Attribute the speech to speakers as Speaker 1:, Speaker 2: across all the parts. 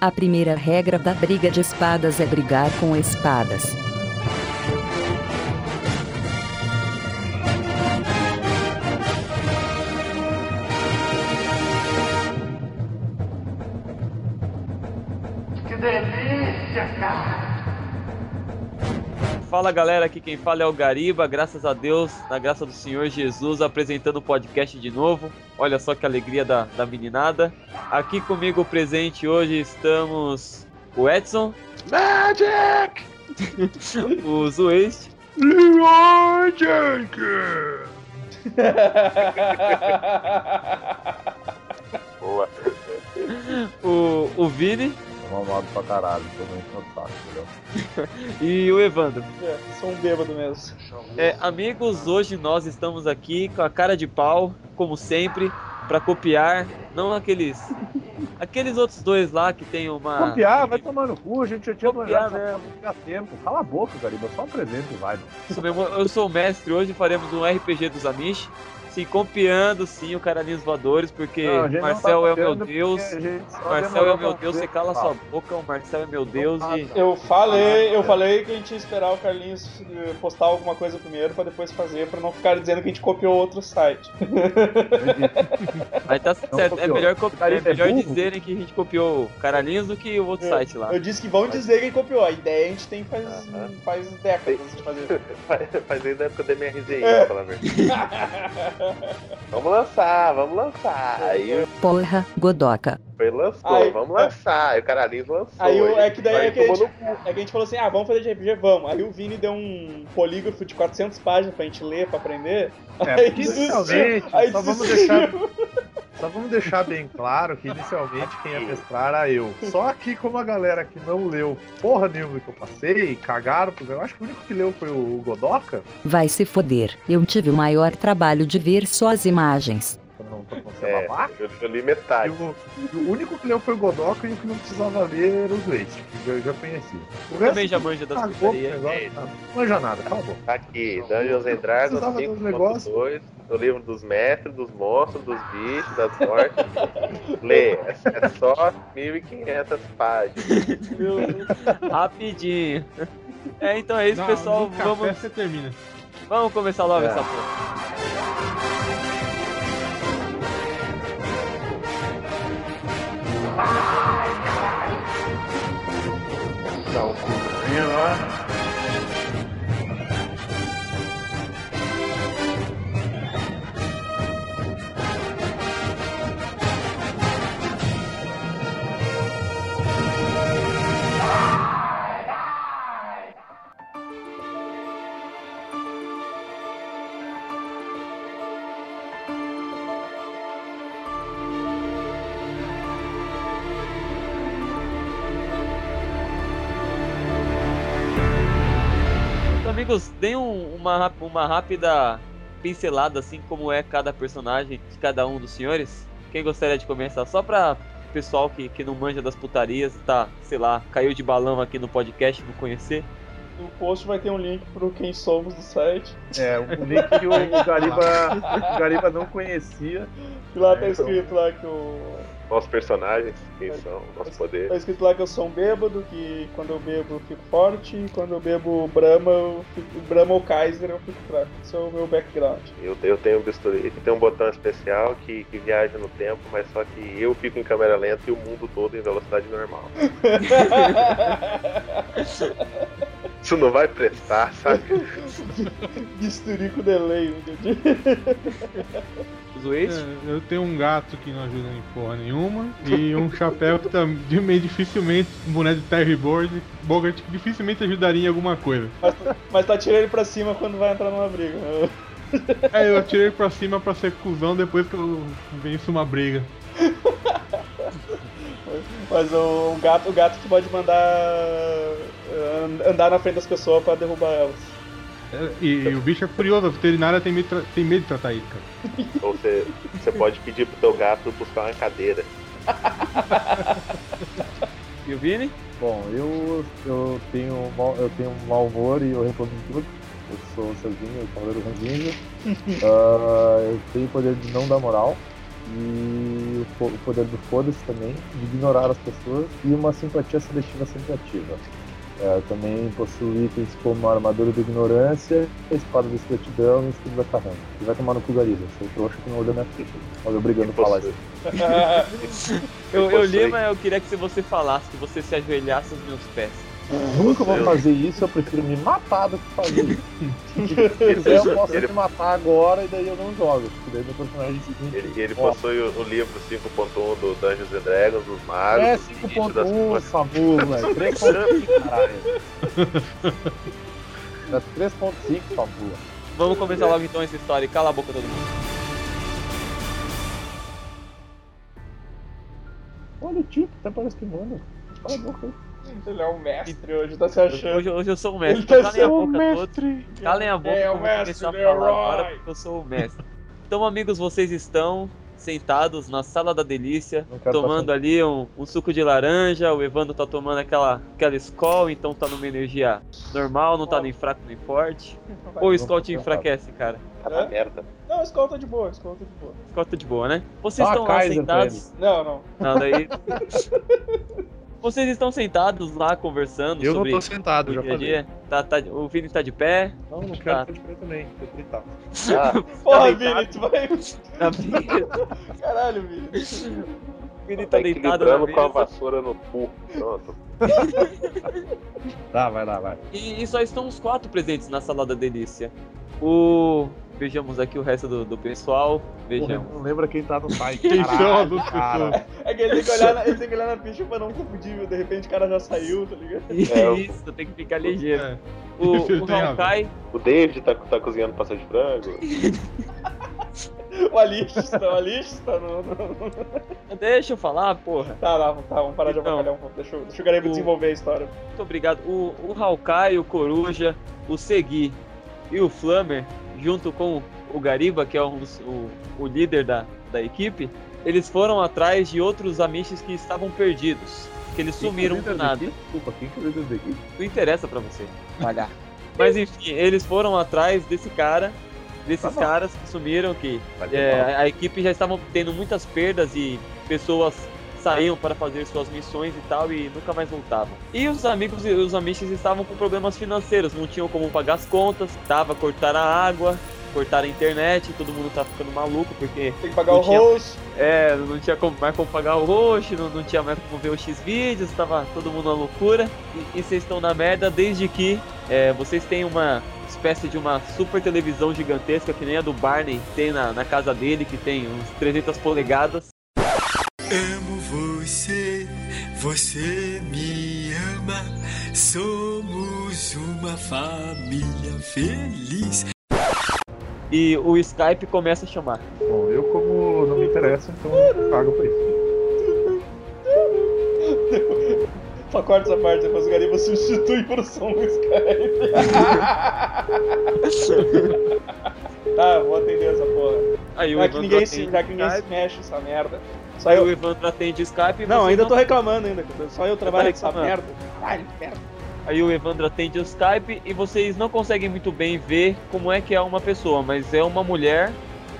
Speaker 1: A primeira regra da briga de espadas é brigar com espadas.
Speaker 2: Que delícia, cara!
Speaker 3: Fala galera, aqui quem fala é o Gariba, graças a Deus, na graça do Senhor Jesus, apresentando o podcast de novo. Olha só que alegria da, da meninada. Aqui comigo presente hoje estamos o Edson,
Speaker 2: Magic!
Speaker 3: o Zueste
Speaker 2: Leroy Jenkins!
Speaker 4: Boa.
Speaker 3: o, o Vini
Speaker 4: Mamado pra caralho, tô bem cansado, entendeu?
Speaker 3: e o Evandro.
Speaker 5: É
Speaker 6: Sou um bêbado mesmo.
Speaker 3: É, amigos, hoje nós estamos aqui com a cara de pau, como sempre, para copiar, não aqueles aqueles outros dois lá que tem uma
Speaker 6: Copiar, vai tomar no cu, a gente já tinha
Speaker 3: ah, Copiar
Speaker 6: planejado essa porra há tempo. Cala a boca, Gariba, só apresenta e vai.
Speaker 3: Isso mesmo, eu sou o mestre, hoje faremos um RPG dos Amish. Sim, copiando sim o Caralhinhos Voadores, porque
Speaker 6: Não, a gente não
Speaker 3: Marcel
Speaker 6: tá
Speaker 3: é o meu
Speaker 6: copiando
Speaker 3: Deus,
Speaker 6: porque a gente tá só
Speaker 3: Marcel é
Speaker 6: demorou
Speaker 3: o meu
Speaker 6: pra
Speaker 3: Deus,
Speaker 6: ver.
Speaker 3: você cala
Speaker 6: Fala.
Speaker 3: sua boca, o Marcel é meu Deus e.
Speaker 5: Eu falei, eu falei que a gente ia esperar o Carlinhos eh, postar alguma coisa primeiro pra depois fazer, pra não ficar dizendo que a gente copiou outro site.
Speaker 3: Aí tá certo, é
Speaker 6: copiou.
Speaker 3: melhor, copi- é
Speaker 6: Caralhinhos é
Speaker 3: melhor
Speaker 6: burro? É,
Speaker 3: dizerem que a gente copiou o Caralhinhos do que o outro site lá.
Speaker 5: Eu disse que vão dizer que copiou. A ideia a gente tem faz, faz décadas de fazer.
Speaker 4: Faz- Faz desde a época do MRZI,
Speaker 5: É.
Speaker 4: pra falar a verdade. Vamos lançar, vamos lançar. Aí
Speaker 1: Porra, Godoca.
Speaker 4: foi lançou,
Speaker 5: Aí-
Speaker 4: vamos lançar. Aí o caralhinho lançou.
Speaker 5: Aí o- é que daí
Speaker 4: aí
Speaker 5: é que a
Speaker 4: tomou
Speaker 5: gente, é que a gente falou assim, ah, vamos fazer de RPG, vamos. Aí o Vini deu um polígrafo de 400 páginas pra gente ler, pra aprender.
Speaker 6: É, né?
Speaker 5: Aí
Speaker 6: porque
Speaker 5: desistiu,
Speaker 6: inicialmente,
Speaker 5: aí
Speaker 6: só vamos,
Speaker 5: desistiu.
Speaker 6: deixar, só vamos deixar bem claro que inicialmente quem ia testar era eu. Só que como a galera que não leu porra nenhuma que eu passei, cagaram, porque eu acho que o único que leu foi o Godoka.
Speaker 1: Vai se foder. Eu tive o maior trabalho de ver só as imagens.
Speaker 6: pra não pra não
Speaker 4: no-
Speaker 6: ser
Speaker 4: É,
Speaker 6: babaca.
Speaker 4: eu, eu li
Speaker 6: E
Speaker 4: metade.
Speaker 6: o, e o único que leu foi o Godoka e o que não precisava ler era o Leite, que eu já conhecia. O resto
Speaker 3: Também já manja das
Speaker 6: cagou pro
Speaker 3: putarias. É
Speaker 6: negócio, tá? não manja nada, cala a boca.
Speaker 4: Tá aqui, Dungeons and Dragons
Speaker 6: Precisava de uns negócios.
Speaker 4: 5.2, o livro um dos mestres, dos monstros, dos bichos, das mortes. Lê, é é só 1.500 páginas.
Speaker 3: Rapidinho. É, então é isso,
Speaker 7: Não,
Speaker 3: pessoal.
Speaker 7: no café
Speaker 3: Vamos,
Speaker 7: você termina.
Speaker 3: vamos começar logo
Speaker 4: É.
Speaker 3: essa porra. Então, amigos, deem um- uma, rap- uma rápida pincelada, assim como é cada personagem de cada um dos senhores. Quem gostaria de começar? Só pra pessoal que, que não manja das putarias, tá, sei lá, caiu de balão aqui no podcast, não conhecer.
Speaker 5: No post vai ter um link pro quem somos do site.
Speaker 6: É, o link que o Gariba, o Gariba não conhecia.
Speaker 5: E lá tá escrito lá que o.
Speaker 4: Nossos personagens, quem são, nosso poder.
Speaker 5: Tá escrito lá que eu sou um bêbado, que quando eu bebo eu fico forte, e quando eu bebo Brahma, eu fico, Brahma ou Kaiser eu fico fraco. Esse é o meu background.
Speaker 4: Eu, eu tenho um bisturi que tem um botão especial que, que viaja no tempo, mas só que eu fico em câmera lenta e o mundo todo em velocidade normal. Isso não vai prestar, sabe?
Speaker 5: Bisturi com delay, entendi.
Speaker 3: Zueix?
Speaker 7: É, Eu tenho um gato que não ajuda em porra nenhuma. E um chapéu que tá de meio dificilmente. Um boné de Terry Board, Bogart que dificilmente ajudaria em alguma coisa.
Speaker 5: Mas tá tirando ele pra cima quando vai entrar numa briga.
Speaker 7: Aí É, eu atirei pra cima pra ser cuzão depois que eu venço uma briga.
Speaker 5: Mas o gato, o gato que pode mandar eh, andar na frente das pessoas pra derrubar elas.
Speaker 7: É, E, e o bicho é curioso, a veterinária tem medo, de tra- tem medo de tratar ele, cara.
Speaker 4: Ou você, você pode pedir pro teu gato buscar uma cadeira.
Speaker 3: E o Vini?
Speaker 8: Bom, eu, eu tenho mal- eu tenho um malvor e eu reproduzo tudo. Eu sou o Serginho, o Cavaleiro Ranguinho. Ah, eu tenho o poder de não dar moral. E fo- o poder do foda-se também, de ignorar as pessoas, e uma simpatia seletiva sempre ativa. É, também possui itens como a armadura da ignorância, a espada da escrotidão e o escudo da carranca. E vai tomar no cu Gariba, seu trouxa que não olhou minha ficha. Olha, eu brigando pra falar isso.
Speaker 3: Eu, eu li,
Speaker 4: Possui.
Speaker 3: mas eu queria que se você falasse, que você se ajoelhasse aos meus pés.
Speaker 8: Nunca vou
Speaker 4: Deus.
Speaker 8: fazer isso, eu prefiro me matar do que fazer isso. Se quiser, eu posso
Speaker 4: Ele-
Speaker 8: me matar agora e daí eu não jogo. Porque daí meu personagem seguinte.
Speaker 4: Ele, ele
Speaker 8: ó,
Speaker 4: possui o, o livro 5.1 do Dungeons and Dragons, dos magos.
Speaker 8: É
Speaker 4: dos ninjas, das
Speaker 8: 5.1,
Speaker 4: coisas.
Speaker 8: Samu, velho. 3.5, caralho. É 3.5, Samu.
Speaker 3: Vamos começar logo então essa história e cala a boca todo mundo.
Speaker 8: Olha o tipo, até parece que manda. Cala a boca aí.
Speaker 5: Ele é um mestre hoje, tá se achando.
Speaker 3: Hoje, hoje eu sou o mestre.
Speaker 5: Ele tá
Speaker 3: Calem a
Speaker 5: sendo um
Speaker 3: boca todos.
Speaker 5: mestre.
Speaker 3: Calem a boca,
Speaker 5: É,
Speaker 3: que
Speaker 5: o
Speaker 3: eu vou começar
Speaker 5: mestre,
Speaker 3: a falar agora
Speaker 5: Leroy.
Speaker 3: porque eu sou o mestre. Então, amigos, vocês estão sentados na sala da delícia,
Speaker 5: tá
Speaker 8: Não quero
Speaker 3: tomando ali um, um suco de laranja. O Evandro tá tomando aquela, aquela Skol, então tá numa energia normal, não tá nem fraco nem forte. Ou o Skol te
Speaker 5: um
Speaker 3: enfraquece, cara.
Speaker 4: Tá
Speaker 6: um.
Speaker 4: na merda.
Speaker 5: Não, escolta de boa, escolta de boa.
Speaker 3: Skol tá de boa, né? Vocês
Speaker 8: Dá uma
Speaker 3: estão lá
Speaker 8: Kaiser pra
Speaker 3: sentados.
Speaker 5: Não, não.
Speaker 3: Não, daí. Vocês estão sentados lá conversando
Speaker 6: Eu não
Speaker 3: sobre
Speaker 6: tô sentado, já
Speaker 3: o dia a
Speaker 6: falei.
Speaker 3: dia. Tá, tá, o Vini tá de pé.
Speaker 6: Não, não quero
Speaker 3: Tá.
Speaker 6: ficar de pé também, eu tá. tô deitado.
Speaker 4: Ah,
Speaker 5: Porra,
Speaker 3: deitado.
Speaker 5: Vini, tu vai.
Speaker 3: A Vini-
Speaker 5: Caralho, Vini.
Speaker 3: O Vini
Speaker 4: tá
Speaker 3: tá deitado na
Speaker 4: equilibrando com a
Speaker 3: mesa.
Speaker 4: vassoura no cu. Pronto.
Speaker 6: Tá, vai lá, vai.
Speaker 3: E, e só estão os quatro presentes na sala da delícia. O. Vejamos aqui o resto do, do pessoal.
Speaker 6: Porra,
Speaker 3: Vejamos.
Speaker 6: não lembra quem tá no site.
Speaker 7: Quem são as
Speaker 6: Caralho,
Speaker 7: outras
Speaker 6: cara.
Speaker 7: pessoas?
Speaker 5: É que ele tem que olhar na, ele tem que olhar na ficha pra não confundir, viu? de repente o cara já saiu, tá ligado?
Speaker 4: É,
Speaker 3: Isso, tem que ficar ligeiro.
Speaker 7: É.
Speaker 3: O,
Speaker 7: Isso
Speaker 3: o
Speaker 7: tem a
Speaker 3: Hawkeye,
Speaker 4: O David tá, tá cozinhando passagem de frango.
Speaker 5: O Alix tá, o Alix tá no. no-
Speaker 3: deixa eu falar, porra.
Speaker 5: Tá, lá, tá, vamos parar de
Speaker 3: Então.
Speaker 5: avacalhar um pouco. Deixa, eu- deixa o Gariba
Speaker 3: O-
Speaker 5: desenvolver a história.
Speaker 3: Muito obrigado. O, o Hawkeye, o Coruja, o Segui e o Flammer, junto com o Gariba, que é um dos- o, o líder da, da equipe, eles foram atrás de outros amiches que estavam perdidos. Que eles sumiram do nada.
Speaker 8: Desculpa, quem que eu daqui?
Speaker 3: Não interessa pra você. Olha. Mas enfim, eles foram atrás desse cara,
Speaker 8: Tá
Speaker 3: desses
Speaker 8: bom.
Speaker 3: caras que sumiram, que é, a- a equipe já estava tendo muitas perdas e pessoas saíam para fazer suas missões e tal e nunca mais voltavam. E os amigos e os amiches estavam com problemas financeiros, não tinham como pagar as contas, tava cortar a água, cortar a internet, todo mundo tá ficando maluco porque
Speaker 5: Tem que pagar
Speaker 3: Não
Speaker 5: o
Speaker 3: tinha-
Speaker 5: host.
Speaker 3: é, não tinha como, mais como pagar o roxo, não, não tinha mais como ver os X vídeos, tava todo mundo na loucura. E, e vocês estão na merda desde que é, vocês têm uma espécie de uma super televisão gigantesca que nem a do Barney tem na, na casa dele, que tem uns 300 polegadas.
Speaker 9: Amo você, você me ama. Somos uma família feliz.
Speaker 3: E o Skype começa a chamar.
Speaker 6: Bom, eu como não me interessa, então eu pago pra isso.
Speaker 5: Só corta essa parte, depois o Gariba substitui por som do Skype. tá, vou atender essa porra.
Speaker 3: Aí o
Speaker 5: Já É que ninguém, se,
Speaker 3: atende
Speaker 5: já que ninguém se
Speaker 3: Skype,
Speaker 5: mexe essa merda. Só
Speaker 3: aí o
Speaker 5: eu.
Speaker 3: Evandro atende o Skype e
Speaker 5: Não,
Speaker 3: vocês
Speaker 5: ainda tô reclamando ainda. cara. Só eu trabalho com essa
Speaker 3: reclamando.
Speaker 5: merda. Caralho, merda.
Speaker 3: Aí o Evandro atende o Skype e vocês não conseguem muito bem ver como é que é uma pessoa, mas é uma mulher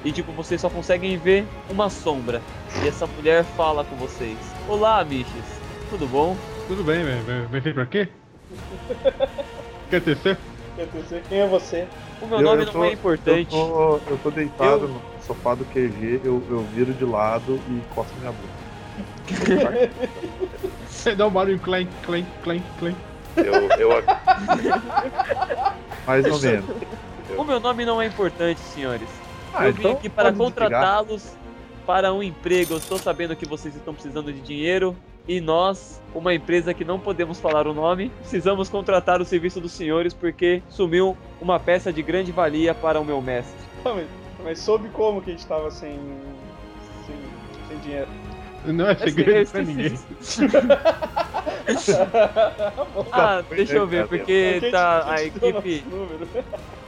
Speaker 3: e tipo vocês só conseguem ver uma sombra. E essa mulher fala com vocês. Olá, Miches. Tudo bom?
Speaker 7: Tudo bem, velho. Vai- Vai ser pra quê? Quer tecer?
Speaker 5: PTC, quem é você?
Speaker 3: O meu
Speaker 6: Eu-
Speaker 3: nome
Speaker 6: eu
Speaker 3: não
Speaker 6: tô-
Speaker 3: é importante.
Speaker 6: Então, Eu tô, eu tô deitado no sofá do QG, eu, eu viro de lado e coço minha bunda.
Speaker 7: Dá um barulho clank, clank, clank, clank.
Speaker 4: Eu, eu,
Speaker 6: Mais ou menos.
Speaker 3: O meu nome não é importante, senhores.
Speaker 6: Ah,
Speaker 3: eu vim
Speaker 6: então
Speaker 3: aqui para
Speaker 6: pode desligar.
Speaker 3: contratá-los para um emprego. Eu estou sabendo que vocês estão precisando de dinheiro e nós, uma empresa que não podemos falar o nome, precisamos contratar o serviço dos senhores porque sumiu uma peça de grande valia para o meu mestre.
Speaker 5: Não, mas, mas soube como que a gente tava sem. sem, sem dinheiro.
Speaker 7: Não é
Speaker 3: Eu sei, eu
Speaker 7: segredo pra
Speaker 3: esqueci
Speaker 7: ninguém.
Speaker 3: disso. ah, deixa eu ver, porque
Speaker 5: Quem te-
Speaker 3: tá a
Speaker 5: quem te deu
Speaker 3: equipe.
Speaker 5: nosso número?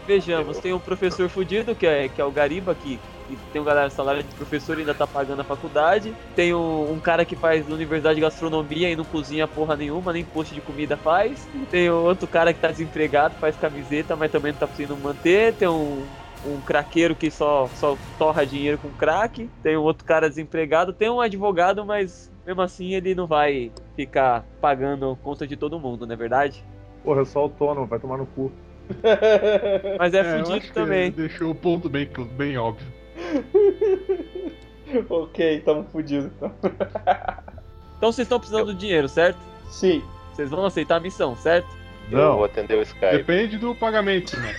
Speaker 3: Vejamos, tem um professor fudido, que é, que é o Gariba, que, que tem um galera salário de professor e ainda tá pagando a faculdade. Tem um, um cara que faz na universidade de gastronomia e não cozinha porra nenhuma, nem post de comida faz. Tem um outro cara que tá desempregado, faz camiseta, mas também não tá conseguindo manter. Tem um, um craqueiro que só, só torra dinheiro com crack, tem um outro cara desempregado, tem um advogado, mas mesmo assim ele não vai ficar pagando conta de todo mundo, não é verdade?
Speaker 6: Porra, eu sou autônomo, vai tomar no cu.
Speaker 3: Mas é,
Speaker 7: eu acho
Speaker 3: fudido
Speaker 7: que
Speaker 3: também.
Speaker 7: Deixou o ponto bem, cl- bem óbvio.
Speaker 5: ok, tamo fudido então.
Speaker 3: Então vocês estão precisando do dinheiro, certo?
Speaker 5: Sim.
Speaker 3: Vocês vão aceitar a missão, certo?
Speaker 4: Eu
Speaker 6: Não.
Speaker 4: vou atender o Skype.
Speaker 7: Depende do pagamento, né?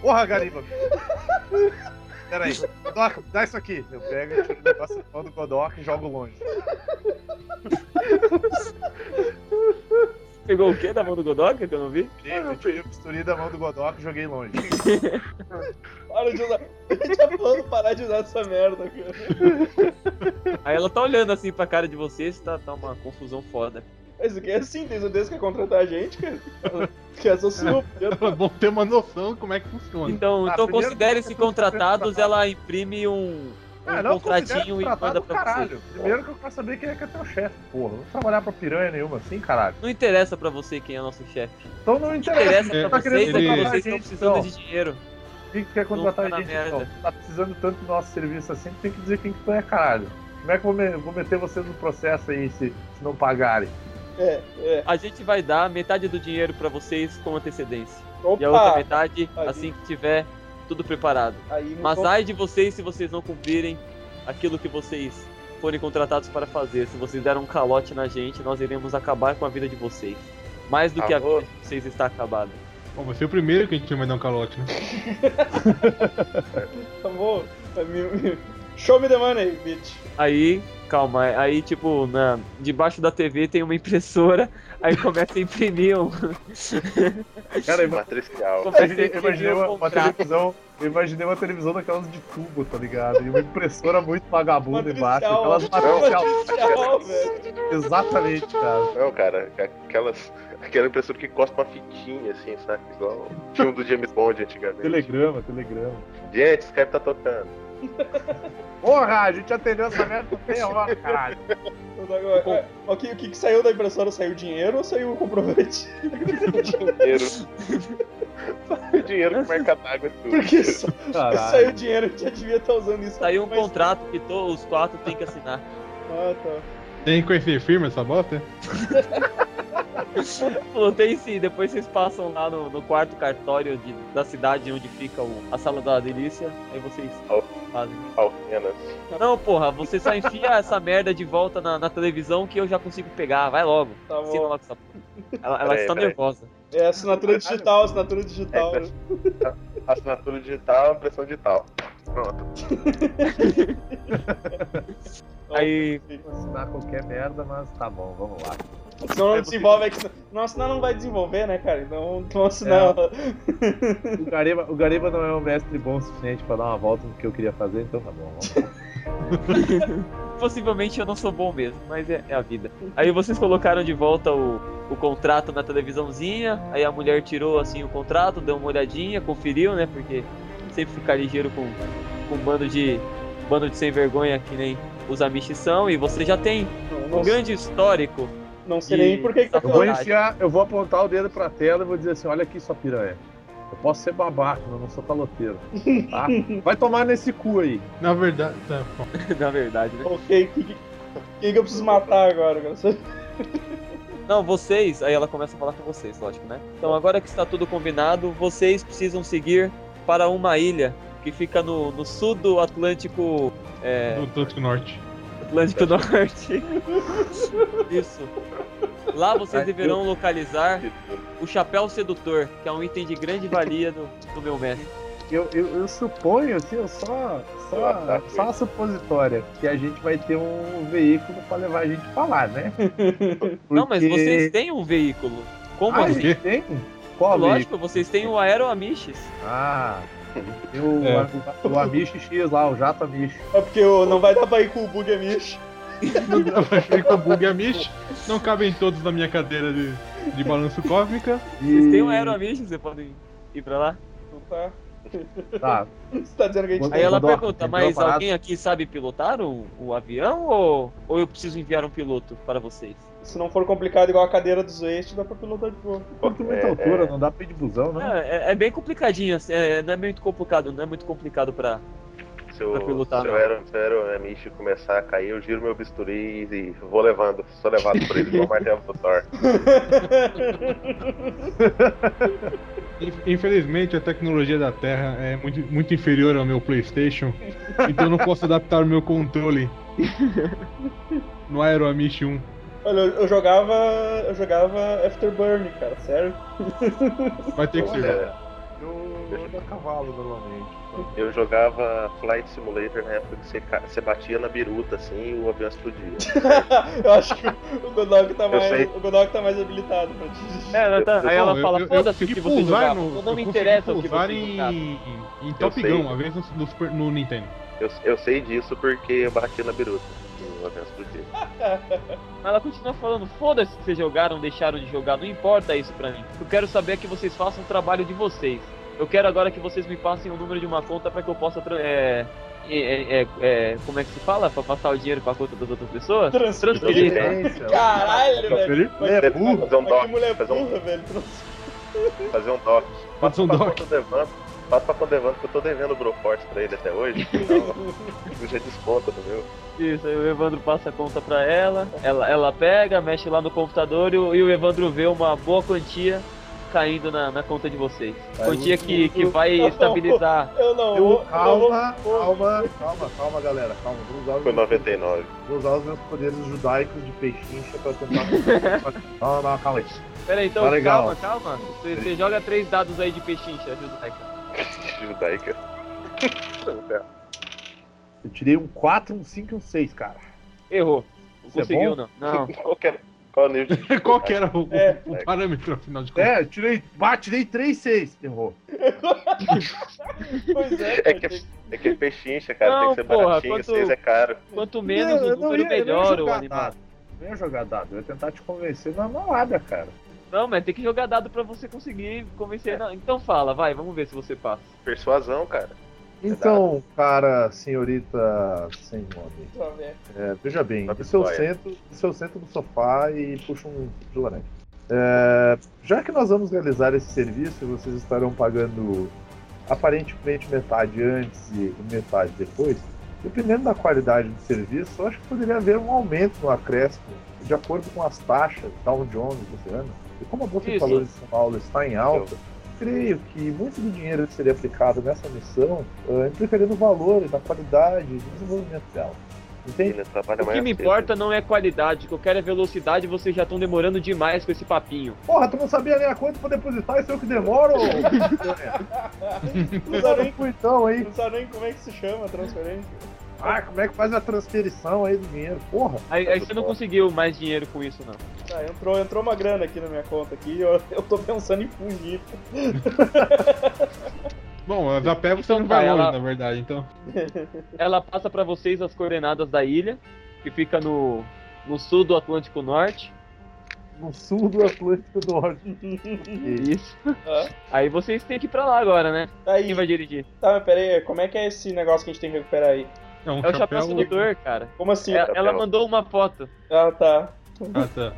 Speaker 6: Porra, Gariba! Peraí, Godok, dá isso aqui. Eu pego e tiro o negócio do pau do Godok e jogo longe.
Speaker 3: Pegou o quê da mão do Godoka que eu não vi?
Speaker 6: Eu tirei a bisturi da mão do Godok e joguei longe.
Speaker 5: Para de usar. A gente tá falando parar de usar essa merda, cara.
Speaker 3: Aí ela tá olhando assim pra cara de vocês, tá, tá uma confusão foda.
Speaker 5: Mas o que é assim? Tem certeza que quer contratar a gente, cara? Que essa sua.
Speaker 7: É bom ter uma noção de como é que funciona.
Speaker 3: Então,
Speaker 6: Ah,
Speaker 3: então
Speaker 6: primeiro
Speaker 3: considere-se
Speaker 6: que eu tô
Speaker 3: contratados,
Speaker 6: contratado.
Speaker 3: ela imprime um, um
Speaker 6: Ah,
Speaker 3: contratinho e manda pra você.
Speaker 6: caralho. Primeiro que eu quero saber quem é que é teu chefe, porra. Não vou trabalhar pra piranha nenhuma assim, caralho.
Speaker 3: Não interessa pra você quem é nosso chefe.
Speaker 6: Então não
Speaker 3: Não interessa
Speaker 6: interessa.
Speaker 7: É,
Speaker 3: pra
Speaker 6: tá
Speaker 3: vocês
Speaker 6: querendo
Speaker 3: é que
Speaker 6: contratar
Speaker 3: vocês
Speaker 6: a
Speaker 3: estão
Speaker 6: gente,
Speaker 3: precisando
Speaker 6: então.
Speaker 3: de dinheiro.
Speaker 6: Quem que quer contratar
Speaker 3: Não,
Speaker 6: a
Speaker 3: tá
Speaker 6: gente,
Speaker 3: na
Speaker 6: então?
Speaker 3: merda.
Speaker 6: Tá precisando tanto do nosso serviço assim que tem que dizer quem que tu é, caralho. Como é que eu vou, me- vou meter vocês no processo aí se, se não pagarem?
Speaker 5: É, é.
Speaker 3: A gente vai dar metade do dinheiro pra vocês com antecedência.
Speaker 5: Opa!
Speaker 3: E a outra metade
Speaker 5: Aí.
Speaker 3: assim que tiver tudo preparado.
Speaker 5: Aí não
Speaker 3: Mas
Speaker 5: tô-
Speaker 3: ai de vocês se vocês não cumprirem aquilo que vocês forem contratados para fazer. Se vocês deram um calote na gente, nós iremos acabar com a vida de vocês. Mais do que a
Speaker 4: Alô?
Speaker 3: vida de vocês está acabada.
Speaker 7: Bom, você é o primeiro que a gente vai dar um calote, né?
Speaker 5: Por favor, então, me- me- show me the money, bitch.
Speaker 3: Aí, calma, aí tipo, na, debaixo da TV tem uma impressora, aí começa a imprimir um.
Speaker 6: Cara, eu
Speaker 4: Matricial.
Speaker 3: começa a
Speaker 6: imaginei, eu imaginei
Speaker 3: imprimir
Speaker 6: uma,
Speaker 3: um
Speaker 6: uma
Speaker 3: contrato.
Speaker 6: televisão. Eu imaginei uma televisão daquelas de tubo, tá ligado? E uma impressora muito vagabunda embaixo.
Speaker 5: Matricial.
Speaker 6: Aquelas
Speaker 5: Matricial,
Speaker 6: matricial.
Speaker 5: velho.
Speaker 6: Exatamente, cara.
Speaker 4: Não, cara, aquelas. Aquela impressora que costa uma fitinha, assim, sabe? Igual o filme do James Bond antigamente.
Speaker 6: Telegrama, telegrama.
Speaker 4: Gente, o Skype tá tocando.
Speaker 6: Porra, a gente atendeu essa merda meia hora, caralho.
Speaker 5: Mas agora, é, ok, o que, que saiu da impressora? Saiu dinheiro ou saiu o comprovante?
Speaker 4: Dinheiro. Dinheiro pro mercado d'água e tudo.
Speaker 5: Porque só,
Speaker 6: Caralho.
Speaker 5: saiu dinheiro, a gente já devia estar usando isso.
Speaker 3: Saiu um
Speaker 5: Mas-
Speaker 3: contrato que todos os quatro têm que assinar.
Speaker 5: Ah, tá.
Speaker 7: Tem que conhecer firma essa bosta?
Speaker 3: Falou, tem sim, depois vocês passam lá no, no quarto cartório de- da cidade onde fica o- a sala da delícia, aí vocês
Speaker 4: Ó.
Speaker 3: fazem.
Speaker 4: Alfenas.
Speaker 3: Não, porra, você só enfia essa merda de volta na, na televisão que eu já consigo pegar, vai logo.
Speaker 5: Tá
Speaker 3: Assina
Speaker 5: bom.
Speaker 3: logo essa porra. Ela, ela
Speaker 4: Peraí,
Speaker 3: está
Speaker 4: peraí.
Speaker 3: nervosa.
Speaker 5: É assinatura digital, assinatura digital.
Speaker 4: É, Assinatura digital, impressão digital. Pronto.
Speaker 3: Aí,
Speaker 6: Vou assinar qualquer merda, mas tá bom, vamos lá.
Speaker 5: Senão não desenvolve. é que senão- Não assinar não vai desenvolver, né, cara? Então, então assinar.
Speaker 6: O Gariba, o Gariba não é um mestre bom o suficiente pra dar uma volta no que eu queria fazer, então tá bom. Vamos.
Speaker 3: possivelmente eu não sou bom mesmo, mas é, é a vida. Aí vocês colocaram de volta o, o contrato na televisãozinha, aí a mulher tirou assim o contrato, deu uma olhadinha, conferiu, né? Porque sempre ficar ligeiro com, com um bando de. bando de sem vergonha que nem os amiches são, e você já tem
Speaker 5: Não,
Speaker 3: um
Speaker 5: não,
Speaker 3: grande histórico
Speaker 5: não sei nem por que que tá
Speaker 6: Eu vou
Speaker 5: falando.
Speaker 3: Verdade.
Speaker 6: enfiar, eu vou apontar o dedo pra tela e vou dizer assim, olha aqui sua piranha. Eu posso ser babaca, mas eu não sou caloteiro. Tá? Vai tomar nesse cu aí.
Speaker 7: Na verdade, tá bom.
Speaker 3: na verdade, né?
Speaker 5: Ok, o que, que, quem que eu preciso matar agora, cara?
Speaker 3: Não, vocês. Aí ela começa a falar com vocês, lógico, né? Então agora que está tudo combinado, vocês precisam seguir para uma ilha que fica no, no sul do Atlântico. É,
Speaker 7: Do Atlântico Norte.
Speaker 3: Atlântico Norte. Isso. Lá vocês
Speaker 6: Ai,
Speaker 3: deverão localizar o chapéu sedutor, que é um item de grande valia do, do meu mestre.
Speaker 6: Eu, eu, eu suponho, assim, eu só, só, só uma supositória, que a gente vai ter um veículo pra levar a gente pra lá, né?
Speaker 3: Não, mas
Speaker 6: Porque-
Speaker 3: vocês têm um veículo. Como
Speaker 6: Ah, a
Speaker 3: assim?
Speaker 6: gente tem? Qual veículo?
Speaker 3: Lógico, vocês têm o Aeroamiches.
Speaker 6: Ah, tem o,
Speaker 3: É.
Speaker 6: o, o Amish X lá, o Jato Amish.
Speaker 5: É porque ô, não vai dar pra ir com o bug é amish.
Speaker 7: Não dá pra ver com o bug amish. Não cabem todos na minha cadeira de, de balanço cósmica.
Speaker 3: Vocês têm um Aeroamiches, vocês podem ir pra lá.
Speaker 5: Não tá?
Speaker 6: Tá,
Speaker 5: Você tá dizendo que a gente
Speaker 3: Aí ela
Speaker 6: Rodolfo,
Speaker 3: pergunta,
Speaker 6: entrou
Speaker 3: mas
Speaker 6: parado.
Speaker 3: alguém aqui sabe pilotar o, o avião ou, ou eu preciso enviar um piloto para vocês?
Speaker 5: Se não for complicado igual a cadeira dos eixos, dá pra pilotar de boa.
Speaker 8: Quanto muita
Speaker 6: É,
Speaker 8: altura, não dá pra ir de busão,
Speaker 7: Uhum.
Speaker 8: né?
Speaker 3: É, é- é bem complicadinho, assim, é, não é muito complicado, não é muito complicado pra.
Speaker 4: Se o,
Speaker 3: Pra pilotar,
Speaker 4: se o
Speaker 3: não.
Speaker 4: Aero- se um o aeronamiche começar a cair, eu giro meu bisturi e vou levando. Sou levado por ele igual o martelo do Thor.
Speaker 7: Inf- Infelizmente, a tecnologia da Terra é muito, muito inferior ao meu PlayStation, então eu não posso adaptar o meu controle no um. Aeroamish 1.
Speaker 5: Olha, eu, eu jogava. Eu jogava Afterburn, cara, sério.
Speaker 7: Vai ter que ser.
Speaker 4: Olha,
Speaker 6: Eu ando a cavalo normalmente. então.
Speaker 4: É, eu jogava Flight Simulator na época que você, ca- você batia na biruta assim e o avião explodia.
Speaker 5: eu acho que o Godog tá
Speaker 4: sei.
Speaker 5: mais. O Godog tá mais habilitado pra dirigir.
Speaker 3: É, não, tá-
Speaker 4: Eu-
Speaker 3: aí
Speaker 7: Não,
Speaker 3: ela
Speaker 7: eu-
Speaker 3: fala,
Speaker 7: eu- eu
Speaker 3: foda-se o
Speaker 7: consegui
Speaker 3: que você
Speaker 7: pousar
Speaker 3: jogava, não
Speaker 7: no- eu
Speaker 3: me
Speaker 7: consegui
Speaker 3: interessa o que
Speaker 7: pousar
Speaker 3: você jogava.
Speaker 7: em, em Top
Speaker 4: sei.
Speaker 7: Gun, uma vez no, no Super- no Nintendo.
Speaker 4: Eu, eu sei disso porque eu bati na biruta e o avião explodia.
Speaker 3: Mas ela continua falando, foda-se que vocês jogaram, deixaram de jogar, não importa isso pra mim. Eu quero saber que vocês façam o trabalho de vocês. Eu quero agora que vocês me passem o número de uma conta pra que eu possa. tra- É, é, é, é, como é que se fala? Pra passar o dinheiro pra conta das outras pessoas?
Speaker 5: Transferir.
Speaker 3: Transferir. né?
Speaker 5: Caralho, velho.
Speaker 7: Ele-
Speaker 5: Mas-
Speaker 4: Fazer um
Speaker 5: mas
Speaker 4: doc,
Speaker 5: que mulher
Speaker 4: fazer um-
Speaker 5: burra, velho.
Speaker 4: Fazer um doc.
Speaker 7: Fazer um
Speaker 4: pra
Speaker 7: doc.
Speaker 4: conta do Evandro. Passa pra conta do Evandro que eu tô devendo o Broforce pra ele até hoje. Então, já desconta do meu.
Speaker 3: Isso, aí o Evandro passa a conta pra ela, ela, ela pega, mexe lá no computador e, o- e o Evandro vê uma boa quantia caindo na, na conta de vocês. Quantia que, que vai estabilizar.
Speaker 5: Eu não
Speaker 6: Eu-
Speaker 5: vou. eu não vou-
Speaker 6: um calma, calma, calma, calma, galera. Calma, vou usar, os
Speaker 4: Foi
Speaker 6: meus-
Speaker 4: 99.
Speaker 6: vou usar os meus poderes judaicos de peixincha pra tentar. não, não, calma aí.
Speaker 3: Pera aí, então,
Speaker 6: Tá legal.
Speaker 3: calma, calma. Você, você joga três dados aí de pechincha, Judaica.
Speaker 4: Judaica.
Speaker 6: Eu tirei um 4, um 5 e um 6, cara.
Speaker 3: Errou. Não
Speaker 6: Isso é
Speaker 3: conseguiu, não. Não.
Speaker 4: Qual, que era- qual é o nível de
Speaker 7: Qual que era o, o-
Speaker 5: É.
Speaker 7: o parâmetro, afinal de contas?
Speaker 6: É, eu tirei. Ah, tirei 3, 6. Errou.
Speaker 5: Pois é,
Speaker 4: É
Speaker 5: cara,
Speaker 4: que-
Speaker 5: tem-
Speaker 4: É que é peixincha, cara.
Speaker 3: Não,
Speaker 4: tem que ser
Speaker 3: porra,
Speaker 4: baratinho,
Speaker 3: quanto-
Speaker 4: seis é caro.
Speaker 3: Quanto menos o número, melhor o animal.
Speaker 6: dado. Eu ia jogar dado, eu ia tentar te convencer na malada, cara.
Speaker 3: Não, mas tem que jogar dado pra você conseguir convencer. Não, Então fala, vai, vamos ver se você passa.
Speaker 4: Persuasão, cara.
Speaker 6: Então, cara, senhorita sem nome,
Speaker 5: Deixa eu ver.
Speaker 6: é, veja bem,
Speaker 4: Sabe
Speaker 6: se eu,
Speaker 4: qual é?
Speaker 6: sento, se eu sento no sofá e puxo um suco de laranja. É, já que nós vamos realizar esse serviço, vocês estarão pagando aparentemente metade antes e metade depois. Dependendo da qualidade do serviço, eu acho que poderia haver um aumento no acréscimo, de acordo com as taxas, Dow Jones, esse ano. E como a Bolsa de
Speaker 3: Isso.
Speaker 6: Valores de São Paulo está em alta, creio que muito do dinheiro que seria aplicado nessa missão ah, implicaria no valor, e na qualidade e no desenvolvimento dela. Entende?
Speaker 4: Ele trabalha
Speaker 3: O que
Speaker 4: mais
Speaker 3: me
Speaker 6: assim.
Speaker 4: cedo.
Speaker 3: importa não é qualidade, o que eu quero é velocidade e vocês já estão demorando demais com esse papinho.
Speaker 6: Porra, tu não sabia nem a conta pra depositar, isso é o que demora, ô.
Speaker 5: Não sabe nem-
Speaker 6: Pô, então aí.
Speaker 5: não sabe nem como é que se chama a transferência.
Speaker 6: Ah, como é que faz a transferição aí do dinheiro? Porra.
Speaker 3: Aí, aí você não conseguiu mais dinheiro com isso, não.
Speaker 5: Ah, entrou, entrou uma grana aqui na minha conta aqui, eu, eu tô pensando em fugir.
Speaker 7: Bom, a da pé você
Speaker 3: Então
Speaker 7: não vai
Speaker 3: tá,
Speaker 7: longe,
Speaker 3: ela-
Speaker 7: na verdade, então.
Speaker 3: Ela passa pra vocês as coordenadas da ilha, que fica no, no sul do Atlântico Norte.
Speaker 6: No sul do Atlântico Norte. E-
Speaker 3: Isso.
Speaker 5: Ah.
Speaker 3: Aí vocês têm que ir pra lá agora, né?
Speaker 5: Tá aí,
Speaker 3: Quem vai dirigir?
Speaker 5: tá, mas pera aí, como é que é esse negócio que a gente tem que recuperar aí?
Speaker 7: É um
Speaker 3: É o chapéu
Speaker 7: chapéu.
Speaker 3: sedutor, cara.
Speaker 5: Como assim?
Speaker 3: Ela, ela
Speaker 4: chapéu.
Speaker 3: mandou uma foto.
Speaker 5: Ah, tá.
Speaker 7: Ah, tá.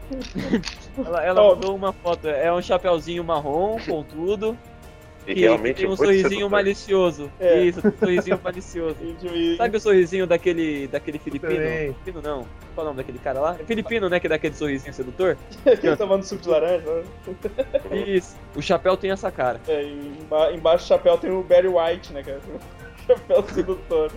Speaker 3: Ela, ela
Speaker 5: Oh.
Speaker 3: mandou uma foto. É um chapéuzinho marrom, contudo,
Speaker 4: E
Speaker 3: que,
Speaker 4: realmente é
Speaker 3: que tem um
Speaker 4: muito
Speaker 3: sorrisinho
Speaker 4: sedutor.
Speaker 3: malicioso.
Speaker 5: É.
Speaker 3: Isso, um sorrisinho malicioso.
Speaker 5: E, e-
Speaker 4: Tá
Speaker 3: Sabe o sorrisinho daquele, daquele filipino?
Speaker 6: Também.
Speaker 3: Filipino não. Qual é o nome daquele cara lá? É filipino, né? Que dá aquele sorrisinho sedutor?
Speaker 5: Quem tomando suco de laranja? né?
Speaker 3: Isso. O chapéu tem essa cara.
Speaker 5: É, e emba- embaixo do chapéu tem o Barry White, né, cara? Chapéu sedutor.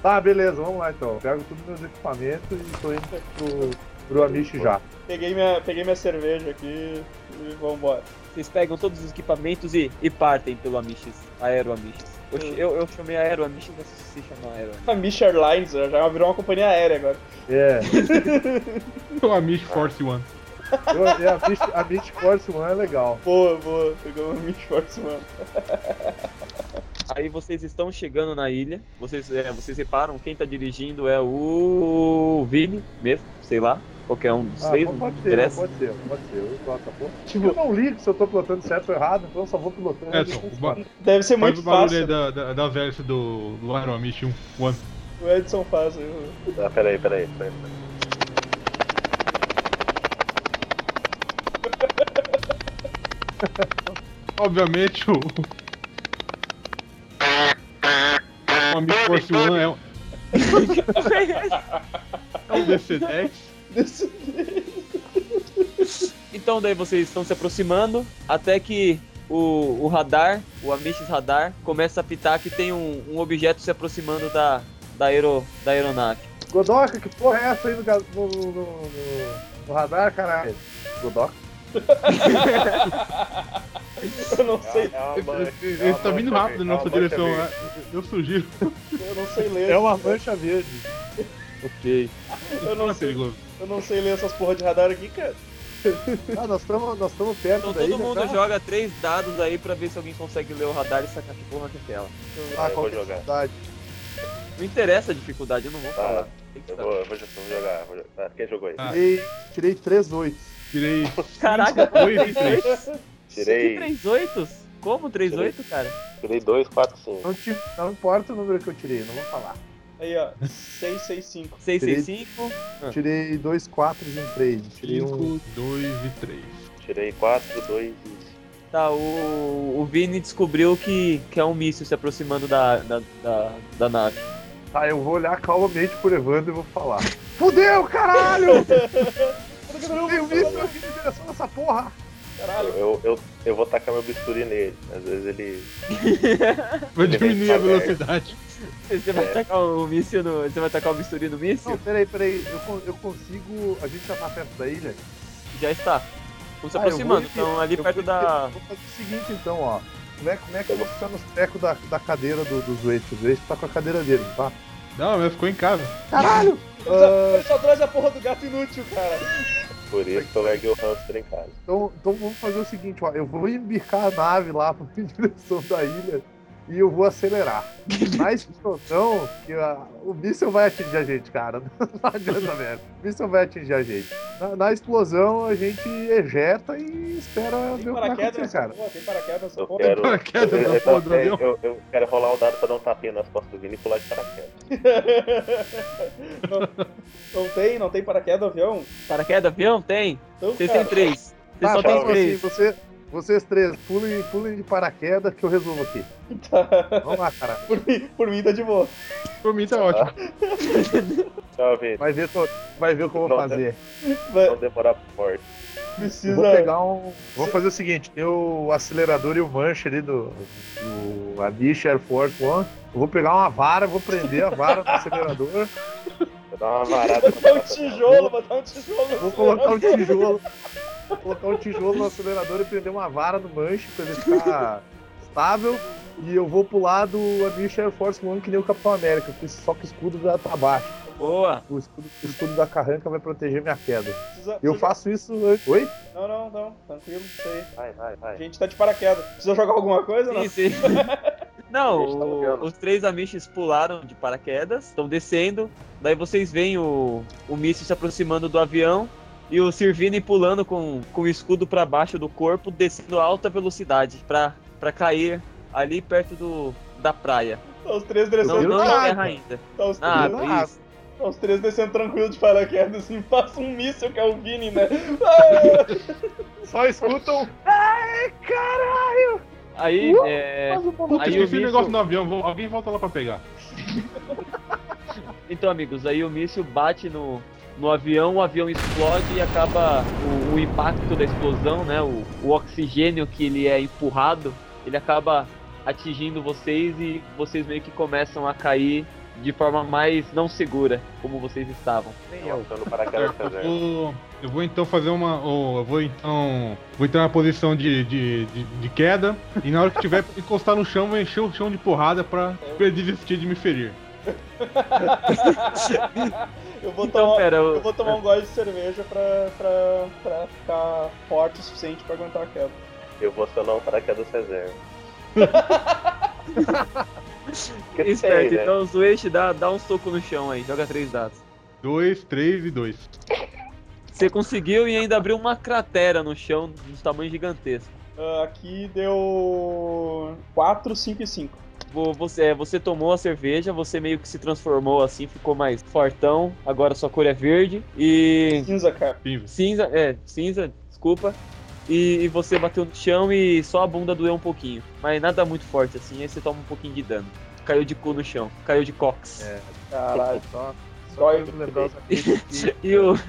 Speaker 6: Tá, beleza, vamos lá então. Pego todos meus equipamentos e tô indo pro, pro Amish já.
Speaker 5: Peguei minha, peguei minha cerveja aqui e vambora.
Speaker 3: Vocês pegam todos os equipamentos e, e partem pelo Amishis. Aero Amishis. Eu, ch- eu, eu chamei Aero Amishis, mas se chama Aero Amishis.
Speaker 5: A Mish Airlines já já virou uma companhia aérea agora.
Speaker 6: É.
Speaker 7: É O Amish Force One.
Speaker 6: Eu, e a Amish, a Amish Force One é legal.
Speaker 5: Boa, boa. Pegou uma Mish Force, mano.
Speaker 3: Aí vocês estão chegando na ilha. Vocês, é, vocês reparam, quem tá dirigindo é o Vini mesmo, sei lá. Qualquer um dos
Speaker 6: Ah,
Speaker 3: três,
Speaker 6: não
Speaker 3: não
Speaker 6: pode ser, não
Speaker 3: interessa.
Speaker 6: pode ser, não pode ser. Eu, piloto a porra. eu não ligo se eu tô pilotando certo ou errado, então eu só vou
Speaker 3: É
Speaker 6: pilotando.
Speaker 7: Edson,
Speaker 6: Isso,
Speaker 7: ba-
Speaker 6: cara.
Speaker 5: Deve ser
Speaker 7: faz
Speaker 5: muito
Speaker 7: É, o barulho
Speaker 5: fácil.
Speaker 7: aí da, da, da versa do, do Aeroamish 1. One.
Speaker 5: O Edson faz. eu-
Speaker 4: Ah, peraí, peraí. peraí.
Speaker 7: Obviamente o. O Amigo Force One é um. é um DC-10.
Speaker 3: Então daí vocês estão se aproximando até que o, o radar, o Amish radar, começa a pitar que tem um, um objeto se aproximando da, da, aero, da aeronave.
Speaker 6: Godoka, que porra é essa aí no, ga- no, no- no- no radar, caralho? Godoka?
Speaker 5: Eu não sei,
Speaker 7: Ele ele tá vindo rápido na nossa direção. é. Eu sugiro.
Speaker 5: eu não sei ler.
Speaker 6: É uma mancha verde.
Speaker 7: Ok.
Speaker 5: Eu não
Speaker 7: Não é
Speaker 5: sei,
Speaker 7: perigoso.
Speaker 5: eu não sei ler essas porra de radar aqui, cara.
Speaker 6: Ah, nós estamos nós tamo perto
Speaker 3: Então
Speaker 6: daí,
Speaker 3: todo
Speaker 6: né,
Speaker 3: mundo
Speaker 6: cara?
Speaker 3: joga três dados aí pra ver se alguém consegue ler o radar e sacar que porra que é aquela.
Speaker 6: Ah,
Speaker 4: Eu
Speaker 6: qual
Speaker 4: vou
Speaker 6: que é a
Speaker 4: jogar.
Speaker 6: cidade?
Speaker 3: Não interessa a dificuldade, eu não vou falar.
Speaker 4: Tá,
Speaker 3: Tem que
Speaker 4: eu
Speaker 3: saber.
Speaker 4: vou, eu vou, eu vou jogar. Vou jogar. Ah, quem jogou aí?
Speaker 7: Ah.
Speaker 6: Tirei, tirei três oito.
Speaker 7: Tirei
Speaker 3: Caraca,
Speaker 7: 2 e 3.
Speaker 3: que
Speaker 4: Tirei,
Speaker 3: três oitos? Como três oito, cara?
Speaker 4: tirei 2, 4, 5.
Speaker 6: Não, te- não importa o número que eu tirei, não vou falar.
Speaker 5: Aí, ó, 665.
Speaker 3: 665.
Speaker 6: Tirei dois quatro e um três. Tirei um.
Speaker 7: 5, 2 e 3.
Speaker 4: Tirei 4, 2 e.
Speaker 3: Tá, o, o Vini descobriu que, que é um míssil se aproximando da, da, da, da nave.
Speaker 6: Tá, eu vou olhar calmamente pro Evandro e vou falar. Fudeu, caralho! Tem um míssil aqui em direção nessa porra!
Speaker 5: Caralho,
Speaker 4: Eu, eu, eu vou tacar meu bisturi nele. Às vezes ele.
Speaker 7: Vai
Speaker 4: Ele
Speaker 7: diminuir
Speaker 4: vem
Speaker 7: a
Speaker 4: pra perto.
Speaker 7: velocidade.
Speaker 3: Você vai
Speaker 4: É.
Speaker 3: tacar o míssil no. Você vai tacar o bisturi no míssil?
Speaker 6: Não, peraí, peraí. Eu, con- eu consigo. A gente já tá perto da ilha?
Speaker 3: Já está. Estão se
Speaker 6: Ah, eu
Speaker 3: aproximando,
Speaker 6: vou-
Speaker 3: estão ali
Speaker 6: eu
Speaker 3: perto
Speaker 6: vou-
Speaker 3: da.
Speaker 6: Vou fazer o seguinte então, ó. Como é, como é que eu vou ficar nos trecos da, da cadeira do, do Zuete? O Zuete tá com a cadeira dele, não tá?
Speaker 7: Não, mas ficou em casa.
Speaker 6: Caralho!
Speaker 5: eu só traz a porra do gato inútil, cara.
Speaker 4: Por isso que eu larguei o hamster em casa.
Speaker 6: Então, então vamos fazer o seguinte, ó. Eu vou embicar a nave lá em direção da ilha e eu vou acelerar. Mais explosão, que a- o míssil vai atingir a gente, cara. Não adianta, velho. O míssil vai atingir a gente. Na, na explosão, a gente ejeta e espera
Speaker 5: Tem
Speaker 6: ver o que vai
Speaker 5: paraquedas
Speaker 6: acontecer,
Speaker 5: nessa
Speaker 6: cara.
Speaker 5: porra, tem paraquedas nessa
Speaker 4: Eu
Speaker 5: porra.
Speaker 4: quero.
Speaker 7: Paraquedas
Speaker 4: eu-
Speaker 7: na
Speaker 4: eu-
Speaker 7: porra do
Speaker 4: eu-
Speaker 7: avião.
Speaker 4: eu, eu quero rolar o dado pra dar um tapinha nas costas do Vini e pular de paraquedas.
Speaker 5: não, não tem, não tem paraquedas do avião?
Speaker 3: Paraquedas, avião? Tem?
Speaker 5: Então,
Speaker 3: Vocês
Speaker 5: cara,
Speaker 3: têm três. Vocês
Speaker 6: Tá, fala
Speaker 3: só tem
Speaker 4: fala.
Speaker 6: assim,
Speaker 3: três.
Speaker 6: você, vocês três, pulem, pulem de paraquedas que eu resolvo aqui.
Speaker 5: tá.
Speaker 6: Vamos lá, cara.
Speaker 5: Por, mim, por mim tá de boa.
Speaker 7: Por mim tá ótimo.
Speaker 4: Tchau, Vini.
Speaker 6: Vai ver, co- vai ver o que eu vou
Speaker 4: Não,
Speaker 6: fazer.
Speaker 5: Vai,
Speaker 4: Não demorar pro forte.
Speaker 6: Eu
Speaker 5: precisa.
Speaker 6: Vou pegar um. Vou fazer o seguinte: tem o acelerador e o manche ali do, do Amish Air Force One. Eu vou pegar uma vara, vou prender a vara no acelerador,
Speaker 4: Vou dar uma varada
Speaker 5: Botar um tijolo, botar um tijolo.
Speaker 6: vou colocar um tijolo. Vou colocar um tijolo no acelerador e prender uma vara no manche pra ele ficar estável. E eu vou pular do Amish Air Force One que nem o Capitão América, porque só que o escudo já tá baixo.
Speaker 3: Boa.
Speaker 6: O escudo, o escudo da carranca vai proteger minha queda.
Speaker 5: Precisa-
Speaker 6: Eu
Speaker 5: precisa-
Speaker 6: faço isso antes. Oi?
Speaker 5: Não, não, não. Tranquilo, isso aí.
Speaker 4: Vai, vai,
Speaker 5: A
Speaker 4: vai.
Speaker 5: gente tá de paraquedas. Precisa jogar alguma coisa? Não?
Speaker 3: Sim, sim. Não,
Speaker 4: A gente tá
Speaker 3: o-
Speaker 4: olhando.
Speaker 3: os três amiches pularam de paraquedas, estão descendo. Daí vocês veem o, o míssil se aproximando do avião e o Sirvini pulando com, com o escudo para baixo do corpo, descendo a alta velocidade pra pra cair ali perto do, da praia.
Speaker 5: Tá os três
Speaker 3: Não,
Speaker 5: descendo.
Speaker 3: não Ah,
Speaker 6: na
Speaker 3: na
Speaker 6: água.
Speaker 3: terra ainda.
Speaker 5: Tá os,
Speaker 3: Na
Speaker 6: na
Speaker 3: água, isso.
Speaker 5: tá os três descendo tranquilo de paraquedas e passa um míssil que é o Vini, né?
Speaker 6: Só escutam.
Speaker 3: Aí,
Speaker 4: Uh!
Speaker 3: é,
Speaker 4: um
Speaker 7: Puta,
Speaker 3: Aí o
Speaker 7: esqueci o
Speaker 3: míssil-
Speaker 7: negócio no avião. vou- Alguém volta lá pra pegar.
Speaker 3: Então, amigos, aí o míssil bate no, no avião, o avião explode e acaba o, o impacto da explosão, né? O, o oxigênio que ele é empurrado, ele acaba atingindo vocês e vocês meio que começam a cair de forma mais não segura, como vocês estavam.
Speaker 4: Tô no paraquedas fazendo.
Speaker 7: Vou- eu vou então fazer uma. ou eu vou então. Vou entrar na posição de, de, de, de queda. E na hora que tiver encostar no chão, vou encher o chão de porrada pra, pra ele desistir de me ferir.
Speaker 5: Eu vou
Speaker 3: Então,
Speaker 5: tomar.
Speaker 3: pera, eu-
Speaker 5: Eu vou tomar um gole de cerveja pra, pra, pra ficar forte o suficiente pra aguentar a queda.
Speaker 4: Eu vou acionar um paraquedas reserva. Que
Speaker 3: Esperto,
Speaker 7: é
Speaker 4: tem, né?
Speaker 3: então o Zueishi dá, dá um soco no chão aí, joga três dados.
Speaker 7: Dois, três e dois.
Speaker 3: Você conseguiu e ainda abriu uma cratera no chão de tamanho gigantesco.
Speaker 5: Ah, aqui deu 4, 5 e 5.
Speaker 3: Vo- Você, é, você tomou a cerveja, você meio que se transformou assim, ficou mais fortão, agora sua cor é verde e
Speaker 5: Cinza, cara.
Speaker 7: Sim,
Speaker 3: cinza, é, cinza, desculpa. e, e você bateu no chão e só a bunda doeu um pouquinho. Mas nada muito forte assim, aí você toma um pouquinho de dano. Caiu de cu no chão, caiu de cox.
Speaker 6: É.
Speaker 5: Caralho.
Speaker 6: Só, só
Speaker 5: Dói.
Speaker 6: pra lembrar os amigos que
Speaker 3: E o.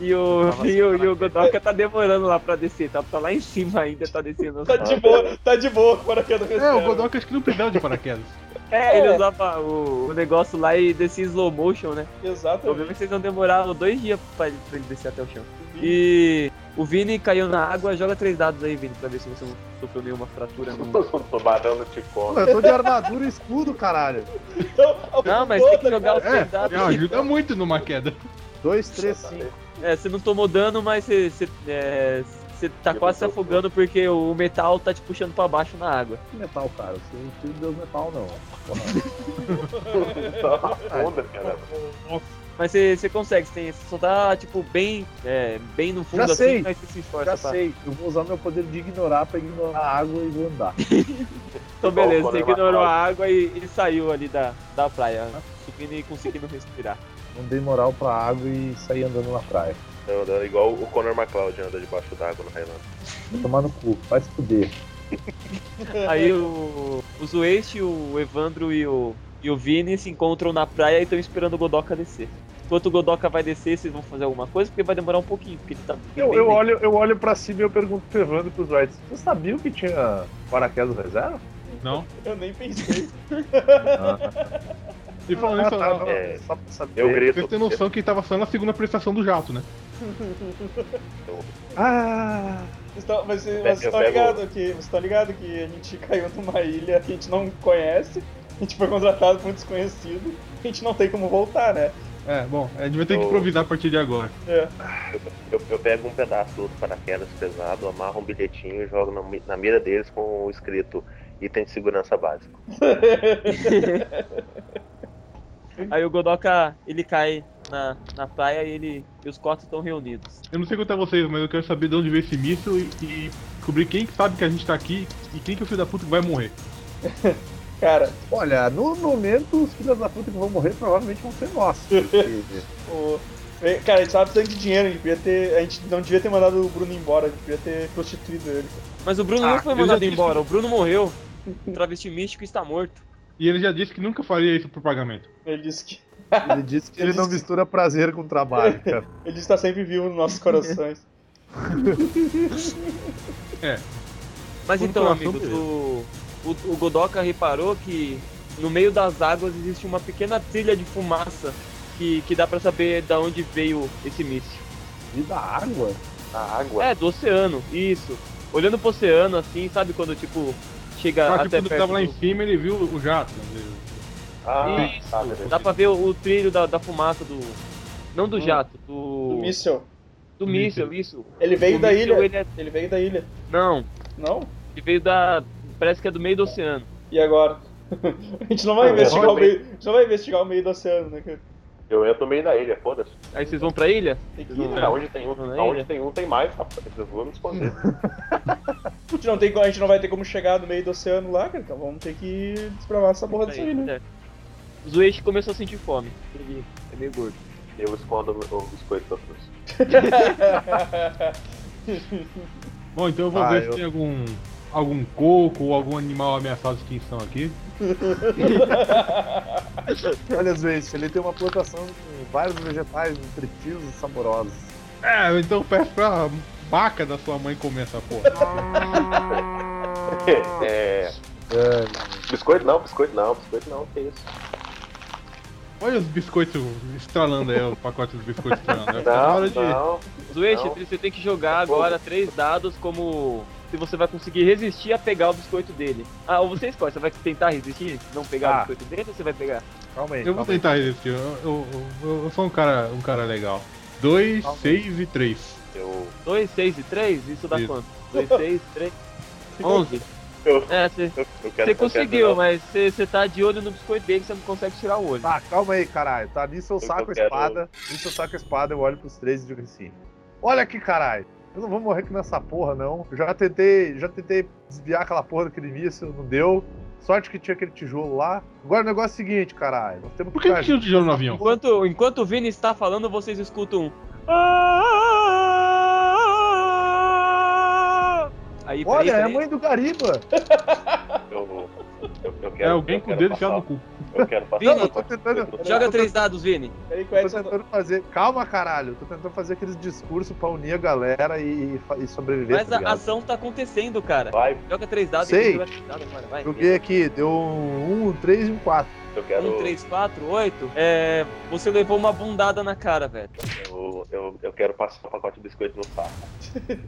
Speaker 3: E o.
Speaker 6: Tava assim, né?
Speaker 3: E o, e o
Speaker 6: sentado.
Speaker 3: Godoka tá demorando lá pra descer, tá, tá lá em cima ainda, tá descendo.
Speaker 5: Tá de boa, tá de boa, para que eu não
Speaker 7: É,
Speaker 5: recebo.
Speaker 7: o Godoka acho que não precisava de paraquedas.
Speaker 3: É,
Speaker 5: É.
Speaker 3: ele usava o, o negócio lá e descia em slow motion, né? O problema é
Speaker 5: Exatamente.
Speaker 3: que vocês não demoraram dois dias pra ele, pra ele descer até o chão. E o Vini caiu na água, joga três dados aí, Vini, pra ver se você não sofreu nenhuma fratura. Não,
Speaker 4: Tubarão no Ticom.
Speaker 6: Pô, eu tô de armadura e escudo, caralho.
Speaker 5: Então,
Speaker 3: não mas tem que jogar os
Speaker 7: É,
Speaker 3: três dados.
Speaker 7: ajuda muito numa queda.
Speaker 6: 2, 3, 5.
Speaker 3: É, você não tomou dano, mas você, você, é, você tá
Speaker 4: Eu
Speaker 3: quase se
Speaker 4: tô-
Speaker 3: afogando porque o metal tá te puxando pra baixo na água.
Speaker 8: Que metal, cara? Você não precisa de metal, não.
Speaker 4: Só a bunda, cara.
Speaker 3: Mas você, você consegue, você, tem, você só tá, tipo, bem, é, bem no fundo
Speaker 6: Já
Speaker 3: assim,
Speaker 6: sei,
Speaker 3: mas você se esforça,
Speaker 8: Já
Speaker 3: tá?
Speaker 8: sei, eu vou usar meu poder de ignorar pra ignorar a água e vou andar.
Speaker 3: Então
Speaker 4: Bom,
Speaker 3: beleza, você
Speaker 4: quando é
Speaker 3: ignorou
Speaker 4: uma
Speaker 3: a água e, e saiu ali da, da praia, né? subindo e conseguindo respirar.
Speaker 8: Não dei moral pra água e saí andando na praia.
Speaker 4: Eu andando igual o Conor McLeod anda debaixo d'água no Highland.
Speaker 8: Vou tomar no cu, vai se fuder.
Speaker 3: Aí o, o Zueste, o Evandro e o, e o Vini se encontram na praia e estão esperando o Godoka descer. Enquanto o Godoka vai descer, vocês vão fazer alguma coisa, porque vai demorar um pouquinho, porque ele tá bem
Speaker 6: Eu,
Speaker 3: bem
Speaker 6: eu,
Speaker 3: lento.
Speaker 6: olho, eu olho pra cima e eu pergunto pro Evandro e pros Whites. Vocês sabiam que tinha paraquedas reserva?
Speaker 7: Não.
Speaker 5: eu nem pensei.
Speaker 7: E falando
Speaker 6: Ah,
Speaker 7: isso, né?
Speaker 6: tá, não,
Speaker 4: É.
Speaker 6: só pra saber.
Speaker 4: Eu grito.
Speaker 7: vocês têm noção que tava só na segunda prestação do jato, né?
Speaker 6: Ah,
Speaker 5: Vocês tão- Então, Mas vocês
Speaker 4: Eu
Speaker 5: vocês estão
Speaker 4: pego-
Speaker 5: ligados que, vocês estão ligado que a gente caiu numa ilha que a gente não conhece, a gente foi contratado por um desconhecido, a gente não tem como voltar, né?
Speaker 7: É, bom, a gente vai ter que
Speaker 4: Eu-
Speaker 7: improvisar a partir de agora.
Speaker 5: É.
Speaker 4: Eu, eu pego um pedaço dos paraquedas pesado, amarro um bilhetinho e jogo na, mi- na mira deles com o escrito item de segurança básico.
Speaker 3: Aí o Godoka, ele cai na, na praia e, ele, e os cortes estão reunidos.
Speaker 7: Eu não sei contar vocês, mas eu quero saber de onde veio esse míssil e, e descobrir quem que sabe que a gente tá aqui e quem que é o filho da puta que vai morrer.
Speaker 5: Cara,
Speaker 8: Olha, no momento os filhos da puta que vão morrer provavelmente vão ser nós. Porque
Speaker 5: o... é, Cara, a gente tava precisando de dinheiro, a gente, devia ter... a gente não devia ter mandado o Bruno embora, a gente devia ter prostituído ele.
Speaker 3: Mas o Bruno
Speaker 7: Ah,
Speaker 3: não foi
Speaker 7: eu já
Speaker 3: mandado
Speaker 7: disse.
Speaker 3: embora, o Bruno morreu. O travesti místico está morto.
Speaker 7: E ele já disse que nunca faria isso pro pagamento.
Speaker 5: Ele disse que
Speaker 6: ele disse que ele não mistura prazer com trabalho, cara.
Speaker 5: ele está sempre vivo nos nossos corações.
Speaker 3: Mas
Speaker 7: Por
Speaker 3: então,
Speaker 7: coração
Speaker 3: amigos,
Speaker 7: mesmo.
Speaker 3: o, o, o Godoka reparou que no meio das águas existe uma pequena trilha de fumaça que, que dá pra saber da onde veio esse míssil.
Speaker 8: da água,
Speaker 4: A água.
Speaker 3: É, do oceano, isso. Olhando pro oceano, assim, sabe quando, tipo, chega
Speaker 7: Só que
Speaker 3: até
Speaker 7: quando ele
Speaker 3: perto
Speaker 7: tava lá
Speaker 3: do-
Speaker 7: em cima, ele viu o jato. né?
Speaker 4: Ah,
Speaker 3: Isso,
Speaker 4: tá, beleza.
Speaker 3: dá pra ver o, o trilho da, da fumaça do... Não do
Speaker 7: Hum.
Speaker 3: jato, do...
Speaker 5: O míssel.
Speaker 3: do míssil, isso.
Speaker 5: Ele veio
Speaker 3: O
Speaker 5: da
Speaker 3: míssil,
Speaker 5: ilha.
Speaker 3: ele é-
Speaker 5: Ele veio da ilha.
Speaker 3: Não,
Speaker 5: Não?
Speaker 3: ele veio da... Parece que é do meio do oceano.
Speaker 5: E agora? a gente não vai
Speaker 4: Eu
Speaker 5: investigar
Speaker 4: vou
Speaker 5: o meio. A gente não vai investigar o meio do oceano, né, cara?
Speaker 4: Eu entro no meio da ilha, foda-se.
Speaker 3: Aí vocês vão pra ilha?
Speaker 5: Tem que
Speaker 3: Vocês
Speaker 5: ir,
Speaker 3: vão-
Speaker 5: né?
Speaker 4: Aonde tem um,
Speaker 3: Não, na
Speaker 4: aonde
Speaker 3: ilha.
Speaker 4: tem um tem mais, rapaz. Eu vou me esconder.
Speaker 5: A gente não, tem, co- a gente não vai ter como chegar no meio do oceano lá, cara. Então vamos ter que desbravar essa porra disso aí, né?
Speaker 3: Certo. É. O Zueixo começou a sentir fome. Ele é meio gordo.
Speaker 4: Eu escondo o o biscoito da cruz.
Speaker 7: Bom, então eu vou
Speaker 6: Ah,
Speaker 7: ver
Speaker 6: eu-
Speaker 7: se tem algum algum coco ou algum animal ameaçado de extinção aqui.
Speaker 6: Olha, vezes ele tem uma plantação com vários vegetais nutritivos e saborosos.
Speaker 7: É, então eu peço pra vaca da sua mãe comer essa porra.
Speaker 4: é. Biscoito não, biscoito não, biscoito não, que isso.
Speaker 7: Olha os biscoitos estralando aí, o pacote dos biscoitos estralando. É
Speaker 4: Não,
Speaker 7: hora de.
Speaker 4: não.
Speaker 3: Zueixo,
Speaker 4: Não.
Speaker 3: você tem que jogar agora três dados como se você vai conseguir resistir a pegar o biscoito dele. Ah, ou você escolhe, você vai tentar resistir, não pegar
Speaker 6: Ah.
Speaker 3: o biscoito dele ou você vai pegar?
Speaker 6: Calma aí.
Speaker 7: Eu vou
Speaker 6: calma aí.
Speaker 7: tentar resistir, eu, eu, eu- eu sou um cara, um cara legal. 2,
Speaker 6: Calma.
Speaker 7: 6 e 3.
Speaker 4: Eu,
Speaker 3: Dois, seis e três? Isso dá
Speaker 7: Isso.
Speaker 3: quanto? Dois, seis, três, onze.
Speaker 4: Eu-
Speaker 3: É, você
Speaker 4: eu, eu quero
Speaker 3: você
Speaker 4: eu quero
Speaker 3: conseguiu,
Speaker 4: não.
Speaker 3: mas você você tá de olho no biscoito dele, você não consegue tirar o olho.
Speaker 6: Tá, calma aí, caralho. Tá, nisso eu
Speaker 4: Eu
Speaker 6: saco a
Speaker 4: quero-
Speaker 6: espada. Nisso eu saco a espada, eu olho pros três e digo assim. Olha aqui, caralho. Eu não vou morrer aqui nessa porra, não. Eu Já tentei, já tentei desviar aquela porra daquele míssil, não deu. Sorte que tinha aquele tijolo lá. Agora o negócio é o seguinte, caralho. Nós temos
Speaker 7: Por que que
Speaker 6: ficar
Speaker 7: tinha o tijolo no avião?
Speaker 3: Enquanto, enquanto o Vini está falando, vocês escutam um. Aí,
Speaker 6: Olha, é a
Speaker 3: peraí,
Speaker 6: mãe do Gariba!
Speaker 4: Eu, eu, eu
Speaker 7: É
Speaker 4: quero.
Speaker 7: alguém
Speaker 4: eu
Speaker 7: com o
Speaker 4: quero
Speaker 7: dedo
Speaker 4: passar-
Speaker 7: enfiado no cu.
Speaker 4: Eu quero passar.
Speaker 3: Vini,
Speaker 4: eu
Speaker 6: tô tentando-
Speaker 3: Joga três dados, Vini.
Speaker 5: Peraí que o
Speaker 6: Eu tô
Speaker 5: Edson. tá-
Speaker 6: tentando fazer. Calma, caralho. Eu Tô tentando fazer aqueles discursos pra unir a galera e, e sobreviver.
Speaker 3: Mas
Speaker 6: tá
Speaker 3: a
Speaker 6: ligado?
Speaker 3: ação tá acontecendo, cara.
Speaker 4: Vai,
Speaker 3: Joga três dados
Speaker 6: Sei.
Speaker 3: e três dados, mano. Vai.
Speaker 6: Joguei aqui, deu um 1, um, 3 e um 4.
Speaker 4: eu quero.
Speaker 3: Um, três, quatro, oito. É. Você levou uma bundada na cara, velho.
Speaker 4: Eu, eu, eu quero passar o pacote de biscoito no saco.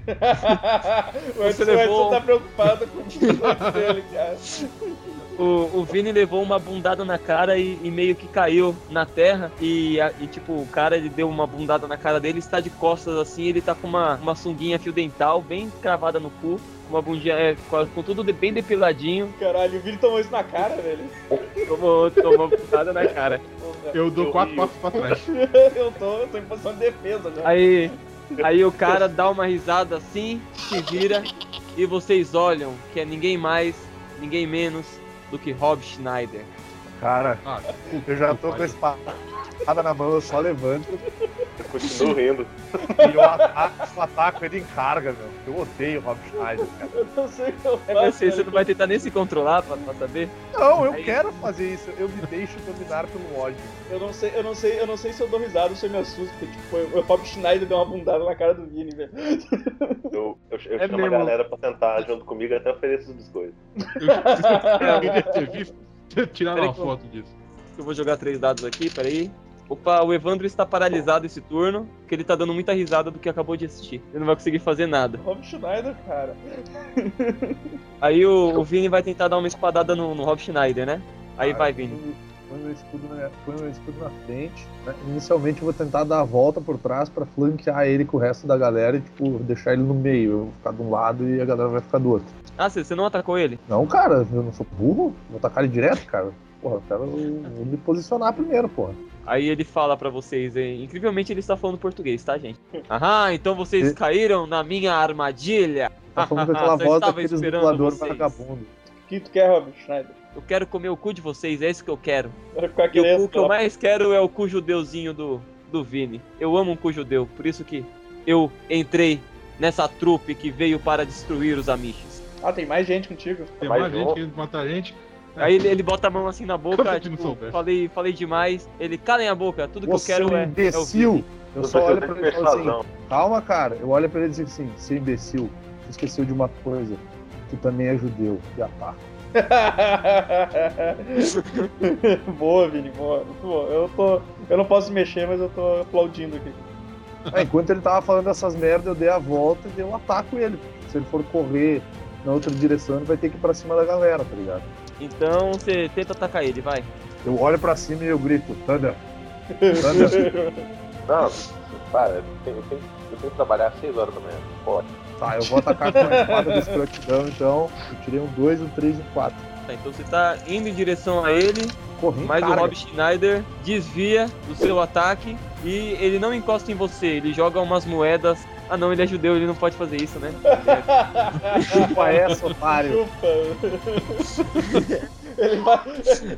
Speaker 5: o Edson, o Edson
Speaker 3: levou- um-
Speaker 5: tá preocupado com o que aconteceu ali, cara.
Speaker 3: O, o Vini levou uma bundada na cara e, e meio que caiu na terra. E, a- e, tipo, o cara ele deu uma bundada na cara dele, está de costas assim, ele tá com uma, uma sunguinha fio dental bem cravada no cu, uma bundinha é, com, com tudo de- bem depiladinho.
Speaker 5: Caralho, o Vini tomou isso na cara, velho.
Speaker 3: Tomou, tomou uma bundada na cara.
Speaker 5: Porra.
Speaker 7: Eu dou
Speaker 4: Eu
Speaker 7: quatro
Speaker 4: rio.
Speaker 7: passos pra trás.
Speaker 5: Eu tô, eu tô em posição de defesa né? já.
Speaker 3: Aí, aí o cara dá uma risada assim, se vira, e vocês olham que é ninguém mais, ninguém menos do que Rob Schneider.
Speaker 6: Cara,
Speaker 7: Ah,
Speaker 6: eu já tô com a espada na mão, eu só levanto
Speaker 4: Eu continuo rindo.
Speaker 6: e eu ataco, eu ataco ele um em carga, meu. Eu odeio o Rob Schneider, cara.
Speaker 5: Eu não sei o que eu
Speaker 3: É
Speaker 5: faço.
Speaker 3: você, você
Speaker 5: velho.
Speaker 3: não vai tentar nem se controlar pra, pra saber?
Speaker 6: Não, eu quero fazer isso. Eu me deixo dominar pelo ódio.
Speaker 5: Eu não sei, eu não sei, eu não sei se eu dou risada ou se eu me assusto, porque tipo, o Rob Schneider deu uma bundada na cara do Vini, velho.
Speaker 4: Eu, eu, eu
Speaker 3: É
Speaker 4: chamo
Speaker 3: mesmo.
Speaker 4: a galera pra sentar junto comigo e até ofereço os biscoitos.
Speaker 3: É.
Speaker 7: Eu queria ter visto, ter tirado
Speaker 3: Peraí
Speaker 7: uma
Speaker 3: que
Speaker 7: foto disso.
Speaker 3: Eu vou jogar três dados aqui, peraí. Opa, o Evandro está paralisado esse turno, porque ele tá dando muita risada do que acabou de assistir. Ele não vai conseguir fazer nada.
Speaker 5: Rob Schneider, cara.
Speaker 3: Aí o, o Vini vai tentar dar uma espadada no, no Rob Schneider, né? Aí vai, Vini.
Speaker 8: Põe meu um, escudo na, põe meu escudo na frente. né? Inicialmente eu vou tentar dar a volta por trás pra flanquear ele com o resto da galera e, tipo, deixar ele no meio. Eu vou ficar de um lado e a galera vai ficar do outro.
Speaker 3: Ah, você você não atacou ele?
Speaker 8: Não, cara, eu não sou burro. Vou tacar ele direto, cara. Porra, eu quero eu me posicionar primeiro, porra.
Speaker 3: Aí ele fala pra vocês, hein? incrivelmente ele está falando português, tá, gente? Aham, então vocês
Speaker 8: E-
Speaker 3: caíram na minha armadilha.
Speaker 8: Tá falando com aquela
Speaker 3: Só
Speaker 8: voz
Speaker 3: estava
Speaker 8: daqueles
Speaker 3: esperando
Speaker 8: dubladores
Speaker 3: vocês.
Speaker 8: vagabundo.
Speaker 5: O que tu quer, Rob Schneider?
Speaker 3: Eu quero comer o cu de vocês, é isso que eu quero.
Speaker 5: Era ficar
Speaker 3: E o
Speaker 5: querendo.
Speaker 3: cu que eu mais quero é o cu judeuzinho do, do Vini. Eu amo um cu judeu, por isso que eu entrei nessa trupe que veio para destruir os amiches.
Speaker 5: Ah, tem mais gente contigo.
Speaker 7: Tem
Speaker 4: Mais
Speaker 7: mais gente
Speaker 4: um.
Speaker 7: querendo matar a gente.
Speaker 3: Aí ele, ele bota a mão assim na
Speaker 7: É. Como
Speaker 3: boca,
Speaker 7: se não
Speaker 3: tipo,
Speaker 7: soubesse?
Speaker 3: falei, falei demais. Ele, calem a boca, tudo que
Speaker 8: Você é
Speaker 3: eu
Speaker 8: um
Speaker 3: quero é, é o
Speaker 8: imbecil!
Speaker 3: Vini.
Speaker 8: Eu só olho pra ele e falo assim,
Speaker 4: persuasão.
Speaker 8: Calma, cara. Eu olho pra ele e digo assim: seu imbecil, tu esqueceu de uma coisa. Tu também é judeu. E ataca.
Speaker 5: boa, Vini, boa. Muito boa. Eu tô. Eu não posso mexer, mas eu tô aplaudindo aqui.
Speaker 8: Aí, enquanto ele tava falando essas merdas, eu dei a volta e dei um ataco ele. Se ele for correr na outra direção, ele vai ter que ir pra cima da galera, tá ligado?
Speaker 3: Então você tenta atacar ele, vai.
Speaker 6: Eu olho pra cima e eu grito, Thunder! Thunder!
Speaker 4: Não, para, eu tenho, eu tenho, eu tenho que trabalhar às 6 horas da manhã. Pode.
Speaker 8: Tá, eu vou atacar com a espada do escrotidão, então. Eu tirei um 2, um 3 e um 4.
Speaker 3: Tá, então você tá indo em direção a ele,
Speaker 8: Corri em
Speaker 3: mas o
Speaker 8: carga.
Speaker 3: Rob Schneider desvia do seu ataque e ele não encosta em você, ele joga umas moedas. Ah não, ele é judeu, ele não pode fazer isso, né?
Speaker 8: Chupa é essa, otário.
Speaker 5: Chupa. ele, vai,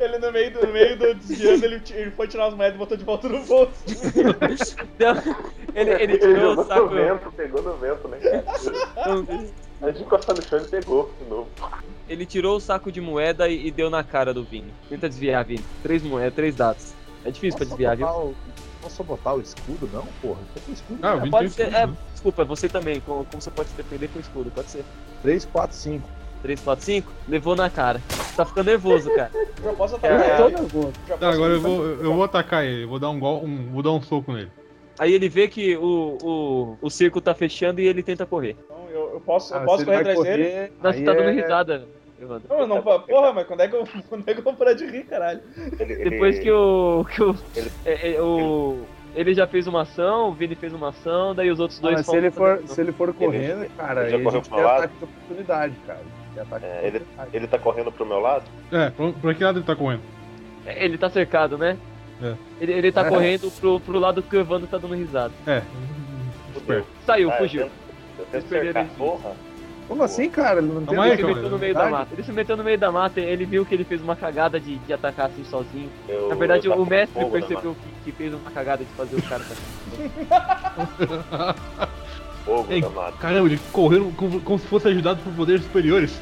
Speaker 5: ele no meio do, no meio do desviando, ele, ti- ele foi tirar as moedas e botou de volta no bolso.
Speaker 3: Então, ele, ele tirou o
Speaker 4: jogou
Speaker 3: saco.
Speaker 4: no vento, pegou no vento, né? cara? A gente encostou no chão e pegou de novo.
Speaker 3: Ele tirou o saco de moeda e, e deu na cara do Vini. Tenta desviar, Vini. Três moedas, três dados. É difícil pra
Speaker 6: Posso
Speaker 3: desviar, viu?
Speaker 6: botar o- Posso botar o escudo, não, porra? Eu tô com escudo.
Speaker 7: Ah, o Vini tem
Speaker 3: Pode ser.
Speaker 7: escudo,
Speaker 3: É,
Speaker 7: né?
Speaker 3: desculpa, você também. Como, como você pode se defender com o escudo? Pode ser.
Speaker 6: 3, 4, 5.
Speaker 3: 3, 4, 5. Levou na cara. Tá ficando nervoso, cara. É,
Speaker 5: Já posso
Speaker 8: Eu
Speaker 5: atacar
Speaker 8: tô
Speaker 5: ele?
Speaker 8: nervoso.
Speaker 5: Já
Speaker 7: Tá,
Speaker 5: posso
Speaker 7: agora eu vou, eu vou atacar ele. Vou dar um, gol, um, vou dar um soco nele.
Speaker 3: Aí ele vê que o, o, o circo tá fechando e ele tenta correr.
Speaker 5: Então, eu, eu posso, eu
Speaker 8: Ah,
Speaker 5: posso
Speaker 8: se ele
Speaker 5: correr
Speaker 8: vai
Speaker 5: atrás dele?
Speaker 8: correr,
Speaker 3: Mas
Speaker 8: aí
Speaker 3: você tá dando
Speaker 8: é-
Speaker 3: risada, Evandro.
Speaker 5: Não, não, porra, mas quando é que eu, quando é que eu vou parar de rir, caralho?
Speaker 4: Ele, ele-
Speaker 3: Depois que o. Que o,
Speaker 4: Ele-
Speaker 3: é- é, o ele já fez uma ação, o Vini fez uma ação, daí os outros
Speaker 8: Ah,
Speaker 3: dois tá
Speaker 8: mas se
Speaker 3: falam-
Speaker 8: ele, for, se ele for correndo, cara,
Speaker 4: ele já
Speaker 8: aí a
Speaker 4: correu
Speaker 8: gente
Speaker 4: pro
Speaker 8: tem
Speaker 4: lado?
Speaker 8: ataque de oportunidade, cara. Tem ataque de
Speaker 4: É, ele-
Speaker 8: oportunidade.
Speaker 4: ele tá correndo pro meu lado?
Speaker 7: É, pra, pra que lado ele tá correndo?
Speaker 3: Ele tá cercado, né?
Speaker 7: É.
Speaker 3: Ele, ele tá
Speaker 8: É.
Speaker 3: correndo pro, pro lado que o Evandro tá dando risada.
Speaker 7: É.
Speaker 4: Fudeu.
Speaker 3: Saiu,
Speaker 4: Ah,
Speaker 3: fugiu.
Speaker 4: Eu tento, eu tento
Speaker 3: Eles perderam
Speaker 4: cercar.
Speaker 3: ele.
Speaker 4: Porra.
Speaker 8: Como assim, cara? Ele não tem
Speaker 6: é
Speaker 7: Calma aí,
Speaker 3: Ele se
Speaker 7: calma
Speaker 3: meteu no meio da mata. Ele se meteu no meio da mata, ele viu que ele fez uma cagada de, de atacar assim sozinho.
Speaker 4: Eu-
Speaker 3: Na verdade,
Speaker 4: eu
Speaker 3: o
Speaker 4: taco
Speaker 3: mestre
Speaker 4: fogo na
Speaker 3: percebeu que, que fez uma cagada de fazer o cara. tá-
Speaker 4: fogo
Speaker 7: Ei,
Speaker 4: da mata.
Speaker 7: Caramba, eles correram como, como se fosse ajudado por poderes superiores.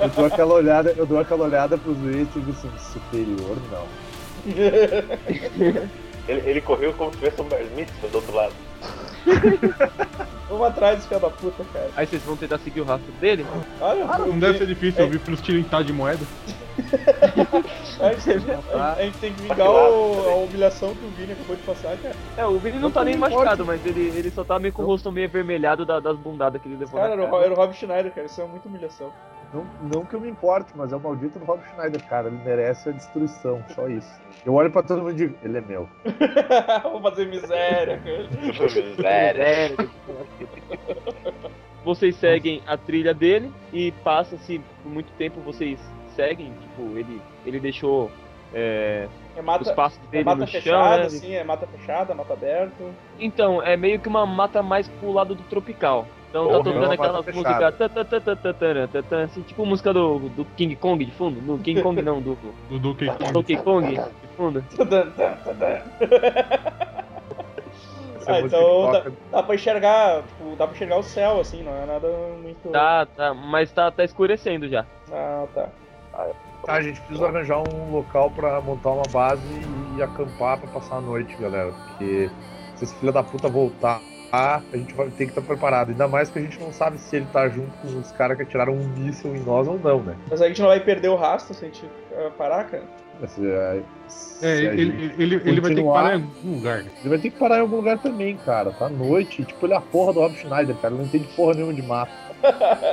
Speaker 8: Eu dou aquela olhada, eu dou aquela olhada pros dois e digo assim, superior não.
Speaker 4: Ele, ele correu como se tivesse um bar mitzvah do outro lado.
Speaker 5: Vamos atrás desse filho da puta, cara.
Speaker 3: Aí vocês vão tentar seguir o rastro dele?
Speaker 5: Olha,
Speaker 7: Não deve ser difícil eu vi pelos tirintados de moeda.
Speaker 5: a, gente,
Speaker 8: tá?
Speaker 5: a- a gente tem que vingar o- a humilhação que o Vini acabou de passar, cara.
Speaker 3: É, o Vini não tá nem machucado, mas ele, ele só tá meio com o rosto meio avermelhado da- das bundadas que ele levou.
Speaker 5: Cara, era
Speaker 3: na
Speaker 5: o, era o Rob Schneider, cara. Isso é muita humilhação.
Speaker 8: Não, não que eu me importe, mas é o maldito do Rob Schneider, cara. Ele merece a destruição, só isso. Eu olho pra todo mundo e digo, ele é meu.
Speaker 5: Vou fazer miséria, cara.
Speaker 4: Sério.
Speaker 3: Vocês seguem a trilha dele e passa-se por muito tempo vocês seguem, tipo, ele, ele deixou é,
Speaker 5: É
Speaker 3: os
Speaker 5: mata,
Speaker 3: passos
Speaker 5: é
Speaker 3: dele
Speaker 5: mata
Speaker 3: no chão,
Speaker 5: fechada,
Speaker 3: né?
Speaker 5: assim. É mata fechada, mata aberta.
Speaker 3: Então, é meio que uma mata mais pro lado do tropical. Então
Speaker 6: Porra,
Speaker 3: tá
Speaker 6: é uma
Speaker 3: tocando aquela
Speaker 6: mata
Speaker 3: música. tá, tá, tá, tá, tá, tá, tá, tá, assim, tipo música do, do King Kong de fundo. No King Kong não, do do
Speaker 7: Do Donkey Kong.
Speaker 3: Donkey Kong de fundo.
Speaker 6: Essa
Speaker 5: Ah,
Speaker 6: música
Speaker 3: é
Speaker 5: então
Speaker 6: que
Speaker 8: tá-
Speaker 5: dá,
Speaker 6: toca
Speaker 5: dá pra enxergar, tipo, dá pra enxergar o céu, assim, não é nada muito...
Speaker 3: Tá, tá, mas tá, tá escurecendo já.
Speaker 5: Ah, tá.
Speaker 8: Ah,
Speaker 6: Tá, a gente precisa arranjar um local pra montar uma base e acampar pra passar a noite, galera. Porque se esse filho da puta voltar, a gente vai ter que estar preparado. Ainda mais que a gente não sabe se ele tá junto com os caras que atiraram um míssil em nós ou não, né?
Speaker 5: Mas a gente não vai perder o rastro se a gente eh, parar, cara?
Speaker 8: Mas, é, se
Speaker 7: É,
Speaker 8: a
Speaker 7: ele,
Speaker 8: gente-
Speaker 7: ele, ele- ele vai ter que
Speaker 8: Continuar.
Speaker 7: parar em algum lugar.
Speaker 8: ele vai ter que parar em algum lugar também, cara. Tá à noite, tipo, ele é a porra do Rob Schneider, cara. Ele não entende porra nenhuma de mapa.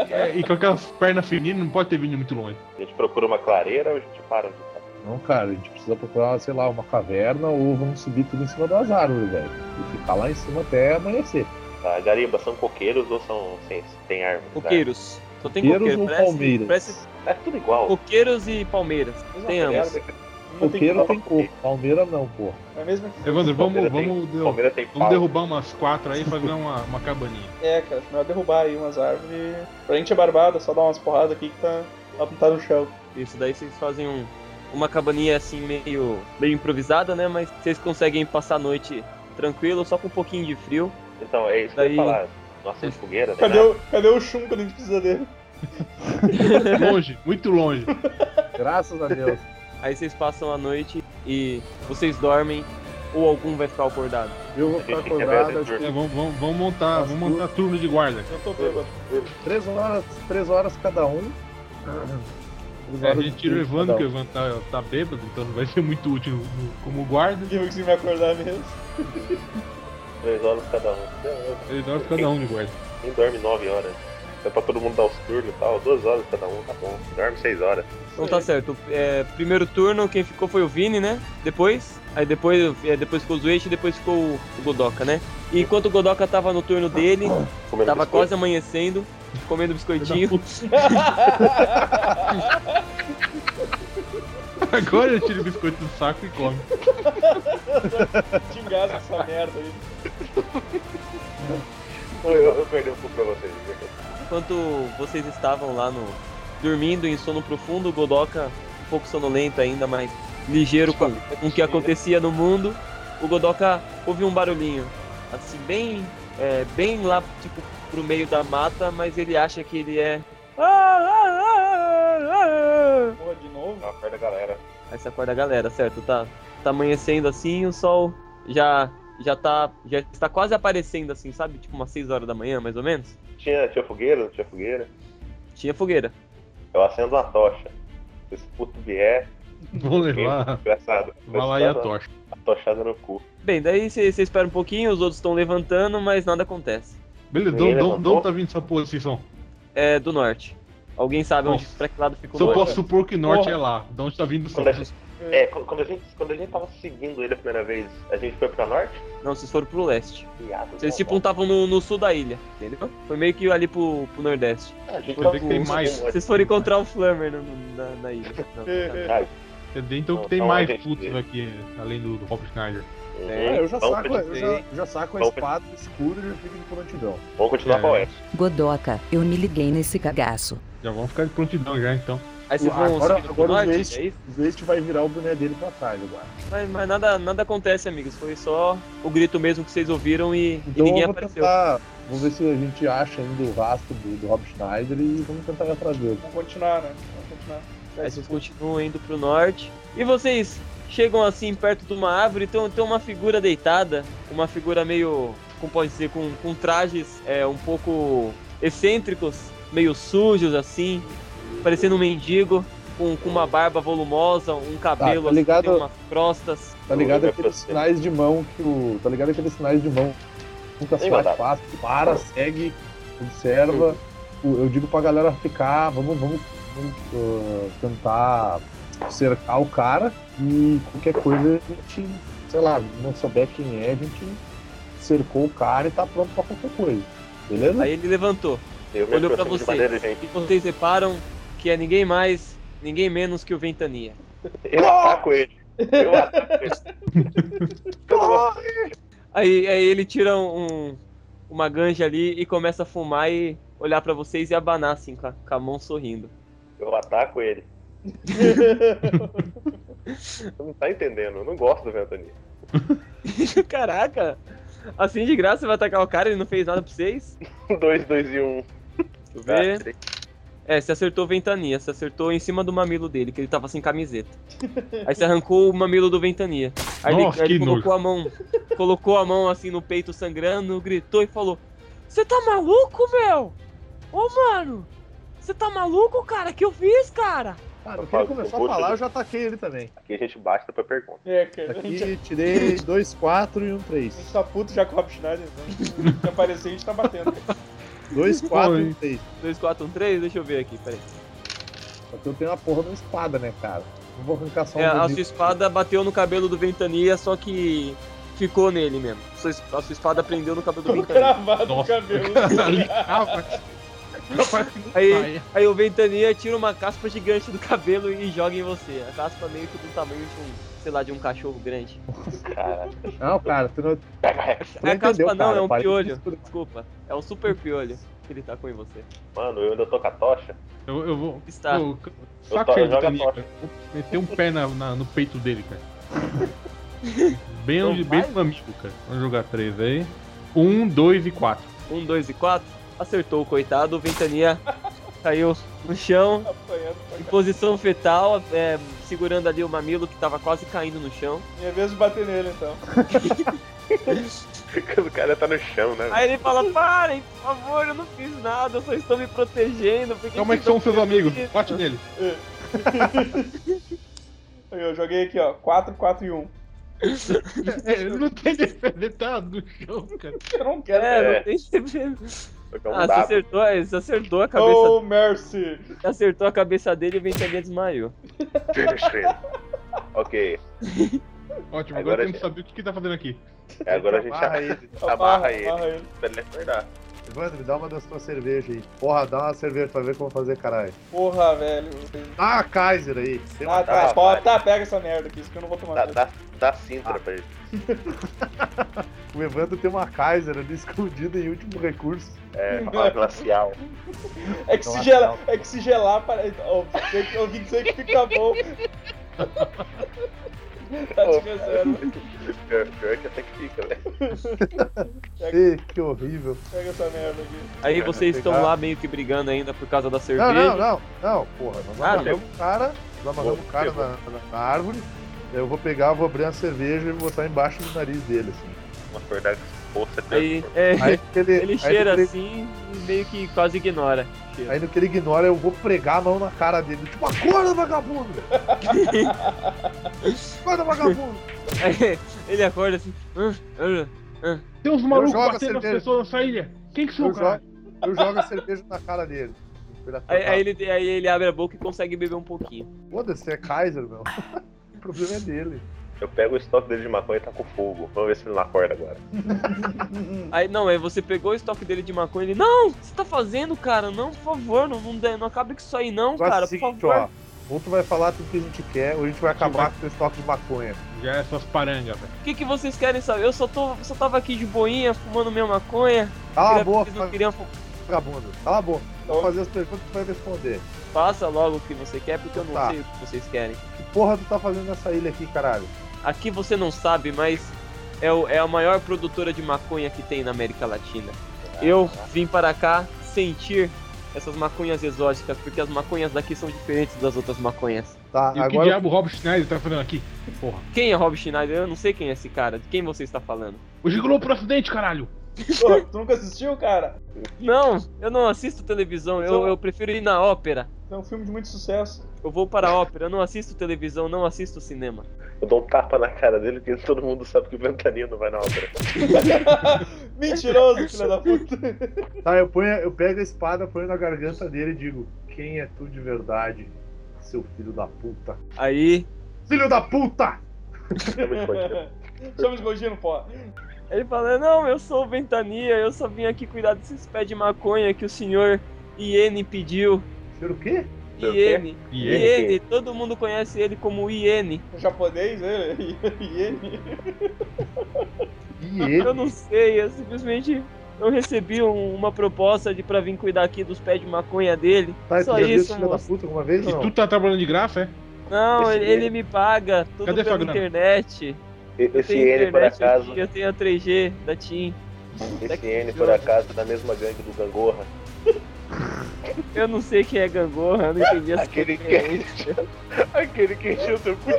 Speaker 7: É, e com aquelas pernas fininhas não pode ter vindo muito longe.
Speaker 4: A gente procura uma clareira ou a gente para onde tá?
Speaker 8: Não, cara, a gente precisa procurar, sei lá, uma caverna ou vamos subir tudo em cima das árvores, velho. E ficar lá em cima até amanhecer.
Speaker 4: Tá, Gariba, são coqueiros ou são sem, sem árvores? né?
Speaker 3: Coqueiros. Só tem
Speaker 8: Coqueiros
Speaker 3: coqueiro.
Speaker 8: ou
Speaker 3: Parece,
Speaker 8: palmeiras?
Speaker 3: parece
Speaker 4: É tudo igual.
Speaker 3: coqueiros e palmeiras.
Speaker 5: Mesma
Speaker 3: Tem
Speaker 5: merda,
Speaker 4: né?
Speaker 3: ambos.
Speaker 5: cara. Não tem
Speaker 8: Coqueiro
Speaker 5: como.
Speaker 8: tem coco, palmeira não, porra.
Speaker 5: É a mesma
Speaker 7: Evandro, vamos,
Speaker 4: Palmeiras
Speaker 7: vamos,
Speaker 4: né? O
Speaker 7: derru-
Speaker 4: Palmeiras tem
Speaker 7: vamos
Speaker 4: pau.
Speaker 7: derrubar umas quatro aí e fazer uma, uma cabaninha.
Speaker 5: que é, cara. Acho melhor derrubar aí umas árvores. Pra gente é barbada, só dar umas porradas aqui que tá apontado no chão.
Speaker 3: Isso daí vocês fazem um- uma cabaninha assim meio, meio improvisada, né? Mas vocês conseguem passar a noite tranquilo, só com um pouquinho de frio.
Speaker 4: Então, é isso que eu
Speaker 3: Daí-
Speaker 4: ia falar. Nossa, de fogueira, né?
Speaker 5: Cadê o, cadê o chum quando a gente precisa dele?
Speaker 7: Longe, muito longe.
Speaker 8: Graças a Deus.
Speaker 3: Aí vocês passam a noite e vocês dormem ou algum vai ficar acordado.
Speaker 8: Eu vou
Speaker 4: A
Speaker 8: ficar
Speaker 4: gente tem que ver
Speaker 8: acordado,
Speaker 4: essa
Speaker 8: acho que
Speaker 7: É, vamos, vamos, vamos montar, vamos montar turno de guarda.
Speaker 5: Eu tô bêbado.
Speaker 4: É.
Speaker 8: três horas, três horas cada um. Três
Speaker 7: É, a
Speaker 8: horas
Speaker 7: gente
Speaker 8: de
Speaker 7: tira o
Speaker 8: tempo
Speaker 7: Evandro,
Speaker 8: cada um.
Speaker 7: que o Evandro tá, tá bêbado, então não vai ser muito útil no- como guarda.
Speaker 5: Ninguém vai conseguir me acordar mesmo.
Speaker 4: Três horas cada um. Eu- eu-
Speaker 7: Três horas cada um de guarda.
Speaker 4: Quem dorme nove horas? É pra todo mundo dar os turnos e tal. Duas horas cada um, tá bom. Dorme seis horas.
Speaker 3: Então tá certo. É, primeiro turno, quem ficou foi o Vini, né? Depois. Aí depois, é, depois ficou o Zueixo e depois ficou o o Godoka, né? E enquanto o Godoka tava no turno dele,
Speaker 4: Comendo
Speaker 3: tava
Speaker 4: biscoito.
Speaker 3: quase amanhecendo, comendo biscoitinho.
Speaker 7: Agora eu tiro o biscoito do saco e come.
Speaker 5: Te engasga essa merda aí.
Speaker 4: Eu, eu perdi um pouco pra vocês.
Speaker 3: Enquanto vocês estavam lá no dormindo em sono profundo, o Godoka um pouco sonolento ainda, mas ligeiro com, com o que acontecia no mundo, o Godoka ouviu um barulhinho, assim bem, é, bem lá tipo pro meio da mata, mas ele acha que ele é
Speaker 5: Porra, de novo?
Speaker 4: Não, acorda a galera.
Speaker 3: Aí você acorda a galera, certo? Tá, tá amanhecendo assim, o sol já já tá já está quase aparecendo assim, sabe? Tipo umas 6 horas da manhã, mais ou menos.
Speaker 4: Tinha, tinha fogueira? Não tinha fogueira?
Speaker 3: Tinha fogueira.
Speaker 4: Eu acendo uma tocha. Se esse puto vier,
Speaker 7: Vão levar.
Speaker 4: engraçado.
Speaker 7: Vai lá e a
Speaker 4: Dá uma-
Speaker 7: tocha.
Speaker 4: A tochada no cu.
Speaker 3: Bem, daí você você espera um pouquinho, os outros estão levantando, mas nada acontece.
Speaker 7: Beleza,
Speaker 4: Ninguém
Speaker 7: Dom, Dom,
Speaker 4: levantou?
Speaker 7: Dom tá vindo essa posição.
Speaker 3: É do norte. Alguém sabe
Speaker 7: Bom,
Speaker 3: onde, pra que lado ficou o
Speaker 7: Só
Speaker 3: norte?
Speaker 7: posso supor que norte
Speaker 5: Porra.
Speaker 7: é lá. De onde tá vindo o sol?
Speaker 4: Quando a gente- é, quando quando a gente, quando a gente tava seguindo ele a primeira vez, a gente foi pra norte?
Speaker 3: Não, vocês foram pro leste.
Speaker 4: Viado.
Speaker 3: Vocês
Speaker 4: não,
Speaker 3: tipo
Speaker 4: não.
Speaker 3: estavam no, no sul da ilha, entendeu? Foi meio que ali pro, pro nordeste. Tipo,
Speaker 4: Ah, a gente
Speaker 7: Foi
Speaker 4: tava
Speaker 7: ver que tem
Speaker 4: com-
Speaker 7: mais.
Speaker 4: com-
Speaker 3: Vocês foram encontrar o Flammer no- no- na, na ilha. Não, tá não.
Speaker 7: Quer dizer, então que
Speaker 4: Não, é
Speaker 7: tem
Speaker 4: não,
Speaker 7: mais
Speaker 4: a gente-
Speaker 7: putos aqui, além do, do Rob Schneider.
Speaker 4: Uhum.
Speaker 8: Ah, eu já
Speaker 4: Vamos
Speaker 8: saco,
Speaker 4: pra-
Speaker 8: eu já, eu já saco a
Speaker 4: Vamos pra-
Speaker 8: espada, o escudo e já fico de prontidão.
Speaker 4: Vamos continuar
Speaker 7: É.
Speaker 4: pra oeste.
Speaker 1: Godoca, eu me liguei nesse cagaço.
Speaker 7: Já vão ficar de prontidão já, então.
Speaker 3: Aí vocês vão
Speaker 8: Ah, agora
Speaker 3: seguindo pro
Speaker 8: agora o
Speaker 3: norte?
Speaker 8: Zwest,
Speaker 3: É isso?
Speaker 8: o Zwest vai virar o boné dele pra trás agora.
Speaker 3: Mas, mas nada, nada acontece, amigos. Foi só o grito mesmo que vocês ouviram e, e
Speaker 8: Então
Speaker 3: ninguém
Speaker 8: eu vou
Speaker 3: apareceu.
Speaker 8: tentar. Vamos ver se a gente acha ainda o rastro do, do Rob Schneider e vamos tentar ir atrás dele.
Speaker 5: Vamos continuar, né? Vamos continuar.
Speaker 3: Aí vocês continuam indo pro norte. E vocês chegam assim perto de uma árvore, então tem uma figura deitada, uma figura meio, como pode dizer, com, com trajes é, um pouco excêntricos, meio sujos assim, parecendo um mendigo, com, com uma barba volumosa, um cabelo assim,
Speaker 8: ligado?
Speaker 3: tem umas crostas.
Speaker 8: Tá ligado
Speaker 4: Olha
Speaker 8: aqueles
Speaker 4: pra você.
Speaker 8: sinais de mão que o. Tá ligado aqueles sinais de mão. Nunca se
Speaker 4: Ei,
Speaker 8: faz
Speaker 4: Batata.
Speaker 8: fácil. Para, segue, observa. O- Eu digo pra galera ficar, vamos, vamos, vamos, ah, tentar cercar o cara e qualquer coisa a gente, sei lá, não souber quem é, a gente cercou o cara e tá pronto pra qualquer coisa. Beleza?
Speaker 3: Aí ele levantou.
Speaker 4: Eu me
Speaker 3: Olhou pra
Speaker 4: aproximo de
Speaker 3: você.
Speaker 4: maneira, gente.
Speaker 3: E vocês reparam que é ninguém mais, ninguém menos que o Ventania.
Speaker 4: Eu ataco
Speaker 8: Ah!
Speaker 4: ele. Eu ataco ele. Eu
Speaker 8: Ah!
Speaker 4: vou-
Speaker 3: Aí, aí ele tira um, uma ganja ali e começa a fumar e olhar pra vocês e abanar assim, com a, com a mão sorrindo.
Speaker 4: Eu ataco ele. Você não tá entendendo, eu não gosto do Ventania.
Speaker 3: Caraca! Assim de graça você vai atacar o cara, ele não fez nada pra vocês?
Speaker 4: 2, 2 e 1. Um.
Speaker 3: Deixa eu
Speaker 4: Ah,
Speaker 3: ver.
Speaker 4: três.
Speaker 3: É, você acertou Ventania, você acertou em cima do mamilo dele, que ele tava sem camiseta. Aí você arrancou o mamilo do Ventania. Aí ele-
Speaker 7: Nossa,
Speaker 3: aí ele,
Speaker 7: que
Speaker 3: colocou a mão, colocou a mão assim no peito sangrando, gritou e falou: Você tá maluco, meu? Ô, mano! Você tá maluco, cara? Que eu fiz, cara?
Speaker 8: Cara, eu queria
Speaker 4: Fala,
Speaker 8: começar
Speaker 4: eu
Speaker 8: a
Speaker 4: vou
Speaker 8: falar,
Speaker 4: te-
Speaker 8: eu já ataquei ele também.
Speaker 4: Aqui a gente basta pra pergunta.
Speaker 5: É, cara. A gente,
Speaker 8: Aqui tirei dois, quatro e um
Speaker 5: a gente
Speaker 8: três.
Speaker 5: tá puto já com o Rob Schneider. Né? Se aparecer, a gente tá batendo.
Speaker 8: Dois, quatro e
Speaker 7: Oi.
Speaker 8: um três.
Speaker 3: 2, 4, 1, 3, deixa eu ver aqui, peraí.
Speaker 8: Só que eu tenho a porra de uma espada, né, cara? Não vou arrancar só um
Speaker 3: É, a
Speaker 8: bonito.
Speaker 3: sua espada bateu no cabelo do Ventania, só que ficou nele mesmo. Sua es- A sua espada prendeu no cabelo do
Speaker 5: Tô
Speaker 3: Ventania.
Speaker 5: cravado no
Speaker 7: Nossa.
Speaker 5: cabelo.
Speaker 7: Ali, ah, vai.
Speaker 3: Aí, aí o Ventania tira uma caspa gigante do cabelo e joga em você. A caspa meio que do tamanho de um, sei lá, de um cachorro grande.
Speaker 4: Cara,
Speaker 8: Não, cara, tu não, tu
Speaker 3: Não é
Speaker 8: entendeu,
Speaker 3: caspa não,
Speaker 8: cara,
Speaker 3: é um
Speaker 8: parece-
Speaker 3: piolho. Desculpa, é um super piolho que ele tacou em você.
Speaker 4: mano, eu ainda tô com a tocha.
Speaker 7: Eu, eu vou.
Speaker 3: Está.
Speaker 7: Pô,
Speaker 4: Tá.
Speaker 7: c-
Speaker 4: Eu,
Speaker 7: saca
Speaker 4: to...
Speaker 7: ele,
Speaker 4: eu jogo a
Speaker 7: Titanic,
Speaker 4: tocha.
Speaker 7: cara. Vou Meter um pé na, na- no peito dele, cara. Bem,
Speaker 3: Então
Speaker 7: onde, bem
Speaker 3: vai.
Speaker 7: no amigo, cara. Vamos jogar três aí. Um, dois e quatro.
Speaker 3: Um, dois e quatro. Acertou o coitado, o Ventania caiu no chão.
Speaker 5: tá Apanhando pra
Speaker 3: Em
Speaker 5: caralho.
Speaker 3: posição fetal, é, segurando ali o mamilo que tava quase caindo no chão.
Speaker 5: Minha vez de bater nele, então.
Speaker 4: o cara tá no chão, né?
Speaker 3: Aí ele fala, parem, por favor, eu não fiz nada, eu só estou me protegendo. Por
Speaker 7: Calma aí que são seus amigos. Bate nele.
Speaker 5: Aí Eu joguei aqui, ó. 4, 4 e 1.
Speaker 7: É, ele não tem defesa, ele tá no chão, cara.
Speaker 5: Eu não quero.
Speaker 3: É,
Speaker 4: É.
Speaker 3: não tem certeza.
Speaker 4: Jogar um
Speaker 3: Ah, você
Speaker 4: dado.
Speaker 3: acertou, é, você acertou a cabeça,
Speaker 5: Oh, mercy!
Speaker 3: você acertou a cabeça dele e o Ventania desmaiou.
Speaker 4: Finish him. ok,
Speaker 7: Ótimo, agora,
Speaker 4: Agora é-
Speaker 7: temos
Speaker 4: já.
Speaker 7: que saber o que que tá fazendo aqui.
Speaker 4: É, agora a gente
Speaker 6: Amarra
Speaker 4: amarra,
Speaker 6: ele.
Speaker 4: ele
Speaker 5: amarra ele.
Speaker 4: pra ele é acordar.
Speaker 6: Evandro, me dá uma das tuas cervejas aí. Porra, dá uma cerveja pra ver como fazer, caralho.
Speaker 5: Porra, velho.
Speaker 6: Dá uma Kaiser aí. Tem uma
Speaker 5: Ah, tá,
Speaker 4: tá,
Speaker 5: pode,
Speaker 4: vai.
Speaker 5: tá, pega essa merda aqui, isso que eu não vou tomar.
Speaker 4: Dá, dá, dá cintra pra ele.
Speaker 6: O Evandro tem uma Kaiser ali escondida em último recurso.
Speaker 4: É, uma glacial.
Speaker 5: É que se gelar, é que se gelar, para... Ó, tem que- eu ouvi dizer que fica bom. tá de reserva.
Speaker 4: Pior, pior que até que fica, velho.
Speaker 6: Ih, que horrível.
Speaker 5: Pega essa merda aqui.
Speaker 3: Aí vocês estão
Speaker 6: pegar.
Speaker 3: lá meio que brigando ainda por causa da cerveja.
Speaker 6: Não, não, não. Não, porra. Nós
Speaker 3: Ah,
Speaker 6: amarramos o cara. Nós amarramos o cara na, na- na árvore. Eu vou pegar, vou abrir a cerveja e vou botar embaixo do nariz dele, assim.
Speaker 4: Vamos acordar com força
Speaker 3: Aí é,
Speaker 6: Aí que ele, aí
Speaker 3: ele
Speaker 6: no que
Speaker 3: cheira
Speaker 6: ele-
Speaker 3: assim e meio que quase ignora. o cheiro.
Speaker 6: Aí no que ele ignora, eu vou pregar a mão na cara dele. Tipo, acorda, vagabundo! acorda, vagabundo!
Speaker 3: Aí ele acorda assim. "Ah, ah,
Speaker 7: Tem uns malucos
Speaker 6: jogo a
Speaker 7: batendo as
Speaker 6: cerveja.
Speaker 7: pessoas nessa ilha. Quem que são,
Speaker 6: Eu
Speaker 7: cara?
Speaker 6: jogo, eu jogo a cerveja na cara dele. Filha da
Speaker 3: Aí, aí
Speaker 6: puta.
Speaker 3: ele, aí ele abre a boca e consegue beber um pouquinho.
Speaker 6: Foda-se, é Kaiser, meu. O problema é dele.
Speaker 4: Eu pego o estoque dele de maconha e taco fogo. Vamos ver se ele não acorda agora.
Speaker 3: Aí não, aí você pegou o estoque dele de maconha e ele, não, o que você tá fazendo, cara? Não, por favor, não, não, dê- não acabe com isso aí não,
Speaker 6: Faz
Speaker 3: cara,
Speaker 6: o
Speaker 3: por
Speaker 6: seguinte,
Speaker 3: favor.
Speaker 6: ó. Ou tu vai falar tudo que a gente quer, ou a gente vai acabar com o teu estoque de maconha.
Speaker 7: Já essas parangas, velho.
Speaker 3: O que, que vocês querem saber? Eu só, tô, só tava aqui de boinha, fumando minha maconha.
Speaker 6: Cala a
Speaker 3: Queria-
Speaker 6: boca,
Speaker 3: vocês não queriam fu-
Speaker 6: vagabundo. Cala a boca. Vou
Speaker 5: Ô.
Speaker 6: fazer as perguntas que tu vai responder.
Speaker 3: Faça logo o que você quer, porque eu não
Speaker 6: Tá.
Speaker 3: sei o que vocês querem.
Speaker 6: Que porra tu tá fazendo nessa ilha aqui, caralho?
Speaker 3: Aqui você não sabe, mas é, o- é a maior produtora de maconha que tem na América Latina. Eu vim para cá sentir essas maconhas exóticas, porque as maconhas daqui são diferentes das outras maconhas.
Speaker 6: Tá,
Speaker 7: E o que
Speaker 6: agora.
Speaker 7: diabo o Rob Schneider tá fazendo aqui? Porra.
Speaker 3: Quem é Rob Schneider? Eu não sei quem é esse cara. De quem você está falando?
Speaker 7: O Gigolô pro acidente, caralho!
Speaker 5: Porra, tu nunca assistiu, cara?
Speaker 3: Não, eu não assisto televisão. Eu, eu prefiro ir na ópera.
Speaker 5: É um filme de muito sucesso.
Speaker 3: Eu vou para a ópera. Eu não assisto televisão, não assisto cinema.
Speaker 4: Eu dou um tapa na cara dele, porque todo mundo sabe que o Ventania não vai na obra.
Speaker 5: Mentiroso, filha da puta.
Speaker 6: Tá, eu, ponho, eu pego a espada, ponho na garganta dele e digo: Quem é tu de verdade, seu filho da puta?
Speaker 3: Aí
Speaker 6: Filho da puta!
Speaker 4: Chama de bandido.
Speaker 5: Chama de Gogino, pô.
Speaker 3: ele fala: Não, eu sou o Ventania. Eu só vim aqui cuidar desses pés de maconha que o senhor Iene pediu.
Speaker 6: Cheiro o quê?
Speaker 4: Sei o quê?
Speaker 3: Iene.
Speaker 7: E ele?
Speaker 3: Iene. Todo mundo conhece ele como Iene.
Speaker 5: O Um japonês, ele, e ele.
Speaker 6: E
Speaker 3: Eu
Speaker 6: ele?
Speaker 3: não sei. Eu simplesmente. Eu recebi um- uma proposta de pra vir cuidar aqui dos pés de maconha dele.
Speaker 6: Tá, tu
Speaker 3: Só
Speaker 6: já viu esse
Speaker 3: isso,
Speaker 6: filho da
Speaker 3: moço.
Speaker 6: puta alguma vez?
Speaker 7: E
Speaker 6: Não.
Speaker 7: tu tá trabalhando de graça, é?
Speaker 3: Não,
Speaker 4: Esse
Speaker 3: ele, ele me paga tudo
Speaker 7: Cadê
Speaker 3: pela
Speaker 7: sua grana?
Speaker 3: internet.
Speaker 4: E-
Speaker 3: Eu
Speaker 4: Esse
Speaker 3: tenho
Speaker 4: N, por
Speaker 3: internet aqui,
Speaker 4: acaso,
Speaker 3: Eu tenho a 3G da TIM.
Speaker 4: esse N, por acaso, é da mesma gangue do Gangorra.
Speaker 3: Eu não sei quem é gangorra, eu não entendi essa
Speaker 4: Aquele que
Speaker 3: referência.
Speaker 4: Aquele que encheu seu cu de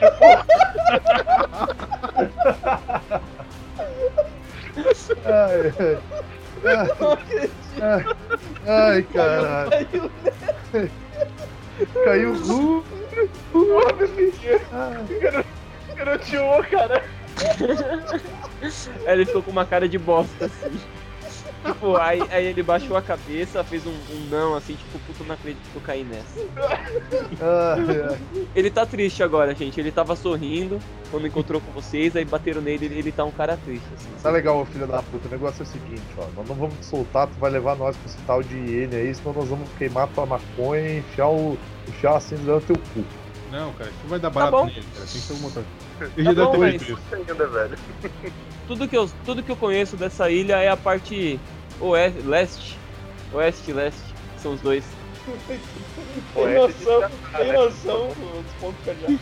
Speaker 6: Ai, ai, ai, ai, caralho. Caiu o cu. Ai,
Speaker 4: garotinho, cara.
Speaker 3: Aí ele ficou com uma cara de bosta, assim. Tipo, aí, aí ele baixou a cabeça, fez um, um não, assim, tipo, puta, não acredito que eu caí nessa.
Speaker 6: ai,
Speaker 3: Ele tá triste agora, gente. Ele tava sorrindo quando encontrou com vocês, aí bateram nele ele, ele tá um cara triste, assim.
Speaker 6: Tá legal, ô filho da puta. O negócio é o seguinte, ó. Nós não vamos te soltar, tu vai levar nós pro hospital de Iene aí, senão nós vamos queimar tua maconha e enfiar o. enfiar a cinza no teu cu.
Speaker 7: Não, cara, isso vai dar barato
Speaker 3: Tá bom. Tá
Speaker 7: nele, cara. Tem que ser um motor. Ele já
Speaker 3: bom,
Speaker 7: deve ter
Speaker 3: mas-
Speaker 7: feito isso.
Speaker 4: ainda, velho.
Speaker 3: Tudo que, eu, tudo que eu conheço dessa ilha é a parte oeste, leste. Oeste e leste, são os dois.
Speaker 4: Pô,
Speaker 5: Tem
Speaker 4: essa
Speaker 5: noção,
Speaker 4: de escapar,
Speaker 5: tem
Speaker 4: né?
Speaker 5: noção dos pontos cardíacos.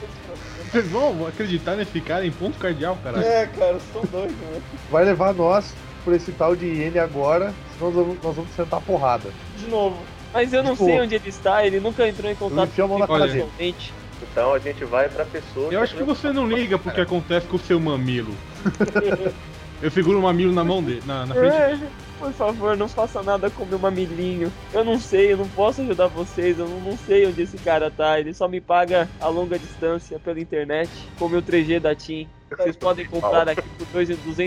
Speaker 7: Vocês vão acreditar nesse cara em ponto cardeal, caralho.
Speaker 5: É, cara, vocês estão doidos, né?
Speaker 6: Vai levar nós pro esse tal de Iene agora, senão nós vamos, nós vamos sentar porrada.
Speaker 5: De novo.
Speaker 3: Mas eu não
Speaker 6: Tipo,
Speaker 3: sei onde ele está, ele nunca entrou em contato
Speaker 6: enfiei a mão na
Speaker 3: comigo
Speaker 7: cara
Speaker 6: dele.
Speaker 3: pessoalmente.
Speaker 4: Então a gente vai pra pessoa.
Speaker 7: Eu acho que você não liga pro que acontece com o seu mamilo. Eu seguro o mamilo na mão dele, na, na frente dele.
Speaker 3: É, por favor, não faça nada com meu mamilinho. Eu não sei, eu não posso ajudar vocês, eu não, não sei onde esse cara tá. Ele só me paga a longa distância pela internet com meu 3G da TIM. Vocês podem comprar aqui por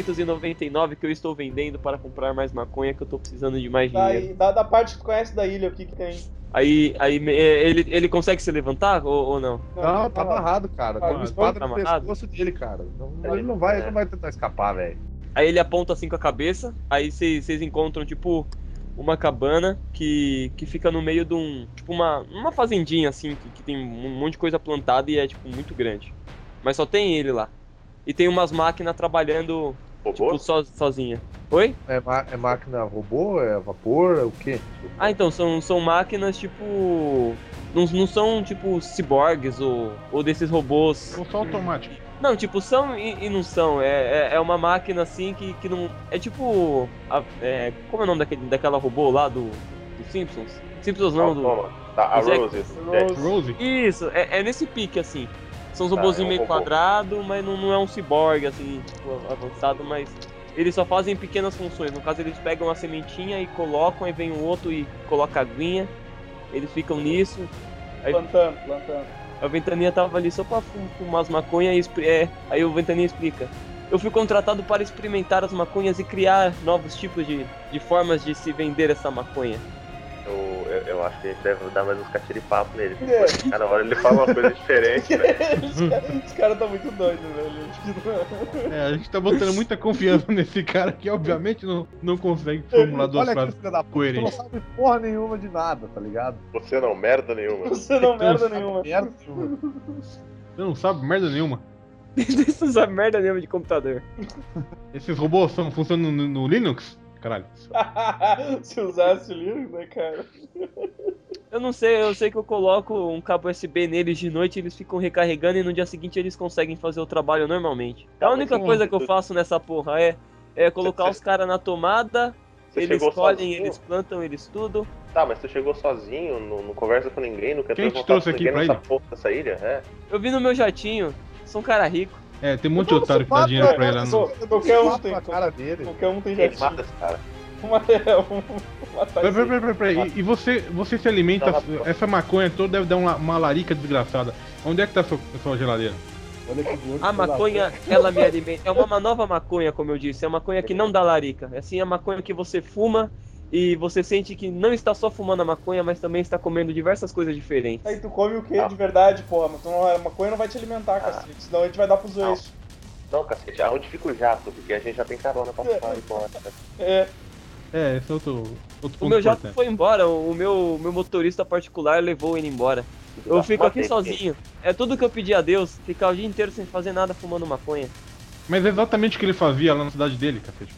Speaker 3: 2,299 que eu estou vendendo para comprar mais maconha que eu tô precisando de mais
Speaker 5: Da,
Speaker 3: dinheiro.
Speaker 5: Tá da, da parte que tu conhece da ilha, o que que tem?
Speaker 3: Aí, aí me- é, ele, ele consegue se levantar ou, ou não?
Speaker 6: Não, tá amarrado, cara. Tá
Speaker 5: Ah,
Speaker 6: uma espada
Speaker 3: tá
Speaker 6: no
Speaker 3: amarrado?
Speaker 6: pescoço dele, cara. Não, ele não vai, ele não vai tentar escapar, velho.
Speaker 3: Aí ele aponta assim com a cabeça, aí vocês encontram, tipo, uma cabana que, que fica no meio de um. Tipo, uma, uma fazendinha assim, que, que tem um monte de coisa plantada e é, tipo, muito grande. Mas só tem ele lá. E tem umas máquinas trabalhando, tipo,
Speaker 4: Robô?
Speaker 3: so- sozinha. Oi?
Speaker 6: É, ma- é máquina robô? É vapor? É o quê?
Speaker 3: Ah, então, são, são máquinas, tipo. Não, não são, tipo, ciborgues ou, ou desses robôs.
Speaker 7: Ou só automático.
Speaker 3: Não, tipo, são e, e não são. É, é, é uma máquina assim que, que não. É tipo. a- é, como é o nome daquele, daquela robô lá do, do Simpsons? Simpsons não, do.
Speaker 4: Toma. Tá, a
Speaker 3: Mas é-
Speaker 4: Rose.
Speaker 5: Rose.
Speaker 7: Rose?
Speaker 3: Isso, é, é nesse pique assim. São os
Speaker 4: Tá,
Speaker 3: robôzinhos
Speaker 4: é um
Speaker 3: meio
Speaker 4: robô.
Speaker 3: quadrado, mas não, não é um ciborgue assim, tipo, avançado, mas. Eles só fazem pequenas funções. No caso, eles pegam a sementinha e colocam, aí vem o outro e coloca a aguinha. Eles ficam
Speaker 4: Uhum.
Speaker 3: nisso. Aí-
Speaker 5: Plantando, plantando.
Speaker 3: A Ventania tava ali só pra fu- fumar as maconhas e expri- é, aí o Ventania explica. Eu fui contratado para experimentar as maconhas e criar novos tipos de, de formas de se vender essa maconha.
Speaker 4: Eu, eu, eu acho que a gente deve dar mais uns catiripapos nele.
Speaker 5: É.
Speaker 4: Cada hora ele fala uma coisa diferente. velho.
Speaker 5: Os caras tá muito doidos, velho. Acho que não.
Speaker 7: É, a gente tá botando muita confiança nesse cara que obviamente não, não consegue formular duas
Speaker 6: Olha aqui,
Speaker 7: frases.
Speaker 6: filho da puta. Tu não
Speaker 7: coerentes.
Speaker 6: sabe porra nenhuma de nada, tá ligado?
Speaker 4: Você não, merda nenhuma.
Speaker 5: Você não merda
Speaker 6: Sabe
Speaker 5: nenhuma.
Speaker 6: Merda nenhuma.
Speaker 7: Você não sabe merda nenhuma.
Speaker 3: Isso é merda mesmo de computador.
Speaker 7: Esses robôs são, funcionam no, no Linux? caralho.
Speaker 5: Se usasse o livro, né, cara?
Speaker 3: Eu não sei, eu sei que eu coloco um cabo USB neles de noite, eles ficam recarregando e no dia seguinte eles conseguem fazer o trabalho normalmente. A única coisa que eu faço nessa porra é, é colocar os caras na tomada,
Speaker 4: Você
Speaker 3: eles
Speaker 4: chegou
Speaker 3: colhem,
Speaker 4: sozinho?
Speaker 3: eles plantam, eles tudo.
Speaker 4: Tá, mas tu chegou sozinho, não, não conversa com ninguém, não quer
Speaker 7: Quem
Speaker 4: ter
Speaker 7: te
Speaker 4: contato
Speaker 7: trouxe
Speaker 4: com
Speaker 7: aqui
Speaker 4: ninguém
Speaker 7: pra
Speaker 4: nessa
Speaker 7: ilha?
Speaker 4: porra, essa ilha? É.
Speaker 3: Eu vi no meu jatinho, sou um cara rico.
Speaker 7: É, tem um monte de otário que dá dinheiro pra ele lá no.
Speaker 5: Pô, Qualquer um
Speaker 6: Tapa
Speaker 5: tem.
Speaker 6: a cara dele.
Speaker 5: Qualquer um tem
Speaker 4: Quem
Speaker 5: jatinho.
Speaker 4: mata esse cara?
Speaker 5: Uma, é, um, uma
Speaker 7: Peraí, peraí,
Speaker 5: tazinha.
Speaker 7: peraí, peraí. E- E você, você se alimenta. Essa maconha toda deve dar uma, uma larica desgraçada. Onde é que tá a sua, a sua geladeira?
Speaker 8: Olha que gordo.
Speaker 3: A Ah, maconha, ela me alimenta. É uma ma- nova maconha, como eu disse. É uma maconha que não dá larica. É assim a maconha que você fuma e você sente que não está só fumando a maconha, mas também está comendo diversas coisas diferentes.
Speaker 5: Aí tu come o que
Speaker 4: Ah.
Speaker 5: de verdade, porra? Mas tu não, a maconha não vai te alimentar, cacete. Senão a gente vai dar pros
Speaker 4: Não.
Speaker 5: dois.
Speaker 4: Não, cacete, aonde fica o jato? Porque a gente já tem carona pra falar embora.
Speaker 5: É,
Speaker 7: É, esse é outro, outro
Speaker 3: O
Speaker 7: ponto
Speaker 3: meu jato
Speaker 7: importante.
Speaker 3: foi embora, o meu, o meu motorista particular levou ele embora.
Speaker 4: Tá,
Speaker 3: Eu fico aqui sozinho. É tudo que eu pedi a Deus, ficar o dia inteiro sem fazer nada fumando maconha.
Speaker 7: Mas é exatamente o que ele fazia lá na cidade dele, cacete.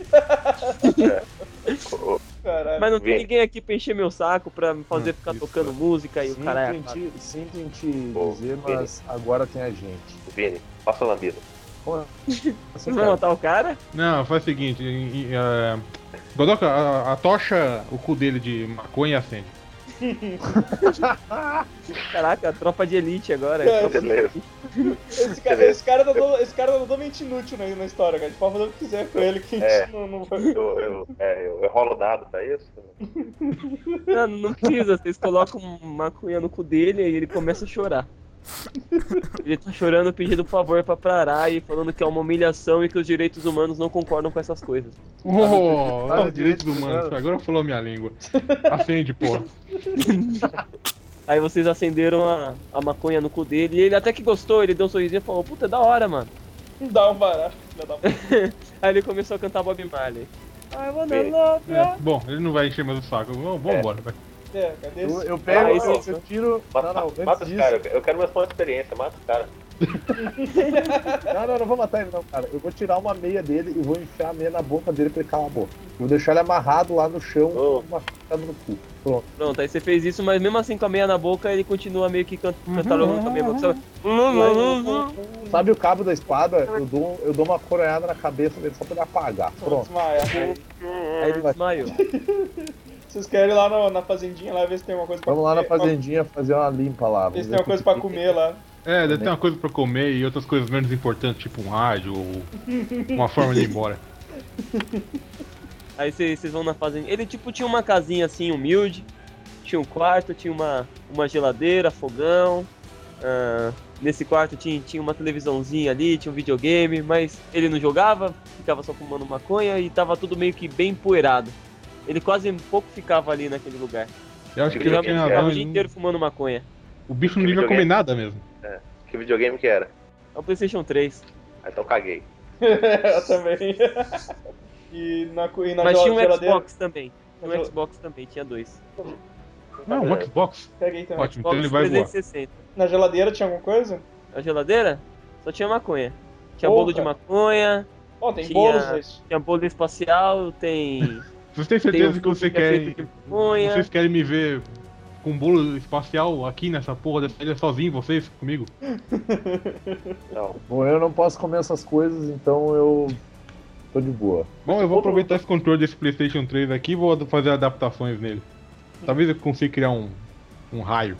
Speaker 5: caralho.
Speaker 3: Mas não tem
Speaker 4: Vem.
Speaker 3: ninguém aqui pra encher meu saco, pra me fazer ficar
Speaker 7: isso,
Speaker 3: tocando música e o é,
Speaker 6: é
Speaker 3: caralho.
Speaker 8: Sinto em ti, sinto em ti
Speaker 4: Pô,
Speaker 8: dizer,
Speaker 4: Vini.
Speaker 8: mas agora tem a gente.
Speaker 4: Vini, passa o lambido.
Speaker 8: Assim,
Speaker 3: Você vai
Speaker 8: cara,
Speaker 3: matar o cara?
Speaker 7: Não, faz o seguinte, em- em- é, Godoka, a, a tocha o cu dele de maconha e acende.
Speaker 3: Caraca, tropa de elite agora.
Speaker 5: É,
Speaker 3: Tropa de-
Speaker 4: Beleza.
Speaker 5: Esse cara,
Speaker 4: Beleza.
Speaker 5: esse cara tá todo- esse cara tá totalmente inútil na, na história, cara. A gente pode fazer o que quiser com ele, que a gente
Speaker 4: É.
Speaker 5: não, não vai.
Speaker 4: Eu, eu, é, eu, eu rolo dado pra isso?
Speaker 3: Não, não precisa, vocês colocam maconha no cu dele e ele começa a chorar. Ele tá chorando pedindo favor pra parar e falando que é uma humilhação e que os direitos humanos não concordam com essas coisas.
Speaker 7: Oh,
Speaker 6: Fala
Speaker 7: olha os direitos humanos, agora falou minha língua. Acende, porra.
Speaker 3: Aí vocês acenderam a, a maconha no cu dele e ele até que gostou, ele deu um sorrisinho e falou, puta, é da hora, mano.
Speaker 5: Dá um barato, filha da puta.
Speaker 3: Aí ele começou a cantar Bob Marley. I wanna
Speaker 4: Bem,
Speaker 3: love you.
Speaker 7: É, bom, ele não vai encher mais o saco. Vamos vamos embora, vai.
Speaker 5: É, cadê
Speaker 6: Eu,
Speaker 5: esse?
Speaker 6: eu pego,
Speaker 3: Ah,
Speaker 6: eu,
Speaker 3: isso-
Speaker 6: eu tiro.
Speaker 4: Mata,
Speaker 6: Não, não, antes
Speaker 4: mata os
Speaker 6: disso.
Speaker 4: caras, eu quero mais uma experiência, mata os caras.
Speaker 8: Não, não, não vou matar ele não, cara. Eu vou tirar uma meia dele e vou enfiar a meia na boca dele pra ele calar a boca. Vou deixar ele amarrado lá no chão com
Speaker 4: Ô.
Speaker 8: uma fita no cu.
Speaker 3: Pronto, aí você fez isso, mas mesmo assim com a meia na boca ele continua meio que can cantarolando com a meia na boca.
Speaker 8: Sabe o cabo da espada? Eu dou, um, eu dou uma coronhada na cabeça dele só pra ele apagar. Pronto.
Speaker 5: Desmaia.
Speaker 3: Aí ele desmaiou.
Speaker 5: Vocês querem ir lá na- na fazendinha lá ver se tem alguma coisa pra
Speaker 8: Vamos lá na
Speaker 5: comer?
Speaker 8: fazendinha fazer uma limpa lá.
Speaker 5: Ver
Speaker 8: Vamos
Speaker 5: se
Speaker 8: ver
Speaker 5: tem
Speaker 8: o
Speaker 5: alguma
Speaker 8: que
Speaker 5: coisa pra
Speaker 8: que-
Speaker 5: comer lá.
Speaker 7: É, deve ter uma coisa pra comer e outras coisas menos importantes, tipo um rádio ou uma forma de ir embora.
Speaker 3: Aí vocês vocês vão na fazenda. Ele, tipo, tinha uma casinha assim, humilde. Tinha um quarto, tinha uma, uma geladeira, fogão. ah, nesse quarto tinha, tinha uma televisãozinha ali, tinha um videogame, mas ele não jogava, ficava só fumando maconha e tava tudo meio que bem empoeirado. Ele quase um pouco ficava ali naquele lugar.
Speaker 7: Eu acho que
Speaker 3: Ele
Speaker 7: ele
Speaker 3: realmente
Speaker 7: tem
Speaker 3: ficava
Speaker 7: razão.
Speaker 3: o dia inteiro fumando maconha.
Speaker 7: O bicho não devia comer nada mesmo.
Speaker 4: Que videogame que era?
Speaker 3: É o PlayStation 3.
Speaker 4: Ah, Então caguei.
Speaker 5: eu também. e na, cu- e na
Speaker 3: Mas
Speaker 5: gel-
Speaker 3: tinha um
Speaker 5: geladeira.
Speaker 3: Xbox também.
Speaker 5: Na
Speaker 3: Tinha um
Speaker 5: gel-
Speaker 3: Xbox também, tinha dois.
Speaker 7: Não, um Xbox.
Speaker 5: Peguei também.
Speaker 7: Ótimo, então
Speaker 3: É. um Xbox
Speaker 7: ele vai voar.
Speaker 3: 360.
Speaker 5: Na geladeira tinha alguma coisa?
Speaker 3: A geladeira só tinha maconha. Tinha
Speaker 5: Porra.
Speaker 3: bolo de maconha.
Speaker 5: Ó, tem
Speaker 3: Tinha-
Speaker 5: bolos nisso.
Speaker 3: Tem a bolha espacial, tem.
Speaker 7: Vocês
Speaker 3: tem
Speaker 7: têm certeza
Speaker 3: o
Speaker 7: que você
Speaker 3: suco que é
Speaker 7: quer.
Speaker 3: feito de maconha.
Speaker 7: Vocês querem me ver com um bolo espacial aqui nessa porra dessa ilha sozinho, vocês comigo?
Speaker 4: Não.
Speaker 8: Bom, eu não posso comer essas coisas, então eu tô de boa.
Speaker 7: Bom, eu vou aproveitar esse controle desse PlayStation 3 aqui e vou ad- fazer adaptações nele. Talvez eu consiga criar um, um raio.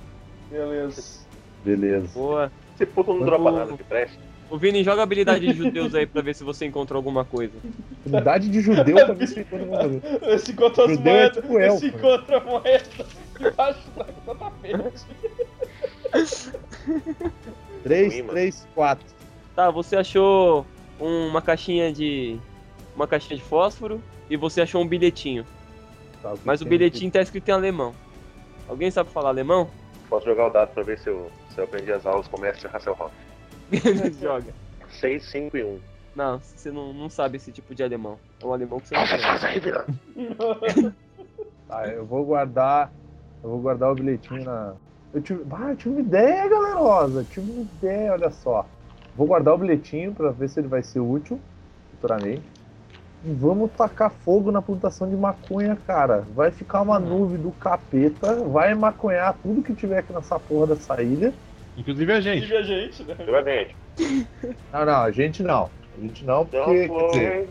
Speaker 5: Beleza.
Speaker 8: Beleza.
Speaker 3: Boa.
Speaker 4: Esse puto não dropa nada de preste.
Speaker 3: O Vini, joga a habilidade de judeus aí pra ver se você encontra alguma coisa.
Speaker 8: Unidade de judeu também se encontra no mundo.
Speaker 5: Esse encontra as
Speaker 8: Judeu é
Speaker 5: moedas.
Speaker 8: tipo elfo,
Speaker 5: Esse
Speaker 8: né?
Speaker 5: encontra a moeda. Embaixo da da tapete.
Speaker 8: 3,
Speaker 4: Ruim, mano.
Speaker 8: 3, 4.
Speaker 3: Tá, você achou um, uma caixinha de. Uma caixinha de fósforo e você achou um bilhetinho.
Speaker 8: Tá, que
Speaker 3: Mas o
Speaker 8: tem
Speaker 3: bilhetinho tá escrito em alemão. Alguém sabe falar alemão?
Speaker 4: Posso jogar o dado pra ver se eu, se eu aprendi as aulas com o mestre Hasselhoff.
Speaker 3: Joga.
Speaker 4: 6, 5 e 1.
Speaker 3: Não, você não, não sabe esse tipo de alemão. É um alemão que você não sabe.
Speaker 8: aqui.
Speaker 6: Ah,
Speaker 8: Tá, eu vou guardar. Eu vou guardar o bilhetinho na. Eu tive, ah, eu tive uma ideia, galerosa. Eu tive uma ideia, olha só. Vou guardar o bilhetinho pra ver se ele vai ser útil futuramente.
Speaker 10: e vamos tacar fogo na plantação de maconha, cara. Vai ficar uma nuvem do capeta, vai maconhar tudo que tiver aqui nessa porra dessa ilha.
Speaker 7: Inclusive a gente.
Speaker 5: Vive a gente, né?
Speaker 4: Viu, gente?
Speaker 6: Não, não, a gente não. A gente não,
Speaker 4: Não
Speaker 6: porque. quer
Speaker 4: Então, foi.
Speaker 6: dizer,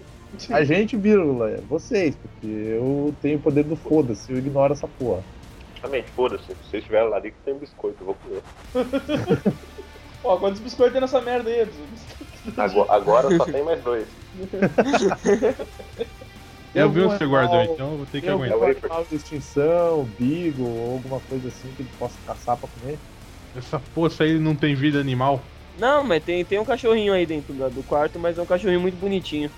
Speaker 6: a gente, vírgula, é vocês, porque eu tenho o poder do foda-se, eu ignoro essa porra.
Speaker 4: Exatamente, foda-se. Se vocês estiverem lá dentro, tem um biscoito, eu vou comer.
Speaker 5: Ó, quantos biscoitos tem nessa merda aí?
Speaker 4: Agora, agora só tem mais dois.
Speaker 7: Eu vi onde você
Speaker 6: Tem
Speaker 7: guardou,
Speaker 3: um-
Speaker 6: algum
Speaker 7: então eu vou ter que
Speaker 6: Tem algum
Speaker 7: aguentar.
Speaker 6: animal de extinção, bigo ou alguma coisa assim que ele possa caçar pra comer?
Speaker 7: Essa poça aí não tem vida animal.
Speaker 3: Não, mas tem, tem um cachorrinho aí dentro da- do quarto, mas é um cachorrinho muito bonitinho.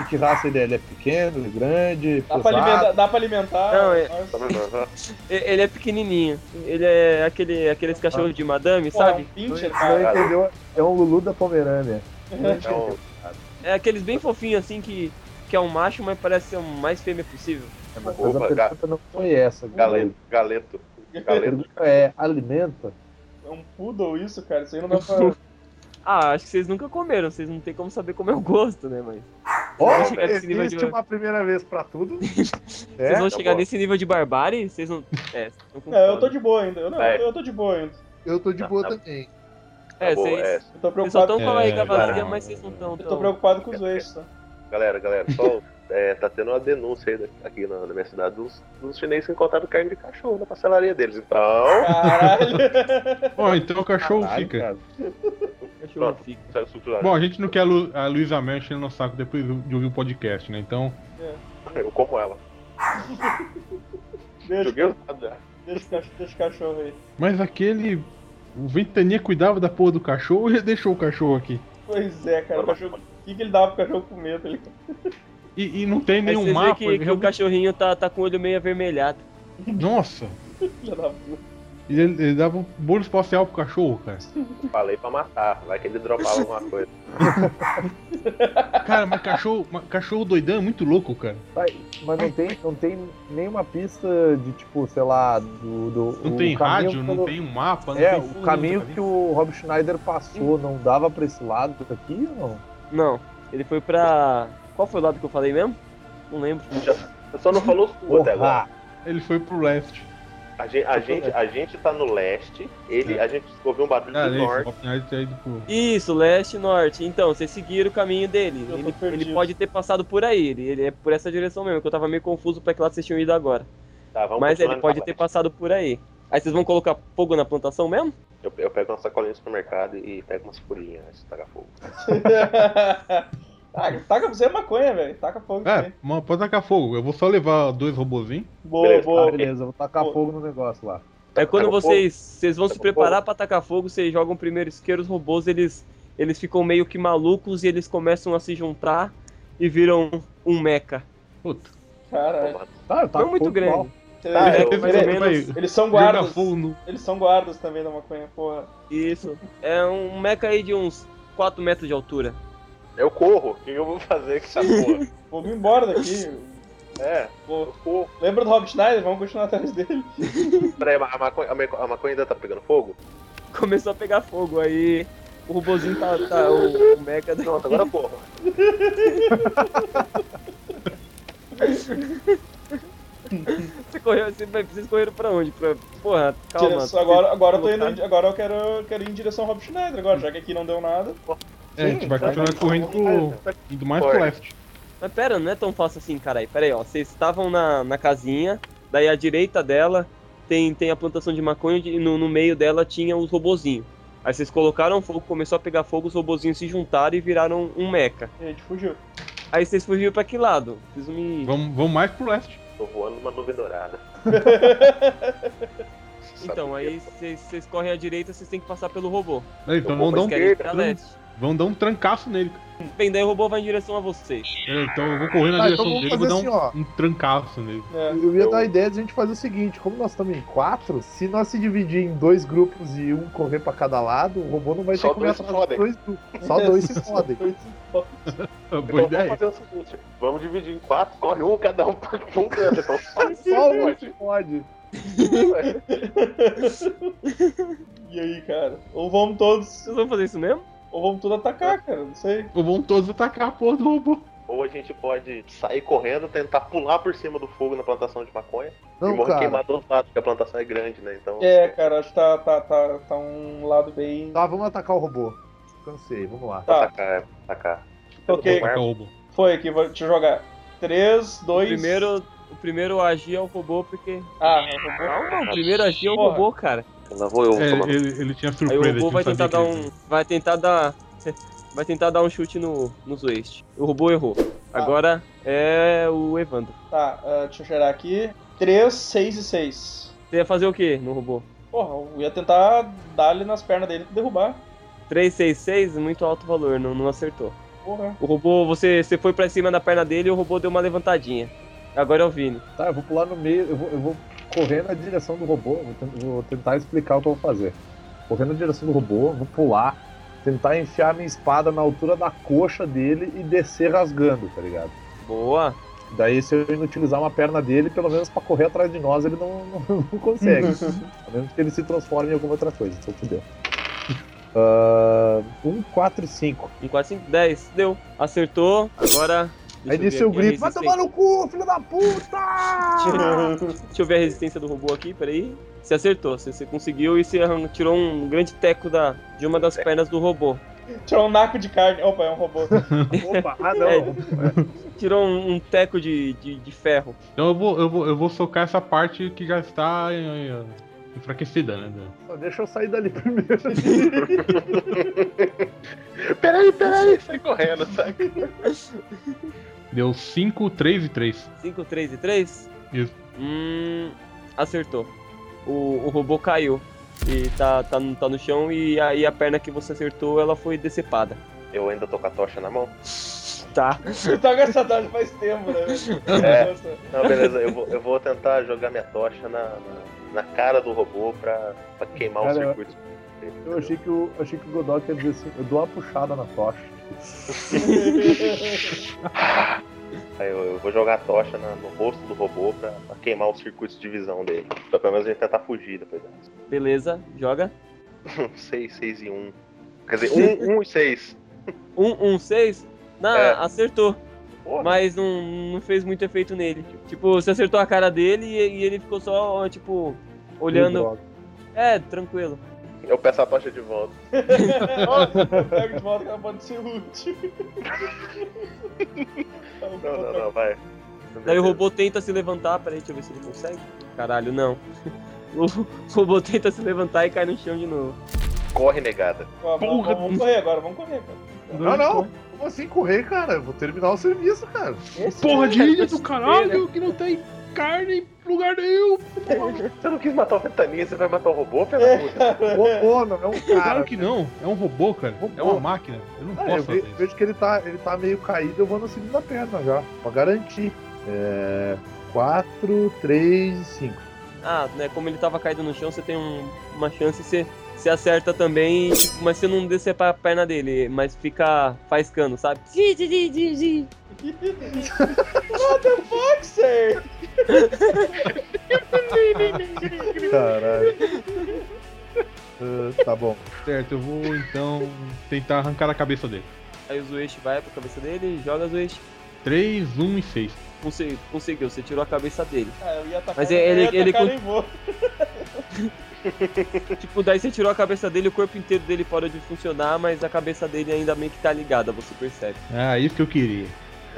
Speaker 6: E que raça ele é? Ele é pequeno, ele é grande,
Speaker 5: Dá pra alimentar.
Speaker 6: pesado?
Speaker 5: Dá pra alimentar
Speaker 3: Não, é-
Speaker 5: Nossa,
Speaker 4: Tá vendo? Aham.
Speaker 3: E- Ele é pequenininho. Ele é aquele, aqueles cachorros de madame,
Speaker 5: porra,
Speaker 3: sabe?
Speaker 5: um pincher,
Speaker 10: Não
Speaker 5: cara.
Speaker 10: entendeu? É um Lulu da Pomerânia.
Speaker 4: Então,
Speaker 3: É aqueles bem fofinhos assim que, que é um macho, mas parece ser o mais fêmea possível.
Speaker 6: É
Speaker 10: Mas a
Speaker 4: opa, ga-
Speaker 10: pergunta não foi essa. viu?
Speaker 4: galeto, galeto.
Speaker 10: A
Speaker 4: Galeto.
Speaker 10: pergunta é, alimenta?
Speaker 5: É um poodle isso, cara. Isso aí não dá pra...
Speaker 3: Ah, acho que vocês nunca comeram, vocês não tem como saber como é o gosto, né? Mas
Speaker 6: Ó,
Speaker 3: Vai chegar nesse nível
Speaker 6: existe
Speaker 3: de-
Speaker 6: uma primeira vez pra tudo.
Speaker 3: vocês
Speaker 6: é,
Speaker 3: vão
Speaker 4: tá
Speaker 3: chegar
Speaker 4: bom.
Speaker 3: nesse nível de barbárie, vocês não. É, vocês tão com
Speaker 5: É, eu tô
Speaker 3: fome.
Speaker 5: de boa ainda. Eu, não,
Speaker 4: É.
Speaker 5: eu tô de boa ainda.
Speaker 6: eu tô de
Speaker 4: Tá,
Speaker 6: boa
Speaker 4: tá.
Speaker 6: também.
Speaker 4: Tá
Speaker 3: É,
Speaker 4: bom,
Speaker 3: vocês.
Speaker 4: é.
Speaker 5: Eu tô
Speaker 3: Vocês só
Speaker 5: preocupado,
Speaker 3: tão com a
Speaker 7: É,
Speaker 3: barriga vazia,
Speaker 7: cara.
Speaker 3: mas vocês não estão
Speaker 5: eu tô
Speaker 3: tão.
Speaker 5: preocupado com os ex, tá?
Speaker 4: Galera, galera, só é, tá tendo uma denúncia aí da- aqui na, na minha cidade dos, dos chineses que encontraram carne de cachorro na pastelaria deles. Então,
Speaker 5: Caralho!
Speaker 7: Ó, então o cachorro
Speaker 6: Caralho,
Speaker 7: fica.
Speaker 6: cara.
Speaker 3: Cachorro fica.
Speaker 4: sabe o suco lá?
Speaker 7: Bom, a gente não quer a, Lu, a Luísa Mel enchendo no saco depois do- de ouvir o podcast, né? Então,
Speaker 4: Eu como ela.
Speaker 5: Deixa,
Speaker 4: Joguei os dados já.
Speaker 5: deixa, o cachorro- deixa o cachorro aí.
Speaker 7: mas aquele. O Ventania cuidava da porra do cachorro e deixou o cachorro aqui.
Speaker 5: Pois é, cara. O cachorro... O que, que ele dava pro cachorro comer? Tá ligado?
Speaker 7: E, e não tem
Speaker 5: um
Speaker 3: Aí
Speaker 7: nenhum
Speaker 3: vocês veem
Speaker 7: mapa.
Speaker 3: que, que o
Speaker 7: realmente-
Speaker 3: cachorrinho tá, tá com o olho meio avermelhado.
Speaker 7: Nossa!
Speaker 5: Filha da puta.
Speaker 7: Ele, ele dava um bolo espacial pro cachorro, cara.
Speaker 4: Falei pra matar, vai que ele dropava alguma coisa.
Speaker 7: Cara, mas cachorro, mas cachorro doidão é muito louco, cara.
Speaker 10: Mas não tem, não tem nenhuma pista de tipo, sei lá, do. do
Speaker 7: Não
Speaker 10: o caminho
Speaker 7: tem rádio, não
Speaker 10: pelo-
Speaker 7: tem um mapa, não
Speaker 10: É,
Speaker 7: tem
Speaker 10: o caminho que o Rob Schneider passou não dava pra esse lado aqui ou não?
Speaker 3: Não, ele foi pra. Qual foi o lado que eu falei mesmo? Não lembro.
Speaker 4: Eu só não falou sul até agora.
Speaker 10: Porra! ah,
Speaker 7: Ele foi pro leste.
Speaker 4: A gente, a gente, a gente tá no leste, ele, a gente ouviu um barulho
Speaker 7: Cara,
Speaker 4: do
Speaker 7: ele
Speaker 4: norte.
Speaker 7: tá indo pro.
Speaker 3: Isso, leste e norte. Então, vocês seguiram o caminho dele.
Speaker 5: Eu tô
Speaker 3: Ele,
Speaker 5: perdido.
Speaker 3: ele pode ter passado por aí. Ele, ele é por essa direção mesmo, que eu tava meio confuso pra que lado vocês tinham ido agora.
Speaker 4: Tá, vamos
Speaker 3: Mas
Speaker 4: continuar
Speaker 3: ele pode
Speaker 4: na
Speaker 3: ter
Speaker 4: palestra.
Speaker 3: passado por aí. Aí vocês vão colocar fogo na plantação mesmo? É
Speaker 4: Eu, eu pego uma sacolinha no supermercado e pego umas folhinhas antes de tacar fogo.
Speaker 5: ah, taca você é maconha, velho. Taca fogo
Speaker 7: É,
Speaker 5: também.
Speaker 7: mas pode tacar fogo. Eu vou só levar dois robozinhos.
Speaker 5: Boa,
Speaker 4: Beleza,
Speaker 5: boa.
Speaker 10: Ah, beleza, vou tacar
Speaker 5: Pô.
Speaker 10: fogo no negócio lá.
Speaker 3: É quando
Speaker 4: Taca
Speaker 3: vocês, vocês vão se
Speaker 4: Taca
Speaker 3: preparar pra atacar fogo, vocês jogam primeiro isqueiro, os robôs eles, eles ficam meio que malucos e eles começam a se juntar e viram um mecha.
Speaker 7: Puta.
Speaker 5: Caralho.
Speaker 10: Tá, eu taco
Speaker 3: Não muito
Speaker 10: fogo
Speaker 3: grande.
Speaker 10: igual.
Speaker 5: Tá,
Speaker 4: É,
Speaker 5: é,
Speaker 4: eu-
Speaker 5: eles-
Speaker 3: menos-
Speaker 5: eles são
Speaker 7: Joga
Speaker 5: guardas.
Speaker 7: fogo no.
Speaker 5: Eles são guardas também da maconha, porra.
Speaker 3: Isso. É um mecha aí de uns 4 metros de altura.
Speaker 4: Eu corro, o que eu vou fazer com essa porra?
Speaker 5: Vou me embora daqui.
Speaker 4: É, eu corro.
Speaker 5: Lembra do Rob Schneider? Vamos continuar atrás dele.
Speaker 4: Peraí, a maconha, a maconha- a maconha ainda tá pegando fogo?
Speaker 3: Começou a pegar fogo, aí o robozinho tá. tá- o, o mecha da-
Speaker 4: Nossa, agora porra.
Speaker 3: Você correu, você, mas vocês correram pra onde? Pra, porra, calma.
Speaker 5: Direção- agora, agora eu tô indo.
Speaker 3: voltar.
Speaker 5: em- Agora eu quero, eu quero ir em direção ao Rob Schneider agora, já que aqui não deu nada.
Speaker 7: É, a gente vai continuar correndo pro. Indo mais pro
Speaker 4: Corre.
Speaker 7: leste.
Speaker 3: Mas pera, não é tão fácil assim, caralho. Pera aí, ó. Vocês estavam na, na casinha, daí à direita dela tem, tem a plantação de maconha e no, no meio dela tinha os robozinhos. Aí vocês colocaram fogo, começou a pegar fogo, os robozinhos se juntaram e viraram um mecha.
Speaker 5: E a gente fugiu.
Speaker 3: Aí vocês fugiram pra que lado? um Preciso me.
Speaker 7: Vamos, vamos mais pro leste.
Speaker 4: Tô voando numa nuvem dourada.
Speaker 3: Então, aí
Speaker 7: é,
Speaker 3: vocês vocês correm à direita, vocês têm que passar pelo robô.
Speaker 7: Aí, Então
Speaker 4: Eu vou
Speaker 7: vamos dar,
Speaker 3: Vocês
Speaker 7: um,
Speaker 3: querem ir pra
Speaker 7: tran-
Speaker 3: leste.
Speaker 7: vamos dar um trancaço nele.
Speaker 3: Bem, daí o robô vai em direção a vocês.
Speaker 7: É, Então eu vou correr na
Speaker 6: Ah, então
Speaker 7: direção
Speaker 6: vamos
Speaker 7: dele e
Speaker 6: fazer
Speaker 7: vou dar
Speaker 6: assim, ó.
Speaker 7: um, um trancaço nele.
Speaker 5: É.
Speaker 6: Eu ia dar a ideia de a gente fazer o seguinte: como nós estamos em quatro, se nós se dividir em dois grupos e um correr pra cada lado, o robô não vai
Speaker 4: Só
Speaker 6: ter como
Speaker 4: dois se
Speaker 6: atrasar
Speaker 4: fodem.
Speaker 6: dois grupos. Só dois se fodem.
Speaker 7: Ah, Boa
Speaker 4: então vamos
Speaker 7: ideia.
Speaker 4: fazer o seguinte: vamos dividir em quatro, corre um, cada um pra um canto. Então só
Speaker 6: Só um se fode.
Speaker 5: E aí, cara? Ou vamos todos.
Speaker 3: Vocês vão fazer isso mesmo?
Speaker 5: Ou vamos todos atacar, cara. Não sei.
Speaker 7: Ou vão todos atacar a porra do robô.
Speaker 4: Ou ou a gente pode sair correndo, tentar pular por cima do fogo na plantação de maconha e
Speaker 6: Não,
Speaker 4: morrer
Speaker 6: cara.
Speaker 4: queimado do outro lado, porque a plantação é grande, né? Então.
Speaker 5: É, cara, acho que tá, tá, tá, tá um lado bem.
Speaker 11: Tá, vamos atacar o robô. Cansei, vamos lá.
Speaker 5: Tá,
Speaker 4: Atacar, é, atacar.
Speaker 5: ok.
Speaker 4: Marco.
Speaker 7: Calbo.
Speaker 5: Foi aqui, vou te jogar. 3, 2.
Speaker 3: Primeiro, o primeiro a agir é o robô, porque.
Speaker 5: Ah,
Speaker 3: Não, não, o primeiro a agir é o
Speaker 5: Porra.
Speaker 3: robô, cara.
Speaker 4: Lá vou eu.
Speaker 7: É,
Speaker 4: tomar-
Speaker 7: ele, ele tinha
Speaker 3: Aí o
Speaker 7: surpresa.
Speaker 3: robô
Speaker 7: ele
Speaker 3: vai
Speaker 7: não
Speaker 3: tentar
Speaker 7: sabia
Speaker 3: dar
Speaker 7: que
Speaker 3: um. Vai tentar dar. Vai tentar dar um chute no, no Zwaist. O robô errou. Agora é o Evandro.
Speaker 5: Tá, ah, deixa eu gerar aqui. 3, 6 e 6.
Speaker 3: Você ia fazer o que no robô?
Speaker 5: Porra, eu ia tentar dar ali nas pernas dele pra derrubar.
Speaker 3: 366, muito alto valor, não, não acertou.
Speaker 5: Porra.
Speaker 3: O robô, você, você foi pra cima da perna dele e o robô deu uma levantadinha. Agora é o Vini.
Speaker 6: Tá, eu vou pular no meio, eu vou, eu vou correr na direção do robô, vou, ten- vou tentar explicar o que eu vou fazer. Correr na direção do robô, vou pular, tentar enfiar minha espada na altura da coxa dele e descer rasgando, tá ligado?
Speaker 3: Boa.
Speaker 6: Daí, se eu inutilizar uma perna dele, pelo menos pra correr atrás de nós, ele não, não, não consegue. a menos que ele se transforme em alguma outra coisa, então fudeu. 1, 4 e 5.
Speaker 3: Um 4, 5, 10. Deu. Acertou. Agora. deixa
Speaker 11: Aí
Speaker 3: eu ver
Speaker 11: desceu o
Speaker 3: aqui a
Speaker 11: grito. Vai tomar
Speaker 3: resistência.
Speaker 11: no cu, filho da puta!
Speaker 3: Deixa eu ver a resistência do robô aqui, peraí. Você acertou, você, você conseguiu e você arran- tirou um grande teco da, de uma das pernas do robô.
Speaker 5: Tirou um naco de carne. Opa, é um robô.
Speaker 11: Opa, ah
Speaker 3: É.
Speaker 11: não.
Speaker 3: Tirou um, um teco de, de, de ferro.
Speaker 7: Então eu vou, eu, vou, eu vou socar essa parte que já está eh, eh, enfraquecida, né? da-
Speaker 11: Só deixa eu sair dali primeiro.
Speaker 4: Peraí, peraí, sai correndo, sai.
Speaker 7: Deu 5, 3 e 3.
Speaker 3: 5, 3 e 3?
Speaker 7: Isso.
Speaker 3: Hum. Acertou. O, o robô caiu. E tá, tá, no- tá no chão e a, e a perna que você acertou ela foi decepada.
Speaker 4: Eu ainda tô com a tocha na mão.
Speaker 3: Tá.
Speaker 5: Tu tá com essa dose faz tempo, né?
Speaker 7: Uhum.
Speaker 4: É.
Speaker 5: Nossa.
Speaker 4: Não, beleza, eu vou, eu vou tentar jogar minha tocha na, na, na cara do robô pra, pra queimar o
Speaker 6: Cara, eu-
Speaker 4: circuito.
Speaker 6: Eu achei que o, achei que o Godot quer dizer assim: eu dou uma puxada na tocha.
Speaker 4: Aí eu, eu vou jogar a tocha na- no rosto do robô pra, pra queimar os circuitos de visão dele. Pra pelo menos ele tentar fugir depois dessa.
Speaker 3: Beleza, joga.
Speaker 4: 6, 6 e 1. Quer dizer, 1 um, um e 6.
Speaker 3: 1, 1, 6. Um, Não,
Speaker 4: É.
Speaker 3: acertou.
Speaker 4: Porra,
Speaker 3: Mas não, não fez muito efeito nele. Tipo, você acertou a cara dele e, e ele ficou só, tipo, olhando.
Speaker 6: Droga.
Speaker 3: É, tranquilo.
Speaker 4: eu peço a tocha de volta.
Speaker 5: Nossa, eu pego de volta que ela pode ser útil.
Speaker 4: Não, não, não, vai.
Speaker 3: Daí o robô tenta se levantar. Peraí, deixa eu ver se ele consegue. Caralho, não. O robô tenta se levantar e cai no chão de novo.
Speaker 4: Corre, negada.
Speaker 5: Ó, vamos, vamos correr agora, vamos correr, cara.
Speaker 11: Não, não. Como assim correr, cara? Eu Vou terminar o serviço, cara.
Speaker 7: Porra de ilha do caralho, que não tem carne em lugar nenhum.
Speaker 4: Você não quis matar o Ventania, você vai matar o robô, filho da puta?
Speaker 11: Ô, ô, não é um cara.
Speaker 7: Claro que não, é um robô, cara.
Speaker 11: Robô.
Speaker 7: É uma máquina. Eu não
Speaker 11: Ah, eu
Speaker 7: posso
Speaker 11: ve-
Speaker 7: fazer isso.
Speaker 11: vejo que ele tá, ele tá meio caído, eu vou na segunda perna já, pra garantir. É. 4, 3 e 5.
Speaker 3: Ah, né? Como ele tava caído no chão, você tem um- uma chance, você, você acerta também, tipo, mas você não decepar a perna dele, mas fica faiscando, sabe?
Speaker 5: Foxer!
Speaker 11: Caralho. Ah, tá bom.
Speaker 7: Certo, eu vou então tentar arrancar a cabeça dele.
Speaker 3: Aí o Zueste vai pra cabeça dele, joga Zueste.
Speaker 7: 3, 1 e 6.
Speaker 3: Consegui- Conseguiu, você tirou a cabeça dele.
Speaker 5: Ah, eu ia atacar
Speaker 3: Mas ele-
Speaker 5: eu ia
Speaker 3: ele-
Speaker 5: atacar,
Speaker 3: ele-
Speaker 5: nem vou.
Speaker 3: Tipo, daí você tirou a cabeça dele, o corpo inteiro dele parou de funcionar, mas a cabeça dele ainda meio que tá ligada, você percebe.
Speaker 7: Ah, isso que eu queria.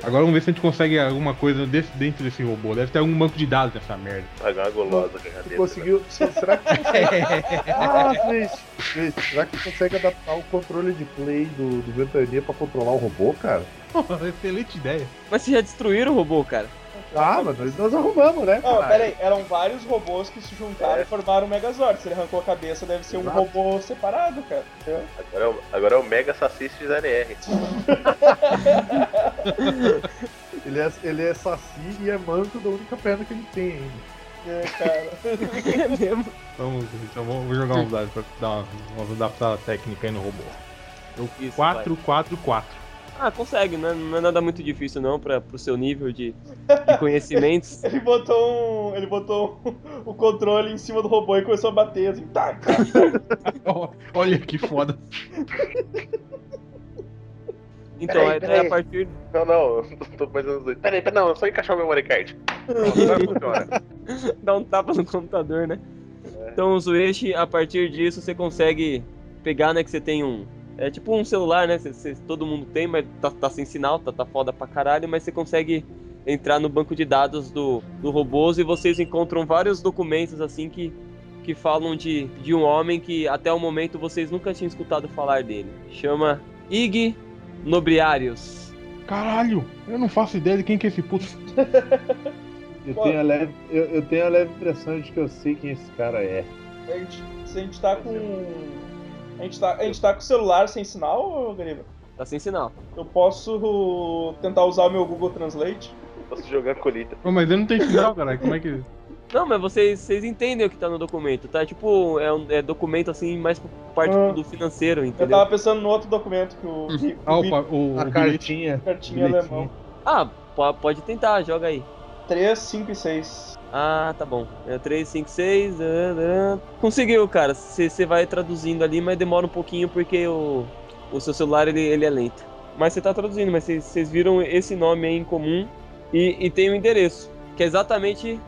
Speaker 7: Agora vamos ver se a gente consegue alguma coisa desse- dentro desse robô. Deve ter algum banco de dados nessa merda.
Speaker 4: Pagar uma gulosa com a
Speaker 11: Tu
Speaker 4: cabeça.
Speaker 11: conseguiu. Será que tu consegue. Ah, Fritz, Fritz, será que tu consegue adaptar o controle de play do, do Ventania pra controlar o robô, cara?
Speaker 7: Excelente ideia.
Speaker 3: Mas vocês já destruíram o robô, cara.
Speaker 11: Ah, mas nós, nós arrumamos, né?
Speaker 5: Não,
Speaker 11: caralho?
Speaker 5: pera aí, eram vários robôs que se juntaram e formaram o Megazord. Se ele arrancou a cabeça, deve ser um
Speaker 11: Exato.
Speaker 5: robô separado, cara. entendeu?
Speaker 4: Agora é, o, agora é o Mega Sassist ZNR.
Speaker 11: Ele é, ele é saci e é manco da única perna que ele tem ainda.
Speaker 5: É, cara.
Speaker 3: É mesmo.
Speaker 7: Vamos, então vou vou jogar uns dados pra dar uma, uma adaptada técnica aí no robô.
Speaker 3: Isso,
Speaker 7: 4, 4, 4.
Speaker 3: vai. Ah, consegue, não é, não é nada muito difícil não pra, pro seu nível de, de conhecimentos.
Speaker 5: Ele botou um. Ele botou um- o controle em cima do robô e começou a bater assim. Tá, tá.
Speaker 7: Olha que foda.
Speaker 3: Então,
Speaker 4: Peraí,
Speaker 3: aí, daí
Speaker 4: peraí.
Speaker 3: a partir.
Speaker 4: Não, não, eu tô pensando assim. Peraí, peraí, não, é só encaixar o memory card. Não, não funciona.
Speaker 3: Dá um tapa no computador, né? Então, o Zueshi, a partir disso, você consegue pegar, né? Que você tem um. É tipo um celular, né? Você- você- todo mundo tem, mas tá, tá sem sinal, tá, tá foda pra caralho, mas você consegue entrar no banco de dados do, do robôs e vocês encontram vários documentos assim que, que falam de, de um homem que até o momento vocês nunca tinham escutado falar dele. Chama Ig Nobriarius.
Speaker 7: Caralho, eu não faço ideia de quem que é esse puto.
Speaker 8: Eu
Speaker 5: Pô.
Speaker 8: tenho, a leve, eu, eu tenho a leve impressão de que eu sei quem esse cara é.
Speaker 5: A gente, se a gente tá com. A gente tá, a gente tá com o celular sem sinal, Gariba?
Speaker 3: Tá sem sinal.
Speaker 5: Eu posso tentar usar o meu Google Translate?
Speaker 4: Posso jogar colita.
Speaker 7: Pô, mas eu não tenho sinal, caralho. Como é que.
Speaker 3: Não, mas vocês, vocês entendem o que tá no documento, tá? É Tipo, é um é documento assim, mais por parte
Speaker 5: Ah.
Speaker 3: do financeiro,
Speaker 5: Eu
Speaker 3: entendeu?
Speaker 5: tava pensando no outro documento que o que
Speaker 7: Ah,
Speaker 5: o
Speaker 7: o,
Speaker 5: Vitor
Speaker 7: pa- o,
Speaker 8: A
Speaker 7: o bilhete.
Speaker 8: cartinha.
Speaker 5: cartinha
Speaker 8: bilhetinho.
Speaker 5: alemão.
Speaker 3: Ah, po- pode tentar, joga aí.
Speaker 5: 3, 5 e 6.
Speaker 3: Ah, tá bom. É 3, 5, 6. ah, Conseguiu, cara. Você vai traduzindo ali, mas demora um pouquinho porque o, o seu celular ele, ele é lento. Mas você tá traduzindo, mas vocês viram esse nome aí em comum e, e tem o endereço, que é exatamente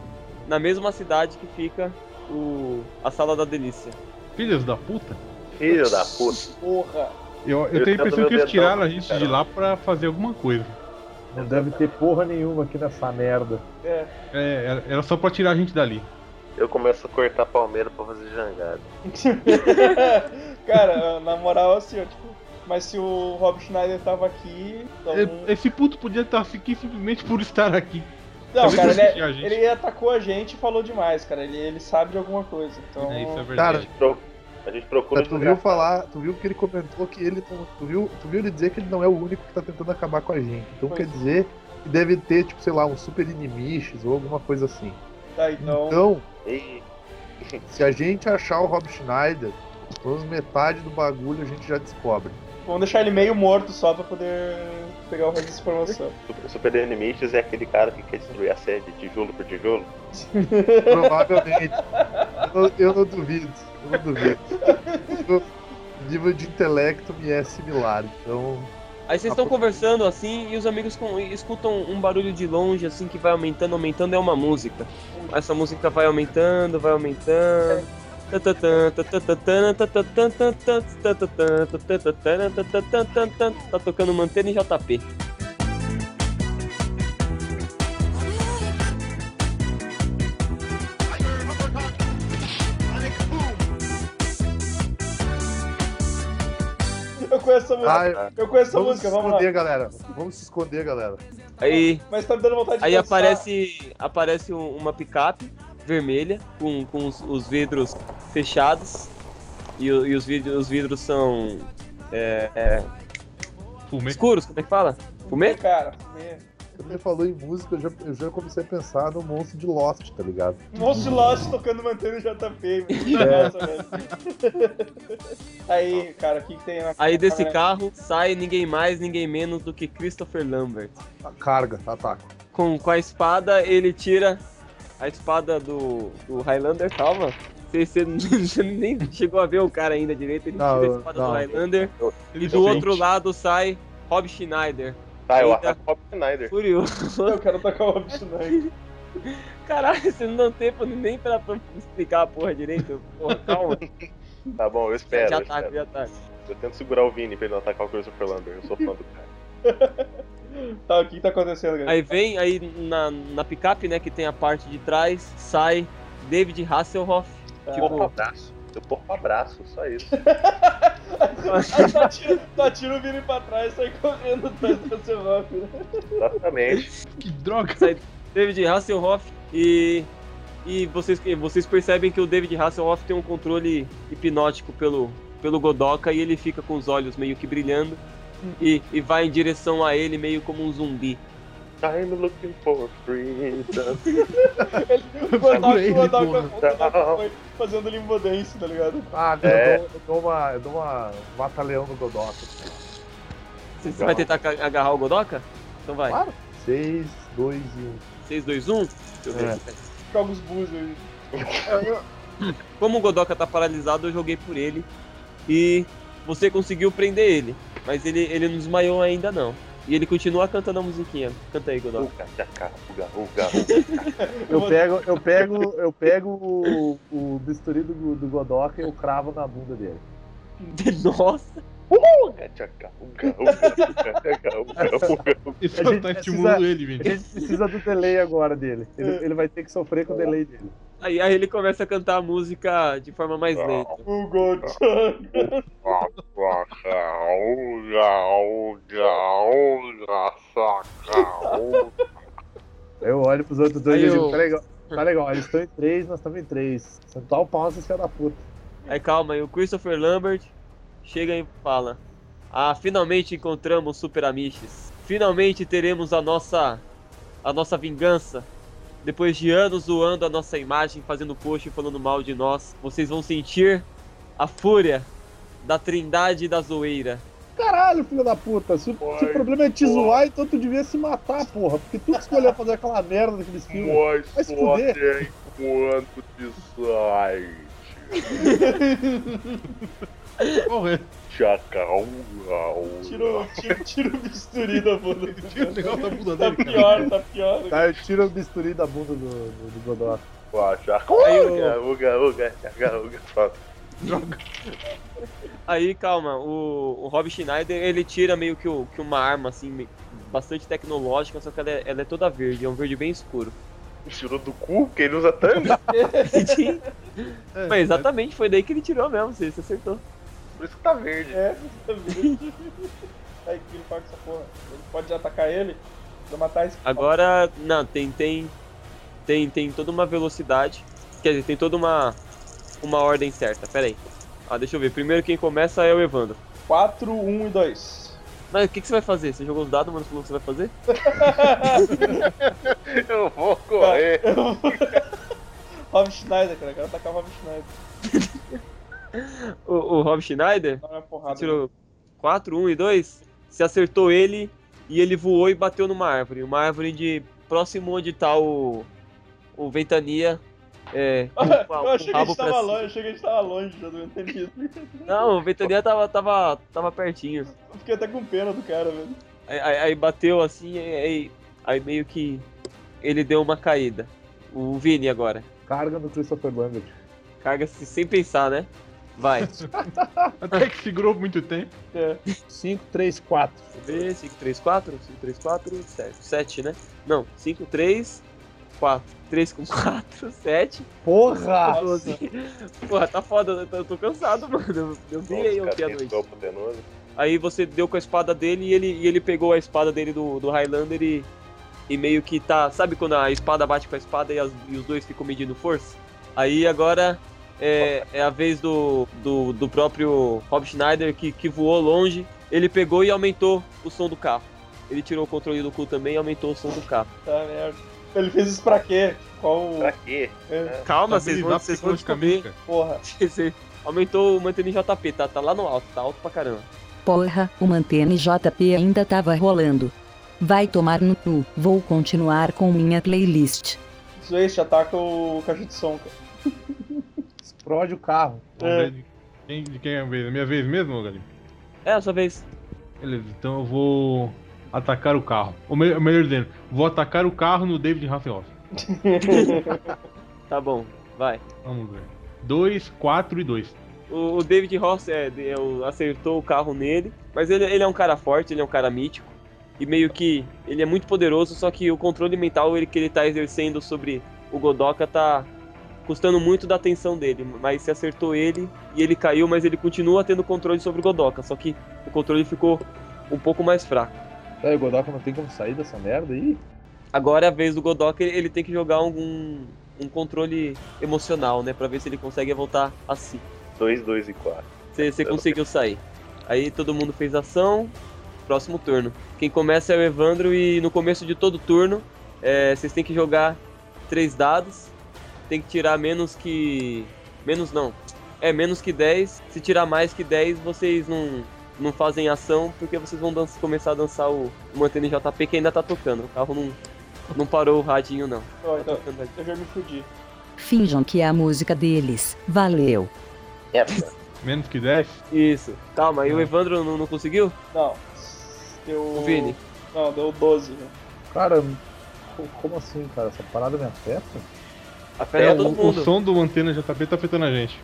Speaker 3: na mesma cidade que fica o, a Sala da Delícia.
Speaker 7: Filhas da puta.
Speaker 4: Filho da puta.
Speaker 5: Porra!
Speaker 7: Eu, eu
Speaker 4: Eu
Speaker 7: tenho a
Speaker 4: tento
Speaker 7: impressão que
Speaker 4: meu
Speaker 7: eles tiraram a
Speaker 4: dedão,
Speaker 7: gente
Speaker 4: cara.
Speaker 7: de lá pra fazer alguma coisa.
Speaker 8: Não deve ter porra nenhuma aqui nessa merda.
Speaker 7: É, era- era só pra tirar a gente dali.
Speaker 4: Eu começo a cortar palmeira pra fazer jangada.
Speaker 5: Cara, na moral, assim, ó, tipo, mas se o Rob Schneider tava aqui. Então...
Speaker 7: É, Esse puto podia estar aqui simplesmente por estar aqui.
Speaker 5: Não,
Speaker 7: Talvez
Speaker 6: é-
Speaker 5: cara,
Speaker 7: ele assistia a
Speaker 5: ele, é-
Speaker 7: gente.
Speaker 5: ele atacou a gente e falou demais, cara. Ele, ele sabe de alguma coisa. Então.
Speaker 7: É, isso é
Speaker 6: Cara,
Speaker 7: verdade.
Speaker 4: A gente procura um
Speaker 6: Mas tu viu
Speaker 4: desgraçado.
Speaker 6: falar, tu viu que ele comentou que ele. não- Tu viu, tu viu ele dizer que ele não é o único que tá tentando acabar com a gente. Então
Speaker 5: Pois
Speaker 6: quer dizer que deve ter, tipo, sei lá, um super inimigos ou alguma coisa assim.
Speaker 5: Tá, então.
Speaker 6: Então,
Speaker 4: Ih,
Speaker 6: se a gente achar o Rob Schneider, pelo menos metade do bagulho a gente já descobre.
Speaker 5: Vamos deixar ele meio morto só pra poder pegar o resto dessa informação.
Speaker 4: Super, super Enemies é aquele cara que quer destruir a sede tijolo por tijolo.
Speaker 6: Provavelmente. eu, não, eu não duvido. Eu não duvido. O nível de intelecto me é similar, então.
Speaker 3: Aí vocês estão conversando assim e os amigos com- escutam um barulho de longe assim que vai aumentando, aumentando, é uma música. Essa música vai aumentando, vai aumentando. Tatatã, tatatã, tatatã, tatatã, tatatã, tatatã, tatatã, tatatã. Tá tocando mantendo e JP.
Speaker 5: Eu conheço essa música.
Speaker 6: Ai,
Speaker 5: eu conheço essa
Speaker 6: Ah, vamos
Speaker 5: música,
Speaker 6: se
Speaker 5: vamos lá.
Speaker 6: esconder, galera. Vamos se esconder, galera.
Speaker 3: Aí,
Speaker 5: Mas tá me dando vontade de
Speaker 3: aí
Speaker 5: dançar.
Speaker 3: aparece, aparece um- uma picape vermelha com, com os, os vidros fechados e, o- e os, vidros, os vidros são é,
Speaker 7: Fumê.
Speaker 3: escuros, como é que fala? Fumê?
Speaker 5: Cara, fumê.
Speaker 6: Quando ele falou em música, eu já, eu já comecei a pensar no monstro de Lost, tá ligado?
Speaker 5: Monstro de Lost tocando mantendo o JP. mano.
Speaker 6: É.
Speaker 5: Nossa, velho. Tá aí, cara, o que, que tem na
Speaker 3: Aí desse
Speaker 5: cara?
Speaker 3: carro sai ninguém mais, ninguém menos do que Christopher Lambert.
Speaker 6: A carga, tá, ataque.
Speaker 3: Com, com a espada, ele tira a espada do, do Highlander, calma. Você, você você nem chegou a ver o cara ainda direito, ele
Speaker 6: Não,
Speaker 3: tira a espada
Speaker 6: não.
Speaker 3: do Highlander.
Speaker 7: Ele
Speaker 3: E do
Speaker 7: sente.
Speaker 3: outro lado sai Rob Schneider.
Speaker 4: Tá, eu
Speaker 3: Eita.
Speaker 4: ataco o Rob Schneider.
Speaker 3: Furioso.
Speaker 5: Eu quero tocar o Rob Schneider.
Speaker 3: Caralho, você não deu tempo nem pra, pra explicar a porra direito. Porra, calma.
Speaker 4: Tá bom, eu espero.
Speaker 3: já
Speaker 4: eu
Speaker 3: tá,
Speaker 4: espero.
Speaker 3: já tá.
Speaker 4: Eu tento segurar o Vini pra ele não atacar o Christopher Lambert. Eu sou fã do cara.
Speaker 5: Tá, o que, que tá acontecendo, cara?
Speaker 3: Aí vem, aí na, na picape, né, que tem a parte de trás, sai David Hasselhoff.
Speaker 6: É.
Speaker 3: tipo,
Speaker 4: Porra, abraço. Eu porro abraço, só isso.
Speaker 5: Tá tiro, tá tiro vira pra trás e sai correndo atrás do seu Rob, né?
Speaker 4: Exatamente.
Speaker 7: Que droga.
Speaker 3: David Hasselhoff e e vocês vocês percebem que o David Hasselhoff tem um controle hipnótico pelo pelo Godoka e ele fica com os olhos meio que brilhando e, e vai em direção a ele meio como um zumbi.
Speaker 4: I'm looking for freedom.
Speaker 5: Ele- O Godox- o Godox- o
Speaker 4: porra.
Speaker 5: Godox foi fazendo limbo dance, tá ligado?
Speaker 6: Ah,
Speaker 4: É.
Speaker 6: eu, dou, eu dou uma. Eu dou uma mata-leão no Godot.
Speaker 3: Você vai tentar ca- agarrar o Godoka? Então vai. um.
Speaker 6: Claro. 6, 2 e 1.
Speaker 3: 6, 2, 1. Deixa eu ver.
Speaker 6: É.
Speaker 3: aqui, pera.
Speaker 5: Joga os bus aí.
Speaker 3: Como o Godoka tá paralisado, eu joguei por ele. E você conseguiu prender ele. Mas ele, ele não desmaiou ainda não. E ele continua cantando a musiquinha. Canta aí, Godot.
Speaker 4: Uga, tchaca, uga, uga, uga.
Speaker 6: Eu pego, eu pego, eu pego o, o bisturi do, do Godoka e eu cravo na bunda dele.
Speaker 3: Nossa!
Speaker 4: Uga, tchaca, uga, uga, uga, tchaca, uga, uga.
Speaker 7: Isso
Speaker 6: A gente
Speaker 7: tá estimulando ele,
Speaker 6: A
Speaker 7: velho.
Speaker 6: gente precisa do delay agora dele. Ele,
Speaker 3: É.
Speaker 6: ele vai ter que sofrer com o delay dele.
Speaker 3: Aí, aí ele começa a cantar a música de forma mais lenta.
Speaker 5: O
Speaker 3: Ah.
Speaker 5: Godchan.
Speaker 4: Saca, uga, uga, uga, saca, uga.
Speaker 6: Eu olho pros outros dois
Speaker 3: Aí
Speaker 6: e digo,
Speaker 3: eu-
Speaker 6: tá legal. Tá legal, eles estão em três, nós estamos em três. Sentar o pau, vocês filha da puta.
Speaker 3: Aí calma, aí o Christopher Lambert chega e fala: Ah, finalmente encontramos Super Amishes. Finalmente teremos a nossa a nossa vingança. Depois de anos zoando a nossa imagem, fazendo post e falando mal de nós, vocês vão sentir a fúria da Trindade da Zoeira.
Speaker 6: Caralho, filho da puta, se, se o problema é te zoar, então tu devia se matar, porra. Porque tu que escolheu fazer aquela merda daqueles filmes. Vai
Speaker 4: Mas
Speaker 6: se
Speaker 4: só
Speaker 6: fuder.
Speaker 4: tem quanto de site.
Speaker 7: Porra, é,
Speaker 4: Tchaca, uga, uga.
Speaker 5: Tira, o- tira, tira o bisturi da bunda. do
Speaker 7: tira o
Speaker 5: Godot.
Speaker 7: um negócio da bunda
Speaker 5: Tá
Speaker 7: dele, cara.
Speaker 5: pior, tá pior.
Speaker 6: Tá, eu tiro o bisturi da bunda do, do, do Godoka.
Speaker 4: Uga,
Speaker 3: Aí o-
Speaker 4: uga, uga, uga, tchaca, uga, saca.
Speaker 3: Aí, calma, o, o Rob Schneider, ele tira meio que, o- que uma arma, assim, me- bastante tecnológica, só que ela é, ela é toda verde, é um verde bem escuro.
Speaker 4: Tirou do cu, que ele usa tanga.
Speaker 3: Sim.
Speaker 7: É,
Speaker 3: Mas exatamente, foi daí que ele tirou mesmo, você, você acertou.
Speaker 4: Por isso que tá verde.
Speaker 5: É, tá vendo? Tá Aí que ele faz com essa porra. Ele pode atacar ele pra matar esse.
Speaker 3: Agora, não, tem, tem, tem, tem toda uma velocidade, quer dizer, tem toda uma, uma ordem certa, pera aí. Ah, deixa eu ver, primeiro quem começa é o Evandro.
Speaker 5: 4, 1 e 2.
Speaker 3: Mas o que, que você vai fazer? Você jogou os dados, mano, falou o que você vai fazer?
Speaker 4: Eu vou correr.
Speaker 5: Rob Schneider, cara. Eu quero atacar o Rob Schneider.
Speaker 3: O, o Rob Schneider,
Speaker 5: Dá uma porrada.
Speaker 3: tirou 4, 1 e 2, você acertou ele e ele voou e bateu numa árvore. Uma árvore de próximo onde tá o, o Ventania, é, com, com
Speaker 5: Eu achei
Speaker 3: o
Speaker 5: que a
Speaker 3: rabo
Speaker 5: gente
Speaker 3: pra
Speaker 5: tava
Speaker 3: cima.
Speaker 5: longe, eu achei que a gente tava longe, já não entendi isso.
Speaker 3: Não, o Ventania tava, tava, tava pertinho.
Speaker 5: Eu fiquei até com pena do cara, velho.
Speaker 3: Aí, aí- aí bateu assim, aí, aí- aí meio que ele deu uma caída. O Vini agora.
Speaker 6: Carga no Christopher Lambert.
Speaker 3: Carga-se sem pensar, né? Vai.
Speaker 7: Até que segurou muito tempo.
Speaker 5: É.
Speaker 6: 5, 3, 4.
Speaker 3: Cadê? 5, 3, 4, 5, 3, 4, 7. 7, né? Não, 5, 3, 4. 3 com 4, 7.
Speaker 6: Porra!
Speaker 5: Nossa.
Speaker 3: Porra, tá foda, né? eu tô cansado, mano. Eu vi aí um ontem à noite.
Speaker 4: Topo denoso.
Speaker 3: Aí você deu com a espada dele e ele, e ele pegou a espada dele do, do Highlander e, e meio que tá. Sabe quando a espada bate com a espada e, as- e os dois ficam medindo força? Aí agora é, é a vez do, do, do próprio Rob Schneider que, que voou longe. Ele pegou e aumentou o som do carro. Ele tirou o controle do cu também e aumentou o som do carro.
Speaker 5: Tá merda. Ele fez isso pra quê? Qual.
Speaker 4: Pra quê?
Speaker 5: É,
Speaker 3: Calma, vocês vão,
Speaker 7: Habilidade
Speaker 3: vocês vão
Speaker 7: psicologicamente,
Speaker 3: descobrir.
Speaker 7: cara.
Speaker 5: porra.
Speaker 3: Você aumentou o mantendo em JP, tá, tá lá no alto, tá alto pra caramba.
Speaker 1: Porra, o Mantene JP ainda tava rolando. Vai tomar no cu, vou continuar com minha playlist.
Speaker 5: Isso aí, você ataca o caixa de som, cara.
Speaker 6: Explode o carro.
Speaker 7: Vamos ver de Quem, de quem é a vez? É minha vez mesmo, Galinho?
Speaker 3: É a sua vez.
Speaker 7: Beleza, então eu vou atacar o carro. Ou melhor, melhor dizendo, vou atacar o carro no David Hasselhoff.
Speaker 3: Tá bom, vai.
Speaker 7: Vamos ver. 2, 4 e 2.
Speaker 3: O, o David Ross é, de- é o- acertou o carro nele, mas ele, ele é um cara forte, ele é um cara mítico. E meio que ele é muito poderoso, só que o controle mental ele, que ele tá exercendo sobre o Godoka tá custando muito da atenção dele. Mas se acertou ele e ele caiu, mas ele continua tendo controle sobre o Godoka, só que o controle ficou um pouco mais fraco.
Speaker 6: Aí, o Godoka não tem como sair dessa merda aí?
Speaker 3: Agora é a vez do Godoka, ele, ele tem que jogar um, um controle emocional, né? Pra ver se ele consegue voltar a si.
Speaker 4: 2, 2 e 4.
Speaker 3: Você você conseguiu sair. Aí todo mundo fez ação. Próximo turno. Quem começa é o Evandro e no começo de todo turno é, vocês têm que jogar três dados. Tem que tirar menos que. Menos não. É menos que 10. Se tirar mais que 10, vocês não, não fazem ação porque vocês vão dança- começar a dançar o, o Mantendo JP que ainda tá tocando. O carro não, não parou o radinho, não.
Speaker 5: Ó,
Speaker 3: Tá
Speaker 5: então,
Speaker 3: tocando ali.
Speaker 5: eu já me fudi.
Speaker 1: Finjam que é a música deles. Valeu.
Speaker 4: Essa.
Speaker 7: Menos que 10?
Speaker 3: Isso. Calma, e o Evandro não, não conseguiu?
Speaker 5: Não. Deu.
Speaker 3: O Vini?
Speaker 5: Não, deu 12. né?
Speaker 6: Cara, co- como assim, cara? Essa parada me afeta?
Speaker 3: Afetando todo
Speaker 7: É, o, o
Speaker 3: mundo.
Speaker 7: som do antena JP tá afetando a gente.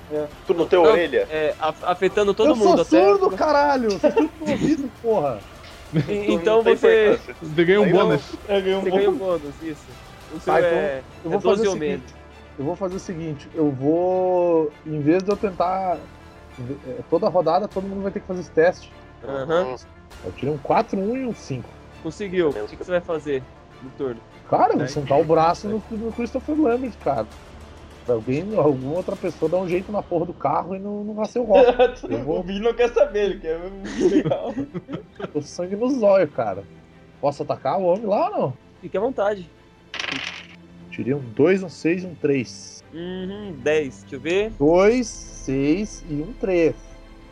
Speaker 4: Tu não tem
Speaker 3: Não.
Speaker 4: orelha?
Speaker 3: É, af- afetando todo
Speaker 6: eu
Speaker 3: mundo
Speaker 6: sou
Speaker 3: até.
Speaker 6: surdo, caralho! Vocês estão com ouvido, porra!
Speaker 3: E-
Speaker 4: Não
Speaker 3: Então
Speaker 4: tem
Speaker 3: você,
Speaker 4: importância.
Speaker 7: Você ganhou um
Speaker 4: Aí não.
Speaker 7: bônus.
Speaker 5: Eu ganhei um
Speaker 3: você
Speaker 5: bom.
Speaker 3: ganha um bônus, isso. O seu
Speaker 6: Tá, então
Speaker 3: é,
Speaker 6: Eu
Speaker 3: é
Speaker 6: vou fazer
Speaker 3: 12
Speaker 6: o
Speaker 3: ou menos.
Speaker 6: seguinte. Eu vou fazer o seguinte, eu vou. Em vez de eu tentar. em ve- eh, Toda rodada, todo mundo vai ter que fazer esse teste.
Speaker 3: Aham.
Speaker 4: Tá
Speaker 6: Eu tirei um 4, 1 e um 5.
Speaker 3: Conseguiu. O que, que você vai fazer no turno?
Speaker 6: Cara, eu vou
Speaker 7: Aí.
Speaker 6: sentar o braço no, no Christopher Lambert, cara. Alguém, alguma outra pessoa dá um jeito na porra do carro e não, não vai ser o rock.
Speaker 3: um
Speaker 6: Eu vou-
Speaker 5: o Vini não quer saber, ele quer legal.
Speaker 6: Tô sangue nos olhos, cara. Posso atacar o homem lá ou não?
Speaker 3: Fique à vontade.
Speaker 6: Tirei um 2, um 6 e um 3.
Speaker 3: Uhum, 10. Deixa eu ver.
Speaker 6: 2, 6 e um 3.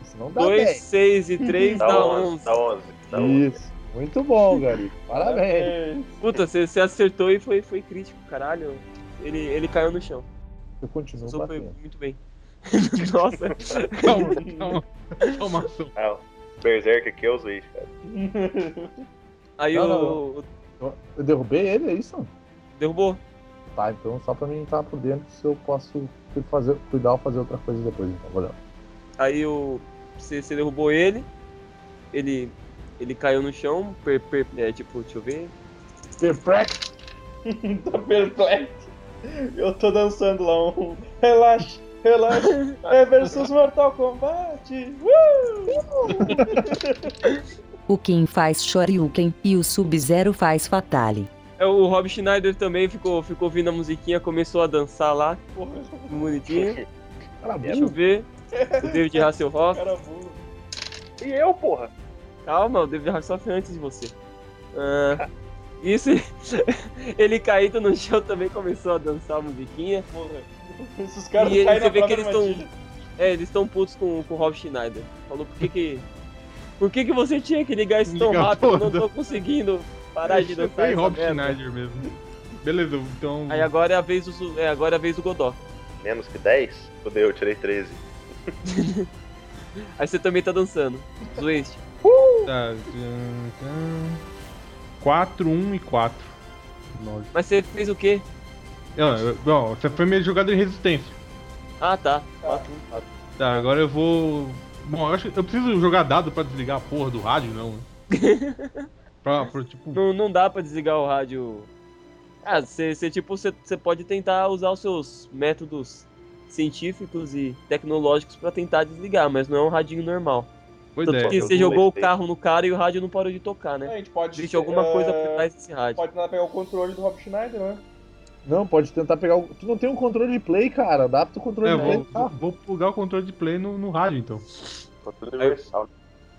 Speaker 6: Isso não dá
Speaker 3: 2,
Speaker 6: 10.
Speaker 3: 6 e 3
Speaker 4: Uhum. Dá
Speaker 3: dá 11.
Speaker 4: 11. Dá 11. Dá 11.
Speaker 6: Isso. Muito bom, Gary.
Speaker 3: Tá
Speaker 6: Parabéns.
Speaker 3: Puta, você, você acertou e foi, foi crítico, caralho. Ele, ele caiu no chão.
Speaker 6: Eu continuo
Speaker 3: Só foi
Speaker 6: batendo.
Speaker 3: muito bem. Nossa.
Speaker 7: Calma, calma. Calma, som.
Speaker 4: Ah, o Berserk aqui é os bichos, cara.
Speaker 3: Aí
Speaker 6: Não,
Speaker 3: o-
Speaker 6: não,
Speaker 3: o.
Speaker 6: Eu derrubei ele, é isso?
Speaker 3: Derrubou.
Speaker 6: Tá, então só pra mim estar por dentro se eu posso fazer, cuidar ou fazer outra coisa depois. Então, valeu.
Speaker 3: Aí o. Você, você derrubou ele. Ele. Ele caiu no chão. Per, per- é, tipo, deixa eu ver.
Speaker 6: Perplex.
Speaker 5: tá perplexo. Eu tô dançando lá um. Relaxa, relaxa. É versus Mortal Kombat. Uh!
Speaker 1: O Kim faz Shoryuken e o Sub-Zero faz Fatale.
Speaker 3: É, o Rob Schneider também ficou, ficou ouvindo a musiquinha, começou a dançar lá.
Speaker 5: Porra,
Speaker 3: Bonitinho.
Speaker 6: Cara,
Speaker 3: Deixa eu
Speaker 6: burro.
Speaker 3: ver. O David Hasselhoff.
Speaker 5: cara é burro.
Speaker 4: E eu, porra?
Speaker 3: Calma, o David Hasselhoff é antes de você. Ah, isso. ele caído no chão também começou a dançar a musiquinha.
Speaker 5: Porra. Esses caras
Speaker 3: E ele-
Speaker 5: caem
Speaker 3: você
Speaker 5: na
Speaker 3: vê que
Speaker 5: própria
Speaker 3: eles tão-
Speaker 5: armadilha.
Speaker 3: É, eles estão putos com, com o Rob Schneider. Falou por que que. Por que que você tinha que ligar isso tão
Speaker 7: Liga
Speaker 3: rápido? Eu não
Speaker 7: toda.
Speaker 3: tô conseguindo parar de
Speaker 7: Isso é
Speaker 3: dançar.
Speaker 7: bem
Speaker 3: essa
Speaker 7: Rob
Speaker 3: merda.
Speaker 7: Schneider mesmo. Beleza, então.
Speaker 3: Aí agora é a vez do, Zu- é, agora é a vez do Godó.
Speaker 4: Menos que 10? Fudeu, eu tirei 13.
Speaker 3: Aí você também tá dançando. Zwist.
Speaker 7: Tá, tchan, tchan. 4, 1 e 4. 9.
Speaker 3: Mas você fez o quê?
Speaker 7: Ah, Bom, essa foi minha jogada de resistência.
Speaker 3: Ah, tá.
Speaker 7: Tá, agora eu vou. Bom, eu acho que eu preciso jogar dado pra desligar a porra do rádio, não. pra, pra, tipo.
Speaker 3: Não, não dá pra desligar o rádio. Ah, você tipo, você pode tentar usar os seus métodos científicos e tecnológicos pra tentar desligar, mas não é um radinho normal.
Speaker 7: Boa
Speaker 3: Tanto
Speaker 7: ideia.
Speaker 3: que
Speaker 4: Eu
Speaker 3: você
Speaker 4: não
Speaker 3: jogou o
Speaker 4: gostei.
Speaker 3: carro no cara e o rádio não parou de tocar,
Speaker 5: A
Speaker 3: né?
Speaker 5: gente pode.
Speaker 3: Existe alguma coisa
Speaker 5: eh,
Speaker 3: por trás desse rádio.
Speaker 5: Pode tentar pegar o controle do Rob Schneider, né?
Speaker 6: Não, pode tentar pegar o. Tu não tem um controle de play, cara. Dá pro controle
Speaker 7: É, eu
Speaker 6: de play
Speaker 7: vou,
Speaker 6: do carro.
Speaker 7: vou plugar o controle de play no, no rádio então.
Speaker 4: Controle universal. né?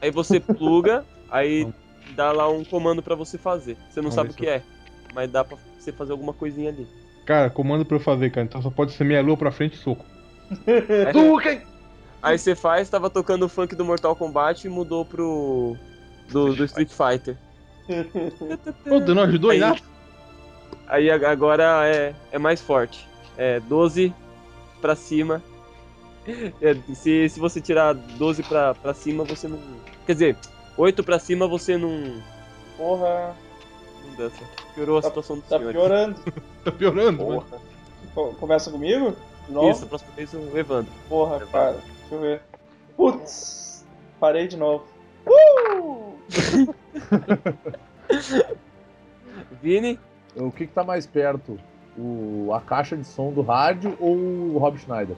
Speaker 3: Aí você pluga, aí dá lá um comando pra você fazer. Você não Hum.
Speaker 7: Vamos
Speaker 3: sabe
Speaker 7: ver
Speaker 3: o que é, mas dá pra você fazer alguma coisinha ali.
Speaker 7: Cara, comando pra eu fazer, cara. Então só pode ser meia lua pra frente e soco.
Speaker 6: um.
Speaker 3: Aí você faz, tava tocando o funk do Mortal Kombat e mudou pro. do, do Street Fighter.
Speaker 7: Puta, não ajudou em
Speaker 3: Aí.
Speaker 7: nada?
Speaker 3: Aí ag- agora é, é mais forte. É 12 pra cima. É, se, se você tirar 12 pra, pra cima, você não. Quer dizer, 8 pra cima você não.
Speaker 5: Porra,
Speaker 3: não dança. Piorou a situação do
Speaker 5: tá
Speaker 3: senhor.
Speaker 5: piorando. né?
Speaker 7: Tá piorando, mano.
Speaker 4: Porra.
Speaker 5: Co- Começa comigo? De novo?
Speaker 3: Isso, próxima vez o Evandro.
Speaker 5: Porra, cara. Deixa eu ver. Putz, parei de novo. Uh!
Speaker 3: Vini,
Speaker 6: O que, que tá mais perto? O... A caixa de som do rádio ou o Rob Schneider?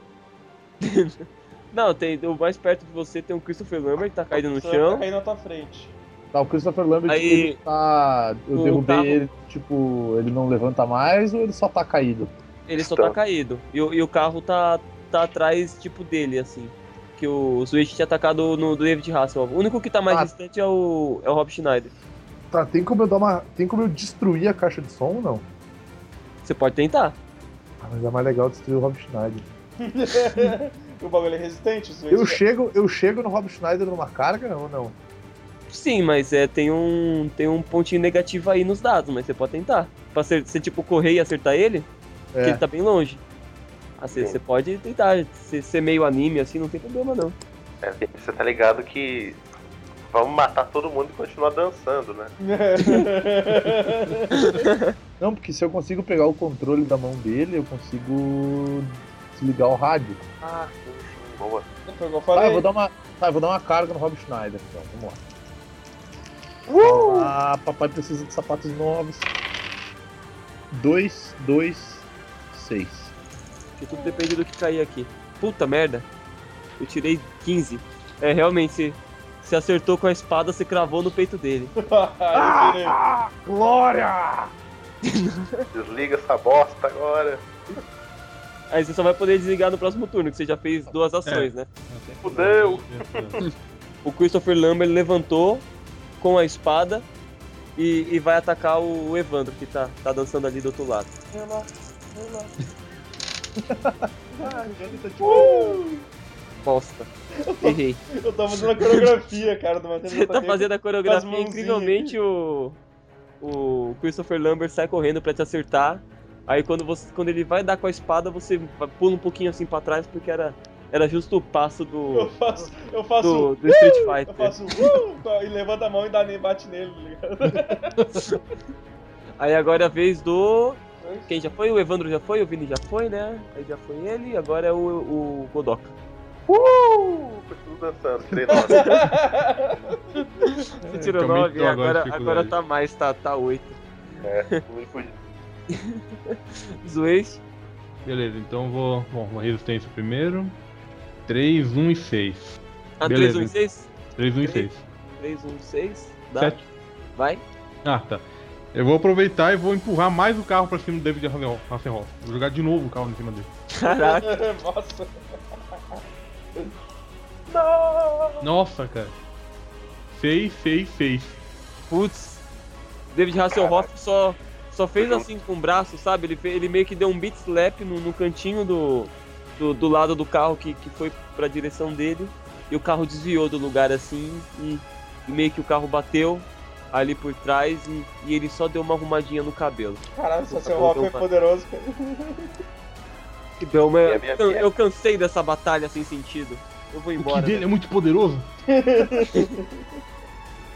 Speaker 3: não, tem o mais perto de você tem o Christopher Lambert, tá caído no
Speaker 5: Só
Speaker 3: chão.
Speaker 5: Caindo na tua frente.
Speaker 6: Tá, o Christopher Lambert,
Speaker 3: Aí-
Speaker 6: ele tá. Eu
Speaker 3: O
Speaker 6: derrubei
Speaker 3: carro-
Speaker 6: ele, tipo, ele não levanta mais ou ele só tá caído?
Speaker 3: Ele só tá caído. E, o- e o carro tá, tá atrás, tipo, dele, assim. Que o Switch tinha atacado no David Hassel. O único que tá mais
Speaker 6: Ah.
Speaker 3: distante é o, é o Rob Schneider.
Speaker 6: Tá, tem como eu dar uma. Tem como eu destruir a caixa de som ou não?
Speaker 3: Você pode tentar.
Speaker 6: Ah, mas é mais legal destruir o Rob Schneider.
Speaker 5: o bagulho é resistente, isso
Speaker 6: Eu chego, eu chego no Rob Schneider numa carga ou não?
Speaker 3: Sim, mas é, tem um tem um pontinho negativo aí nos dados, mas você pode tentar. Pra ser, você, tipo, correr e acertar ele, porque ele tá bem longe. Ah, você,
Speaker 4: Sim.
Speaker 3: você pode tentar. Ser, ser meio anime, assim, não tem problema, não.
Speaker 4: É, você tá ligado que vamos matar todo mundo e continuar dançando, né?
Speaker 6: Não, porque se eu consigo pegar o controle da mão dele, eu consigo desligar o rádio.
Speaker 4: Ah, sim, sim, boa.
Speaker 5: Foi o que
Speaker 6: Tá,
Speaker 5: eu falei.
Speaker 6: eu vou dar uma, tá, eu vou dar uma carga no Rob Schneider, então. Vamos lá. Ah, papai precisa de sapatos novos. 2, 2, 6.
Speaker 3: Porque tudo depende do que cair aqui. Puta merda. Eu tirei 15. É, realmente, se, se acertou com a espada, se cravou no peito dele.
Speaker 5: Ah, eu tirei.
Speaker 4: Desliga essa bosta agora.
Speaker 3: Aí você só vai poder desligar no próximo turno, que você já fez duas ações, né?
Speaker 4: Fudeu.
Speaker 3: O Christopher Lambert levantou com a espada e, e vai atacar o o Evandro, que tá, tá dançando ali do outro lado.
Speaker 4: tipo,
Speaker 3: Bosta. Errei.
Speaker 5: Eu tava fazendo a coreografia, cara, do Matheus.
Speaker 3: Você tá
Speaker 5: Ataque.
Speaker 3: fazendo a
Speaker 5: as
Speaker 3: coreografia
Speaker 5: mãozinhas.
Speaker 3: incrivelmente o. O Christopher Lambert sai correndo pra te acertar. Aí quando, você, quando ele vai dar com a espada, você va- pula um pouquinho assim pra trás, porque era, era justo o passo
Speaker 5: Eu
Speaker 3: do,
Speaker 5: faço. Eu faço.
Speaker 3: do, do Street
Speaker 5: Eu
Speaker 3: Fighter.
Speaker 5: faço. Uh, e levanta a mão e dá, bate nele, tá ligado?
Speaker 3: Aí agora é a vez do. Quem já foi? O Evandro já foi, o Vini já foi, né? Aí já foi ele, agora é o, o Godoka.
Speaker 4: Uh! Continuo dançando. Três horas.
Speaker 3: Você tirou
Speaker 7: aumentou
Speaker 3: 9,
Speaker 7: Então, agora a
Speaker 3: agora,
Speaker 7: dificuldade.
Speaker 3: agora tá mais, tá, tá 8.
Speaker 4: Muito fudido.
Speaker 3: Zoei.
Speaker 7: Beleza, então vou. Bom, uma resistência primeiro. 3, 1 e 6.
Speaker 3: Ah,
Speaker 7: Beleza. então.
Speaker 3: 3, 1, 6?
Speaker 7: 3, 1 e
Speaker 3: Três.
Speaker 7: 6.
Speaker 3: 3, 1, 6. Dá.
Speaker 7: 7.
Speaker 3: Vai.
Speaker 7: Ah, tá. Eu vou aproveitar e vou empurrar mais o carro pra cima do David Hasselhoff. Vou jogar de novo o carro em cima dele.
Speaker 3: Caraca.
Speaker 5: Nossa.
Speaker 7: Nossa, cara. 6, 6, 6.
Speaker 3: Putz, David Hasselhoff só, só fez assim com o braço, sabe? Ele, fe- ele meio que deu um beat slap no, no cantinho do, do, do lado do carro que, que foi pra direção dele. E o carro desviou do lugar assim. E, e meio que o carro bateu ali por trás. E, e ele só deu uma arrumadinha no cabelo.
Speaker 5: Caralho, só seu Rock é
Speaker 3: um
Speaker 5: poderoso, cara.
Speaker 3: Então,
Speaker 4: E a
Speaker 3: mas,
Speaker 4: minha
Speaker 3: eu,
Speaker 4: filha?
Speaker 3: eu cansei dessa batalha sem sentido. Eu vou
Speaker 7: O
Speaker 3: embora.
Speaker 7: que dele é
Speaker 3: né?
Speaker 7: muito poderoso?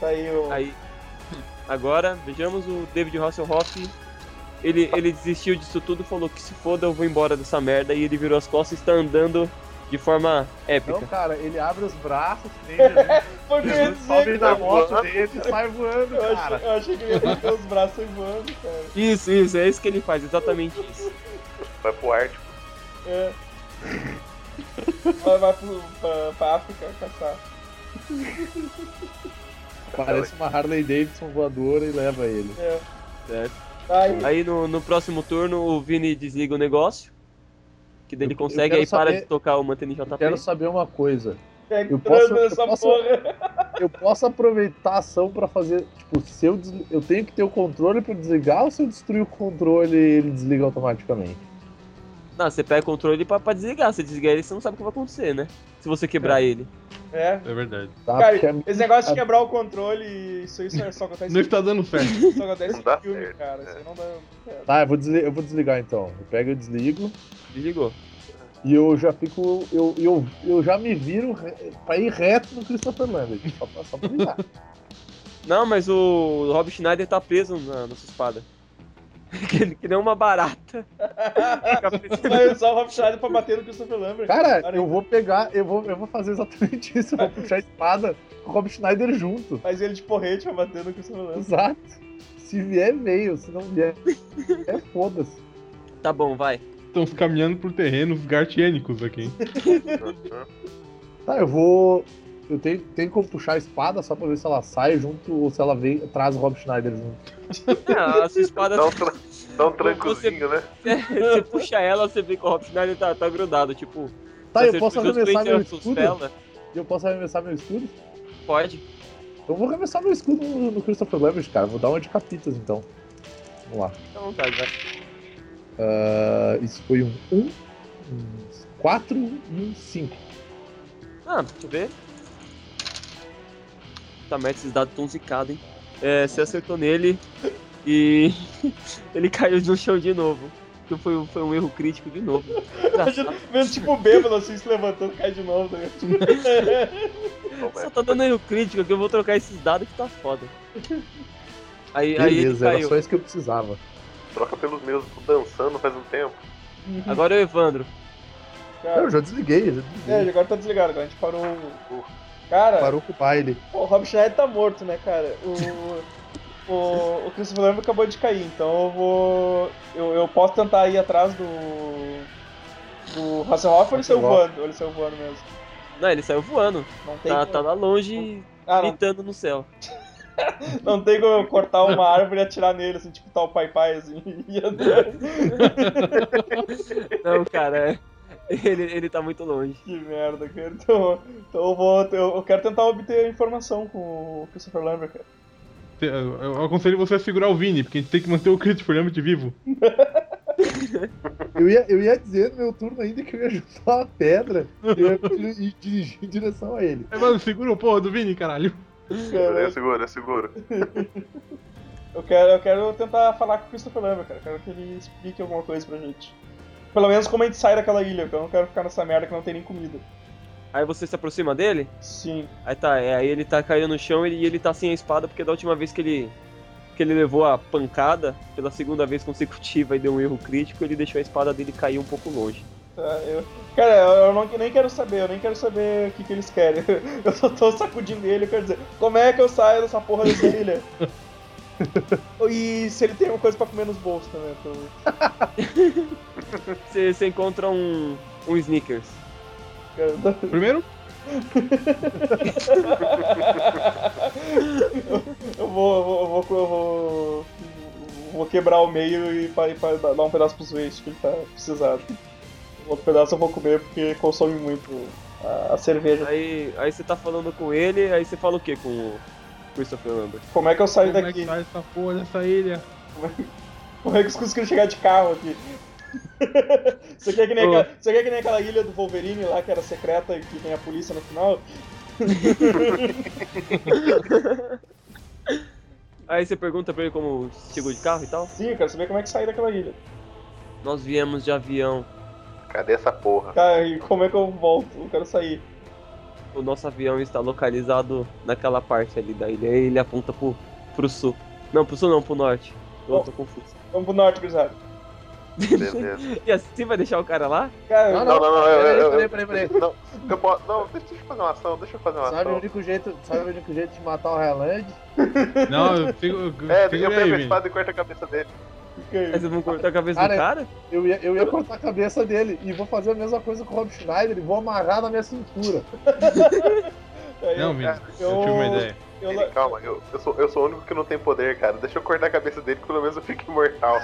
Speaker 5: Tá aí o.
Speaker 3: Aí, agora, vejamos o David Hasselhoff. Ele, ele desistiu disso tudo, falou que se foda, eu vou embora dessa merda. E ele virou as costas e está andando de forma
Speaker 6: Então,
Speaker 3: épica.
Speaker 6: cara, ele abre os braços, que nem Jesus,
Speaker 5: Foi o que eu ia
Speaker 6: sobe
Speaker 5: dizer,
Speaker 6: na
Speaker 5: cara.
Speaker 6: moto dele e sai voando,
Speaker 5: Eu
Speaker 6: cara.
Speaker 5: achei, eu achei que ele ia meter os braços voando, cara.
Speaker 3: Isso, isso, é isso que ele faz, exatamente isso.
Speaker 4: Vai pro Ártico.
Speaker 5: É. Vai, vai pro, pra, pra África caçar.
Speaker 6: Parece uma Harley Davidson voadora e leva ele.
Speaker 5: É.
Speaker 3: Certo.
Speaker 5: Aí,
Speaker 3: Aí no, no próximo turno, o Vini desliga o negócio. Que daí ele
Speaker 6: Eu- eu
Speaker 3: consegue,
Speaker 6: quero
Speaker 3: aí para
Speaker 6: saber-
Speaker 3: de tocar o Mantene JP.
Speaker 6: Quero saber uma coisa.
Speaker 5: é
Speaker 6: eu
Speaker 5: eu
Speaker 6: posso- eu
Speaker 5: essa
Speaker 6: posso-
Speaker 5: porra.
Speaker 6: Eu posso aproveitar a ação pra fazer. Tipo, se eu, des- eu tenho que ter o controle pra desligar ou se eu destruir o controle ele desliga automaticamente?
Speaker 3: Não, você pega o controle pra, pra desligar. Se desligar ele, você não sabe o que vai acontecer, né? Se você quebrar ele.
Speaker 5: É.
Speaker 7: É verdade.
Speaker 6: Tá?
Speaker 5: Cara,
Speaker 6: Porque a minha-
Speaker 5: Esse negócio de quebrar o controle, isso, isso é só acontece,
Speaker 7: Não tá- está dando certo.
Speaker 5: só acontece
Speaker 4: Não dá
Speaker 5: em filme,
Speaker 4: certo,
Speaker 5: cara.
Speaker 4: é.
Speaker 6: né?
Speaker 5: Isso aí não dá. é.
Speaker 6: Tá, eu vou, desli- eu vou desligar então. Eu pego e desligo.
Speaker 3: Desligou.
Speaker 6: E eu já fico. Eu, eu, eu já me viro re- pra ir reto no Christopher Lambert. Só pra, só pra ligar.
Speaker 3: Não, mas o Rob Schneider tá preso na, na sua espada. que, ele- que nem uma barata. Fica preso.
Speaker 5: Vai usar o Rob Schneider pra bater no Christopher Lambert.
Speaker 6: Cara, eu vou pegar, eu vou, eu vou fazer exatamente isso. Eu vou puxar a espada com o Rob Schneider junto.
Speaker 5: Faz ele de porrete pra bater no Christopher Lambert.
Speaker 6: Exato. Se vier, veio. Se não vier, é foda-se.
Speaker 3: Tá bom, vai.
Speaker 7: Estão caminhando por terrenos gartiênicos aqui. hein?
Speaker 4: tipo,
Speaker 6: Tá, eu vou. Eu tenho, tenho como puxar a espada só pra ver se ela sai junto ou se ela vem, traz o Rob Schneider junto.
Speaker 3: É, a sua espada,
Speaker 4: Dá um, tra... Dá um trancozinho, né?
Speaker 3: você puxa ela, você vê que o Rob Schneider tá, tá grudado. Tipo,
Speaker 6: Tá,
Speaker 3: você
Speaker 6: eu posso
Speaker 3: puxa os
Speaker 6: arremessar meu
Speaker 3: peitos,
Speaker 6: escudo?
Speaker 3: fela.
Speaker 6: Eu posso arremessar meu escudo?
Speaker 3: Pode.
Speaker 6: Então eu vou arremessar meu escudo no, no Christopher Lambert, cara. Vou dar uma de capitas então. Vamos lá.
Speaker 3: Fica à vontade, vai.
Speaker 6: Ah, isso foi um 1, um 4 e um 5.
Speaker 3: Ah, deixa eu ver. Tá merda, esses dados tão zicados, hein? É, você acertou nele e ele caiu no chão de novo. que foi, foi um erro crítico de novo.
Speaker 5: Imagina, mesmo tipo bêbado assim, se levantando, cai de novo. Tá Tipo, ligado?
Speaker 3: Só tá dando erro crítico que eu vou trocar esses dados que tá foda. Aí, aí ele
Speaker 6: Beleza, era
Speaker 3: caiu.
Speaker 6: só isso que eu precisava.
Speaker 4: Troca pelos meus, tô dançando faz um tempo.
Speaker 3: Agora é o Evandro.
Speaker 6: Não,
Speaker 5: Cara,
Speaker 6: eu já desliguei, já desliguei.
Speaker 5: é, agora tá desligado, agora a gente parou. o- Cara,
Speaker 6: Parou com o baile.
Speaker 5: o Rob Schneider tá morto, né, cara? O, o, o Christopher Lambert acabou de cair, então eu vou. Eu, eu posso tentar ir atrás do. Do Hasselhoff ou ele saiu
Speaker 6: Hasselhoff.
Speaker 5: voando? Ou ele saiu voando mesmo?
Speaker 3: Não, ele saiu voando.
Speaker 5: Não tem
Speaker 3: Tá,
Speaker 5: como-
Speaker 3: tá lá longe,
Speaker 5: Ah, não,
Speaker 3: gritando no céu.
Speaker 5: não tem como eu cortar uma árvore e atirar nele, assim, tipo tal pai pai, assim, e andando.
Speaker 3: Não, cara, é- ele, ele tá muito longe.
Speaker 5: Que merda, cara. Então, então eu vou. Eu, eu quero tentar obter informação com o Christopher Lambert, cara.
Speaker 7: Te- Eu eu aconselho você a segurar o Vini, porque a gente tem que manter o Christopher Lambert vivo.
Speaker 6: Eu ia, eu ia dizer no meu turno ainda que eu ia juntar uma pedra e eu ia ir dirigir em direção a ele.
Speaker 7: É, mano, segura o porra do Vini, caralho.
Speaker 5: Cara,
Speaker 4: Eu seguro, eu seguro.
Speaker 5: Eu quero, eu quero tentar falar com o Christopher Lambert, cara. Eu quero que ele explique alguma coisa pra gente. Pelo menos como a gente sai daquela ilha, porque eu não quero ficar nessa merda que não tem nem comida.
Speaker 3: Aí você se aproxima dele,
Speaker 5: Sim.
Speaker 3: aí tá, é, aí ele tá caindo no chão e ele, ele tá sem a espada, porque da última vez que ele que ele levou a pancada, pela segunda vez consecutiva e deu um erro crítico, ele deixou a espada dele cair um pouco longe.
Speaker 5: tá, eu- Cara, eu eu não, nem quero saber, eu nem quero saber o que, que eles querem. Eu só tô sacudindo ele, eu quero dizer, como é que eu saio dessa porra dessa ilha? e se ele tem alguma coisa pra comer nos bolsos também, eu tô-
Speaker 3: Você, você encontra um, um Snickers.
Speaker 5: Cara, eu tô-
Speaker 7: Primeiro,
Speaker 5: Eu vou, eu vou, eu vou, eu vou, eu vou quebrar o meio e pra, pra dar dar um pedaço pro Zwist, que ele tá precisado. O outro pedaço eu vou comer porque consome muito a, a cerveja.
Speaker 3: Aí, aí você tá falando com ele, aí você fala o que com o Christopher Lambert?
Speaker 5: Como é que eu saio
Speaker 7: como é que
Speaker 5: daqui?
Speaker 7: faz essa porra dessa ilha?
Speaker 5: Como é que eu consigo chegar de carro aqui? Você quer, que nem
Speaker 3: Ô.
Speaker 5: aquela, você quer que nem aquela ilha do Wolverine lá que era secreta e que tem a polícia no final?
Speaker 3: Aí você pergunta pra ele como chegou de carro e tal.
Speaker 5: Sim, eu quero saber como é que sai daquela ilha.
Speaker 3: Nós viemos de avião.
Speaker 4: Cadê essa porra?
Speaker 5: Cara, e como é que eu volto? Eu quero sair.
Speaker 3: O nosso avião está localizado naquela parte ali da ilha. Aí ele aponta pro, pro sul. Não, pro sul não, pro norte. Eu tô confuso.
Speaker 5: Vamos pro norte, gurizada.
Speaker 4: Beleza.
Speaker 3: E assim vai deixar o cara lá?
Speaker 5: Cara,
Speaker 4: Não, não, não, eu- eu-
Speaker 8: Peraí,
Speaker 4: eu-
Speaker 8: peraí, peraí.
Speaker 4: Não, eu posso- não, deixa deixa eu fazer uma ação, deixa eu fazer uma
Speaker 8: Sabe o
Speaker 4: ação.
Speaker 8: único jeito, sabe o único jeito de matar o Highland?
Speaker 7: Não, eu sigo. eu-
Speaker 4: É, eu
Speaker 7: segura
Speaker 4: pego a
Speaker 7: aí, Vini.
Speaker 4: espada e corto a cabeça dele.
Speaker 3: Aí vocês vão cortar a cabeça do cara?
Speaker 8: Eu ia, eu ia cortar a cabeça dele e vou fazer a mesma coisa com o Rob Schneider e vou amarrar na minha cintura.
Speaker 5: aí
Speaker 7: Não, Vini, eu
Speaker 5: eu-
Speaker 7: tive uma ideia.
Speaker 5: eu,
Speaker 4: Vini, calma, eu, eu, sou, eu sou o único que não tem poder, cara. Deixa eu cortar a cabeça dele, que pelo menos eu fico imortal.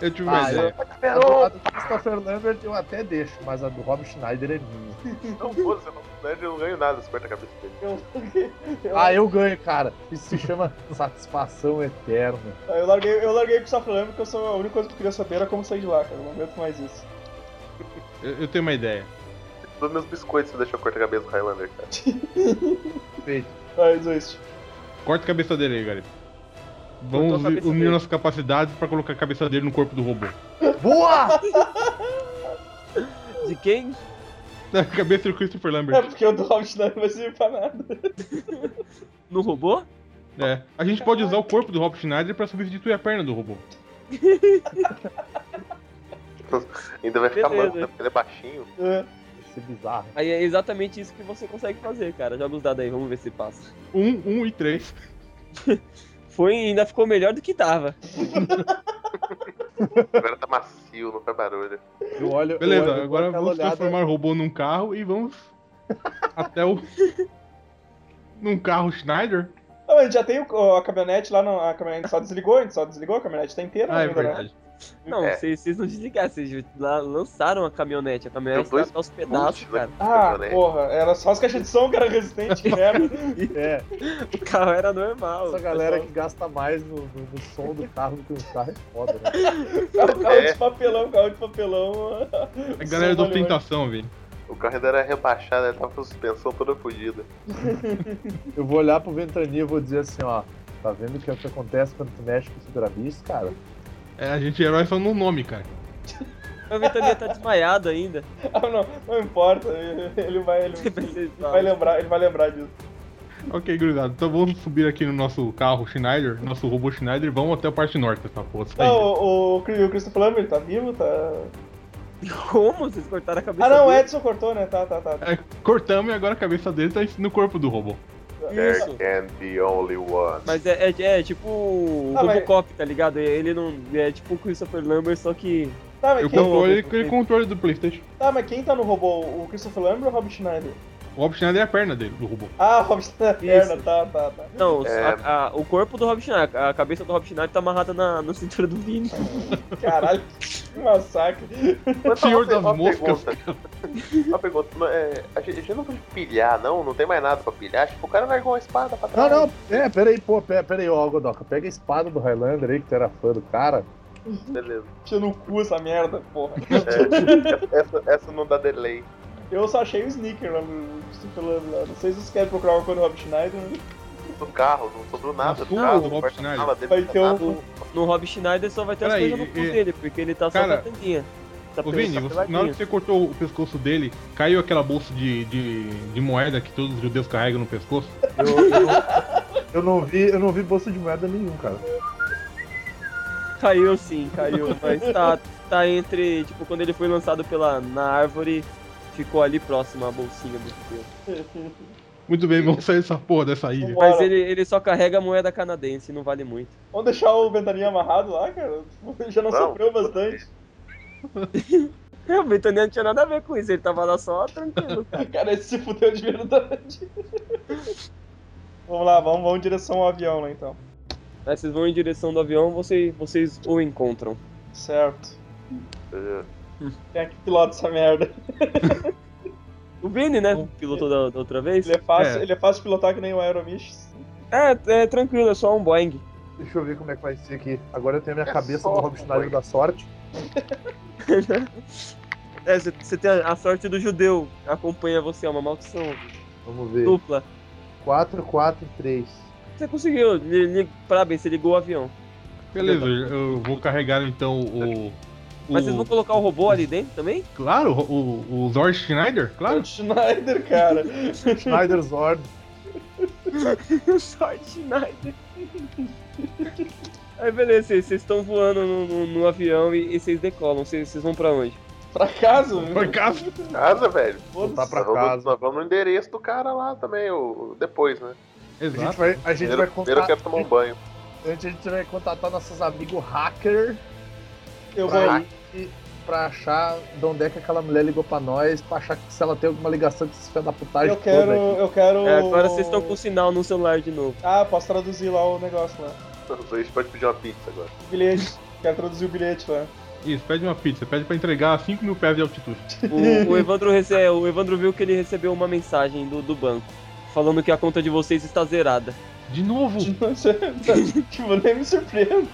Speaker 7: Eu tive uma
Speaker 8: Ah,
Speaker 7: ideia.
Speaker 4: É
Speaker 8: A do, a do Christopher Lambert eu até deixo, mas a do Rob Schneider é minha.
Speaker 4: Não, foda-se, eu não, eu não ganho nada se corta a cabeça dele.
Speaker 5: eu, eu-
Speaker 8: Ah, eu ganho, cara. Isso se chama satisfação eterna.
Speaker 5: Aí Eu larguei, eu larguei com o Safran porque eu sou, a única coisa que eu queria saber era como sair de lá, cara. Eu não aguento mais isso.
Speaker 7: Eu, eu tenho uma ideia.
Speaker 4: Todos meus biscoitos você deixou cortar a cabeça do Highlander, cara.
Speaker 5: Aí, Zwist.
Speaker 7: Corta a cabeça dele aí, galera.
Speaker 3: Cortou
Speaker 7: Vamos
Speaker 3: a cabeça
Speaker 7: unir
Speaker 3: dele.
Speaker 7: nossas capacidades pra colocar a cabeça dele no corpo do robô.
Speaker 8: Boa!
Speaker 3: De quem?
Speaker 7: Na cabeça do Christopher
Speaker 5: É
Speaker 7: Lambert.
Speaker 5: porque o do Hobbit não vai servir pra nada.
Speaker 3: No robô?
Speaker 7: É. A gente pode usar o corpo do Rob Schneider pra substituir a perna do robô.
Speaker 4: Ainda vai ficar
Speaker 3: Beleza.
Speaker 4: manco, né? Porque ele é baixinho.
Speaker 5: É.
Speaker 8: Isso é bizarro.
Speaker 3: Aí é exatamente isso que você consegue fazer, cara. Joga os dados aí, vamos ver se passa.
Speaker 7: Um, um e três.
Speaker 3: Foi e ainda ficou melhor do que tava.
Speaker 4: Agora tá macio, não faz barulho.
Speaker 8: Eu olho, eu olho, eu
Speaker 7: Beleza,
Speaker 8: dou
Speaker 7: agora
Speaker 8: aquela
Speaker 7: vamos
Speaker 8: olhada-
Speaker 7: transformar o robô num carro e vamos até o. num carro Schneider?
Speaker 5: Não, a gente Ah, já tem o- ó, a caminhonete lá, não, a caminhonete só desligou, a gente só desligou, a caminhonete tá inteira
Speaker 7: Ah, é
Speaker 5: ainda,
Speaker 7: verdade.
Speaker 3: Não,
Speaker 4: É.
Speaker 3: vocês vocês não desligaram, vocês lá lançaram a caminhonete. A caminhonete
Speaker 4: Deu dois
Speaker 3: tá aos pedaços,
Speaker 4: chutes, né?
Speaker 3: cara.
Speaker 5: Ah,
Speaker 4: Caminhonete.
Speaker 5: porra, era só as caixas de som que era resistente, que merda.
Speaker 8: É,
Speaker 3: O carro era normal.
Speaker 8: essa galera que gasta mais no, no- no som do carro do que no carro é foda, né?
Speaker 5: Carro, É carro de papelão, carro de papelão.
Speaker 7: A galera da
Speaker 5: do
Speaker 7: ostentação, Vini.
Speaker 4: O carro ainda era rebaixado, ele tava com a suspensão toda fodida.
Speaker 8: Eu vou olhar pro Ventania e vou dizer assim, ó. Tá vendo que é o que acontece quando tu mexe com os Drabis, cara?
Speaker 7: É, a gente é herói só no nome, cara.
Speaker 3: A Ventania tá desmaiado ainda.
Speaker 5: Ah, não, não importa. Ele vai, ele, ele vai lembrar, ele vai lembrar disso.
Speaker 7: Ok, gurizada. Então vamos subir aqui no nosso carro Schneider, nosso robô Schneider, e vamos até a parte norte dessa porra. dessa
Speaker 5: Não,
Speaker 7: ilha.
Speaker 5: o, o, o Christopher Lambert tá vivo? Tá...
Speaker 3: Como? Vocês cortaram a
Speaker 7: tá
Speaker 3: cabeça
Speaker 5: Ah, não, o
Speaker 3: dele?
Speaker 5: Edson cortou, né? Tá, tá, tá.
Speaker 7: É, cortamos e agora a cabeça dele tá no corpo do robô.
Speaker 4: There
Speaker 3: Isso.
Speaker 4: can be only one.
Speaker 3: Mas é, é, é tipo o
Speaker 5: Ah, mas-
Speaker 3: Robocop, tá ligado? Ele não. É tipo o Christopher Lambert, só que.
Speaker 5: Tá, mas
Speaker 7: Eu
Speaker 5: quem,
Speaker 7: controle ele ele é controle do Playstation.
Speaker 5: tá, mas quem tá no robô? O Christopher Lambert ou o Rob Schneider?
Speaker 7: O Rob Schneider é a perna dele, do robô.
Speaker 5: Ah, o Rob Schneider, tá, tá, tá.
Speaker 3: Não,
Speaker 4: É.
Speaker 3: a- a- o corpo do Rob Schneider, a cabeça do Rob Schneider tá amarrada na, na cintura do Vini.
Speaker 5: Caralho, que massacre.
Speaker 4: Mas só
Speaker 7: Senhor
Speaker 4: uma-
Speaker 7: das
Speaker 4: uma
Speaker 7: moscas.
Speaker 4: pergunta. Uma pergunta, não, é, a, gente, a gente não pode pilhar, não? Não tem mais nada pra pilhar? Tipo, o cara largou uma espada pra
Speaker 8: Não,
Speaker 4: trás.
Speaker 8: não, é, peraí, pô, pera, peraí, ó, Godoka, pega a espada do Highlander aí, que tu era fã do cara.
Speaker 4: Beleza.
Speaker 5: Tira no cu essa merda, porra.
Speaker 4: É, essa, essa não dá delay.
Speaker 5: Eu só achei o Sneaker lá no Christopher Lambert. lá. Não sei se vocês querem procurar uma coisa do Rob Schneider. né?
Speaker 4: Do carro, não sobrou nada.
Speaker 7: Mas
Speaker 4: Do
Speaker 7: tu,
Speaker 4: carro,
Speaker 7: Rob
Speaker 4: do quarto
Speaker 7: Schneider.
Speaker 4: sala dele,
Speaker 5: Vai
Speaker 4: não tá
Speaker 5: ter um-
Speaker 4: nada.
Speaker 3: No Rob Schneider só vai ter as
Speaker 7: Peraí,
Speaker 3: coisas no cu
Speaker 7: e-
Speaker 3: dele, porque ele tá só
Speaker 7: Cara,
Speaker 3: na tanguinha. Tá
Speaker 7: Ô
Speaker 3: pe-
Speaker 7: Vini,
Speaker 3: tá
Speaker 7: você, na hora
Speaker 3: peladinho.
Speaker 7: que você cortou o pescoço dele, caiu aquela bolsa de, de, de moeda que todos os judeus carregam no pescoço?
Speaker 6: Eu, eu não, eu não vi, eu não vi bolsa de moeda nenhum, cara.
Speaker 3: Caiu sim, caiu. Mas tá, tá entre. Tipo, quando ele foi lançado pela, na árvore, ficou ali próximo a bolsinha do judeu.
Speaker 7: Muito bem, vamos sair dessa porra dessa ilha.
Speaker 3: Mas
Speaker 5: Bora.
Speaker 3: ele, ele só carrega a moeda canadense, não vale muito.
Speaker 5: Vamos deixar o Ventaninha amarrado lá, cara? Ele já não,
Speaker 4: Não.
Speaker 5: sofreu bastante.
Speaker 3: É, O Ventania não tinha nada a ver com isso, ele tava lá só tranquilo.
Speaker 5: Cara, esse se fudeu de verdade. vamos lá, vamos, vamos em direção ao avião lá então.
Speaker 3: Aí Né, vocês vão em direção do avião, vocês, vocês o encontram.
Speaker 5: Certo.
Speaker 4: É.
Speaker 5: Quem é que pilota essa merda?
Speaker 3: O Vini, né? O piloto da, da outra vez.
Speaker 5: Ele é fácil,
Speaker 7: É.
Speaker 5: ele é fácil de pilotar que nem o Aeromish.
Speaker 3: É, é tranquilo, é só um Boeing.
Speaker 6: Deixa eu ver como é que vai ser aqui. Agora eu tenho a minha
Speaker 4: É
Speaker 6: cabeça
Speaker 4: só
Speaker 6: do Rob Schneider
Speaker 4: uma
Speaker 6: da sorte.
Speaker 3: É, você- você tem a, a sorte do judeu, acompanha você, é uma maldição
Speaker 6: Vamos ver.
Speaker 3: dupla.
Speaker 6: 4, 4, 3.
Speaker 3: Você conseguiu, li, li, parabéns, você ligou o avião.
Speaker 7: Beleza, eu vou carregar então o. o-
Speaker 3: Mas vocês vão colocar o robô ali dentro também?
Speaker 7: Claro, o, o Zord Schneider, claro.
Speaker 5: Schneider, cara.
Speaker 6: Schneider Zord.
Speaker 3: sorte, Schneider. Aí beleza, vocês vocês estão voando no, no- no avião e, e vocês decolam. Vocês vocês vão pra onde?
Speaker 5: Fracasso?
Speaker 7: Por acaso,
Speaker 4: Casa, velho.
Speaker 5: Tá
Speaker 6: Voltar pra
Speaker 4: Nós vamos-
Speaker 6: casa.
Speaker 4: Nós vamos no endereço do cara lá também, o, depois, né?
Speaker 6: A gente
Speaker 7: Exato.
Speaker 6: vai, a gente
Speaker 4: Primeiro,
Speaker 6: vai
Speaker 4: primeiro eu
Speaker 6: contatar.
Speaker 4: quero tomar um banho.
Speaker 6: Antes a gente vai contatar nossos amigos hacker
Speaker 5: Eu vou.
Speaker 6: pra, ir- pra achar de onde é que aquela mulher ligou pra nós, pra achar que se ela tem alguma ligação com esses filhos da putagem
Speaker 5: Eu quero.
Speaker 6: toda aí.
Speaker 5: Eu quero.
Speaker 3: É, agora vocês estão com o sinal no celular de novo.
Speaker 5: Ah, posso traduzir lá o negócio lá.
Speaker 4: A gente pode pedir uma pizza agora.
Speaker 5: O bilhete. Quero traduzir o bilhete lá.
Speaker 7: Isso, pede uma pizza, pede pra entregar a 5 mil pés de altitude.
Speaker 3: O, o Evandro rece- o Evandro viu que ele recebeu uma mensagem do, do banco falando que a conta de vocês está zerada.
Speaker 7: De novo!
Speaker 5: tipo, nem me surpreendo.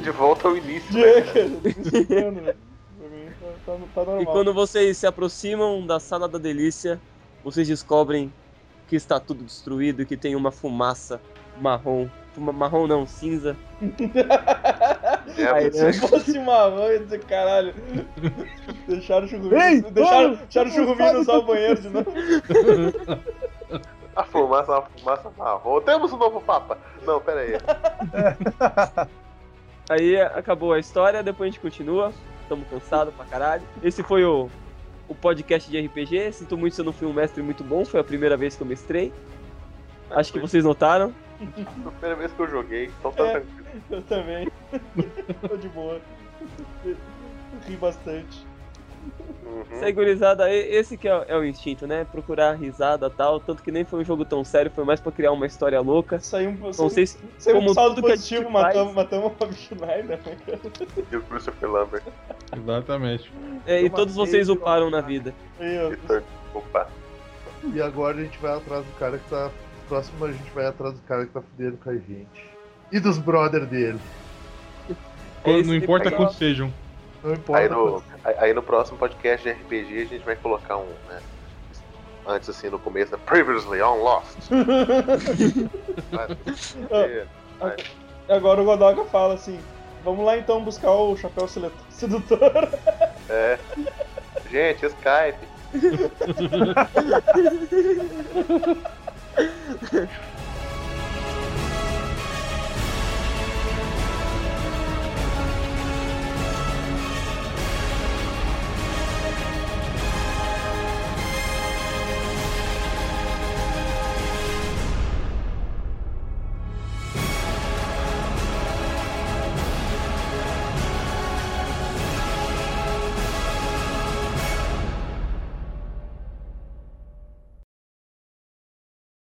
Speaker 4: De volta ao início, né?
Speaker 5: É, cara, nem me surpreendo, né? Pra mim tá, tá- tá normal.
Speaker 3: E quando vocês se aproximam da sala da delícia, vocês descobrem que está tudo destruído e que tem uma fumaça marrom. Fuma- marrom não, cinza.
Speaker 4: É,
Speaker 5: Se fosse marrom, eu ia dizer, caralho. Deixaram o churrumino. Deixaram, deixaram o churrumino usar o banheiro de novo.
Speaker 4: a fumaça, a fumaça marrom. Temos um novo papa. Não, pera aí. É
Speaker 3: Aí acabou a história, depois a gente continua. Estamos cansados pra caralho. Esse foi o, o podcast de RPG. Sinto muito se eu não fui um mestre muito bom, foi a primeira vez que eu mestrei. Acho que vocês notaram.
Speaker 4: Foi a primeira vez que eu joguei, então tá
Speaker 5: É.
Speaker 4: tranquilo.
Speaker 5: Eu também. Tô de boa. Ri bastante.
Speaker 4: Uhum.
Speaker 3: Isso aí, gurizada, e- esse que é, o- é o instinto, né? Procurar risada e tal. Tanto que nem foi um jogo tão sério, foi mais pra criar uma história louca.
Speaker 5: Saiu um,
Speaker 3: Não
Speaker 5: saiu,
Speaker 3: sei se.
Speaker 5: saiu um
Speaker 3: como
Speaker 5: saldo
Speaker 3: tudo que a
Speaker 5: positivo,
Speaker 3: gente
Speaker 5: matamos,
Speaker 3: faz.
Speaker 5: matamos o Rob Schneider, né, cara?
Speaker 4: E o Christopher Lambert.
Speaker 7: Exatamente.
Speaker 3: é, e
Speaker 6: uma
Speaker 3: todos
Speaker 6: vez
Speaker 3: vocês
Speaker 6: eu-
Speaker 3: uparam na vida.
Speaker 5: Meu,
Speaker 4: Vitor, Opa.
Speaker 6: E agora a gente vai atrás do cara que tá. Próximo a gente vai atrás do cara que tá fudendo com a gente. E dos brother dele.
Speaker 3: É esse
Speaker 7: não
Speaker 3: tipo
Speaker 7: importa
Speaker 3: de-
Speaker 7: quantos sejam.
Speaker 6: Não
Speaker 4: Aí
Speaker 6: importa.
Speaker 4: no, aí- aí no próximo podcast de RPG a gente vai colocar um, né? Antes assim, no começo, né? Previously on Lost. Sabe? Porque personagem.
Speaker 5: Ah, E agora o Godoka fala assim: vamos lá então buscar o chapéu sele- sedutor.
Speaker 4: É. Gente, Skype.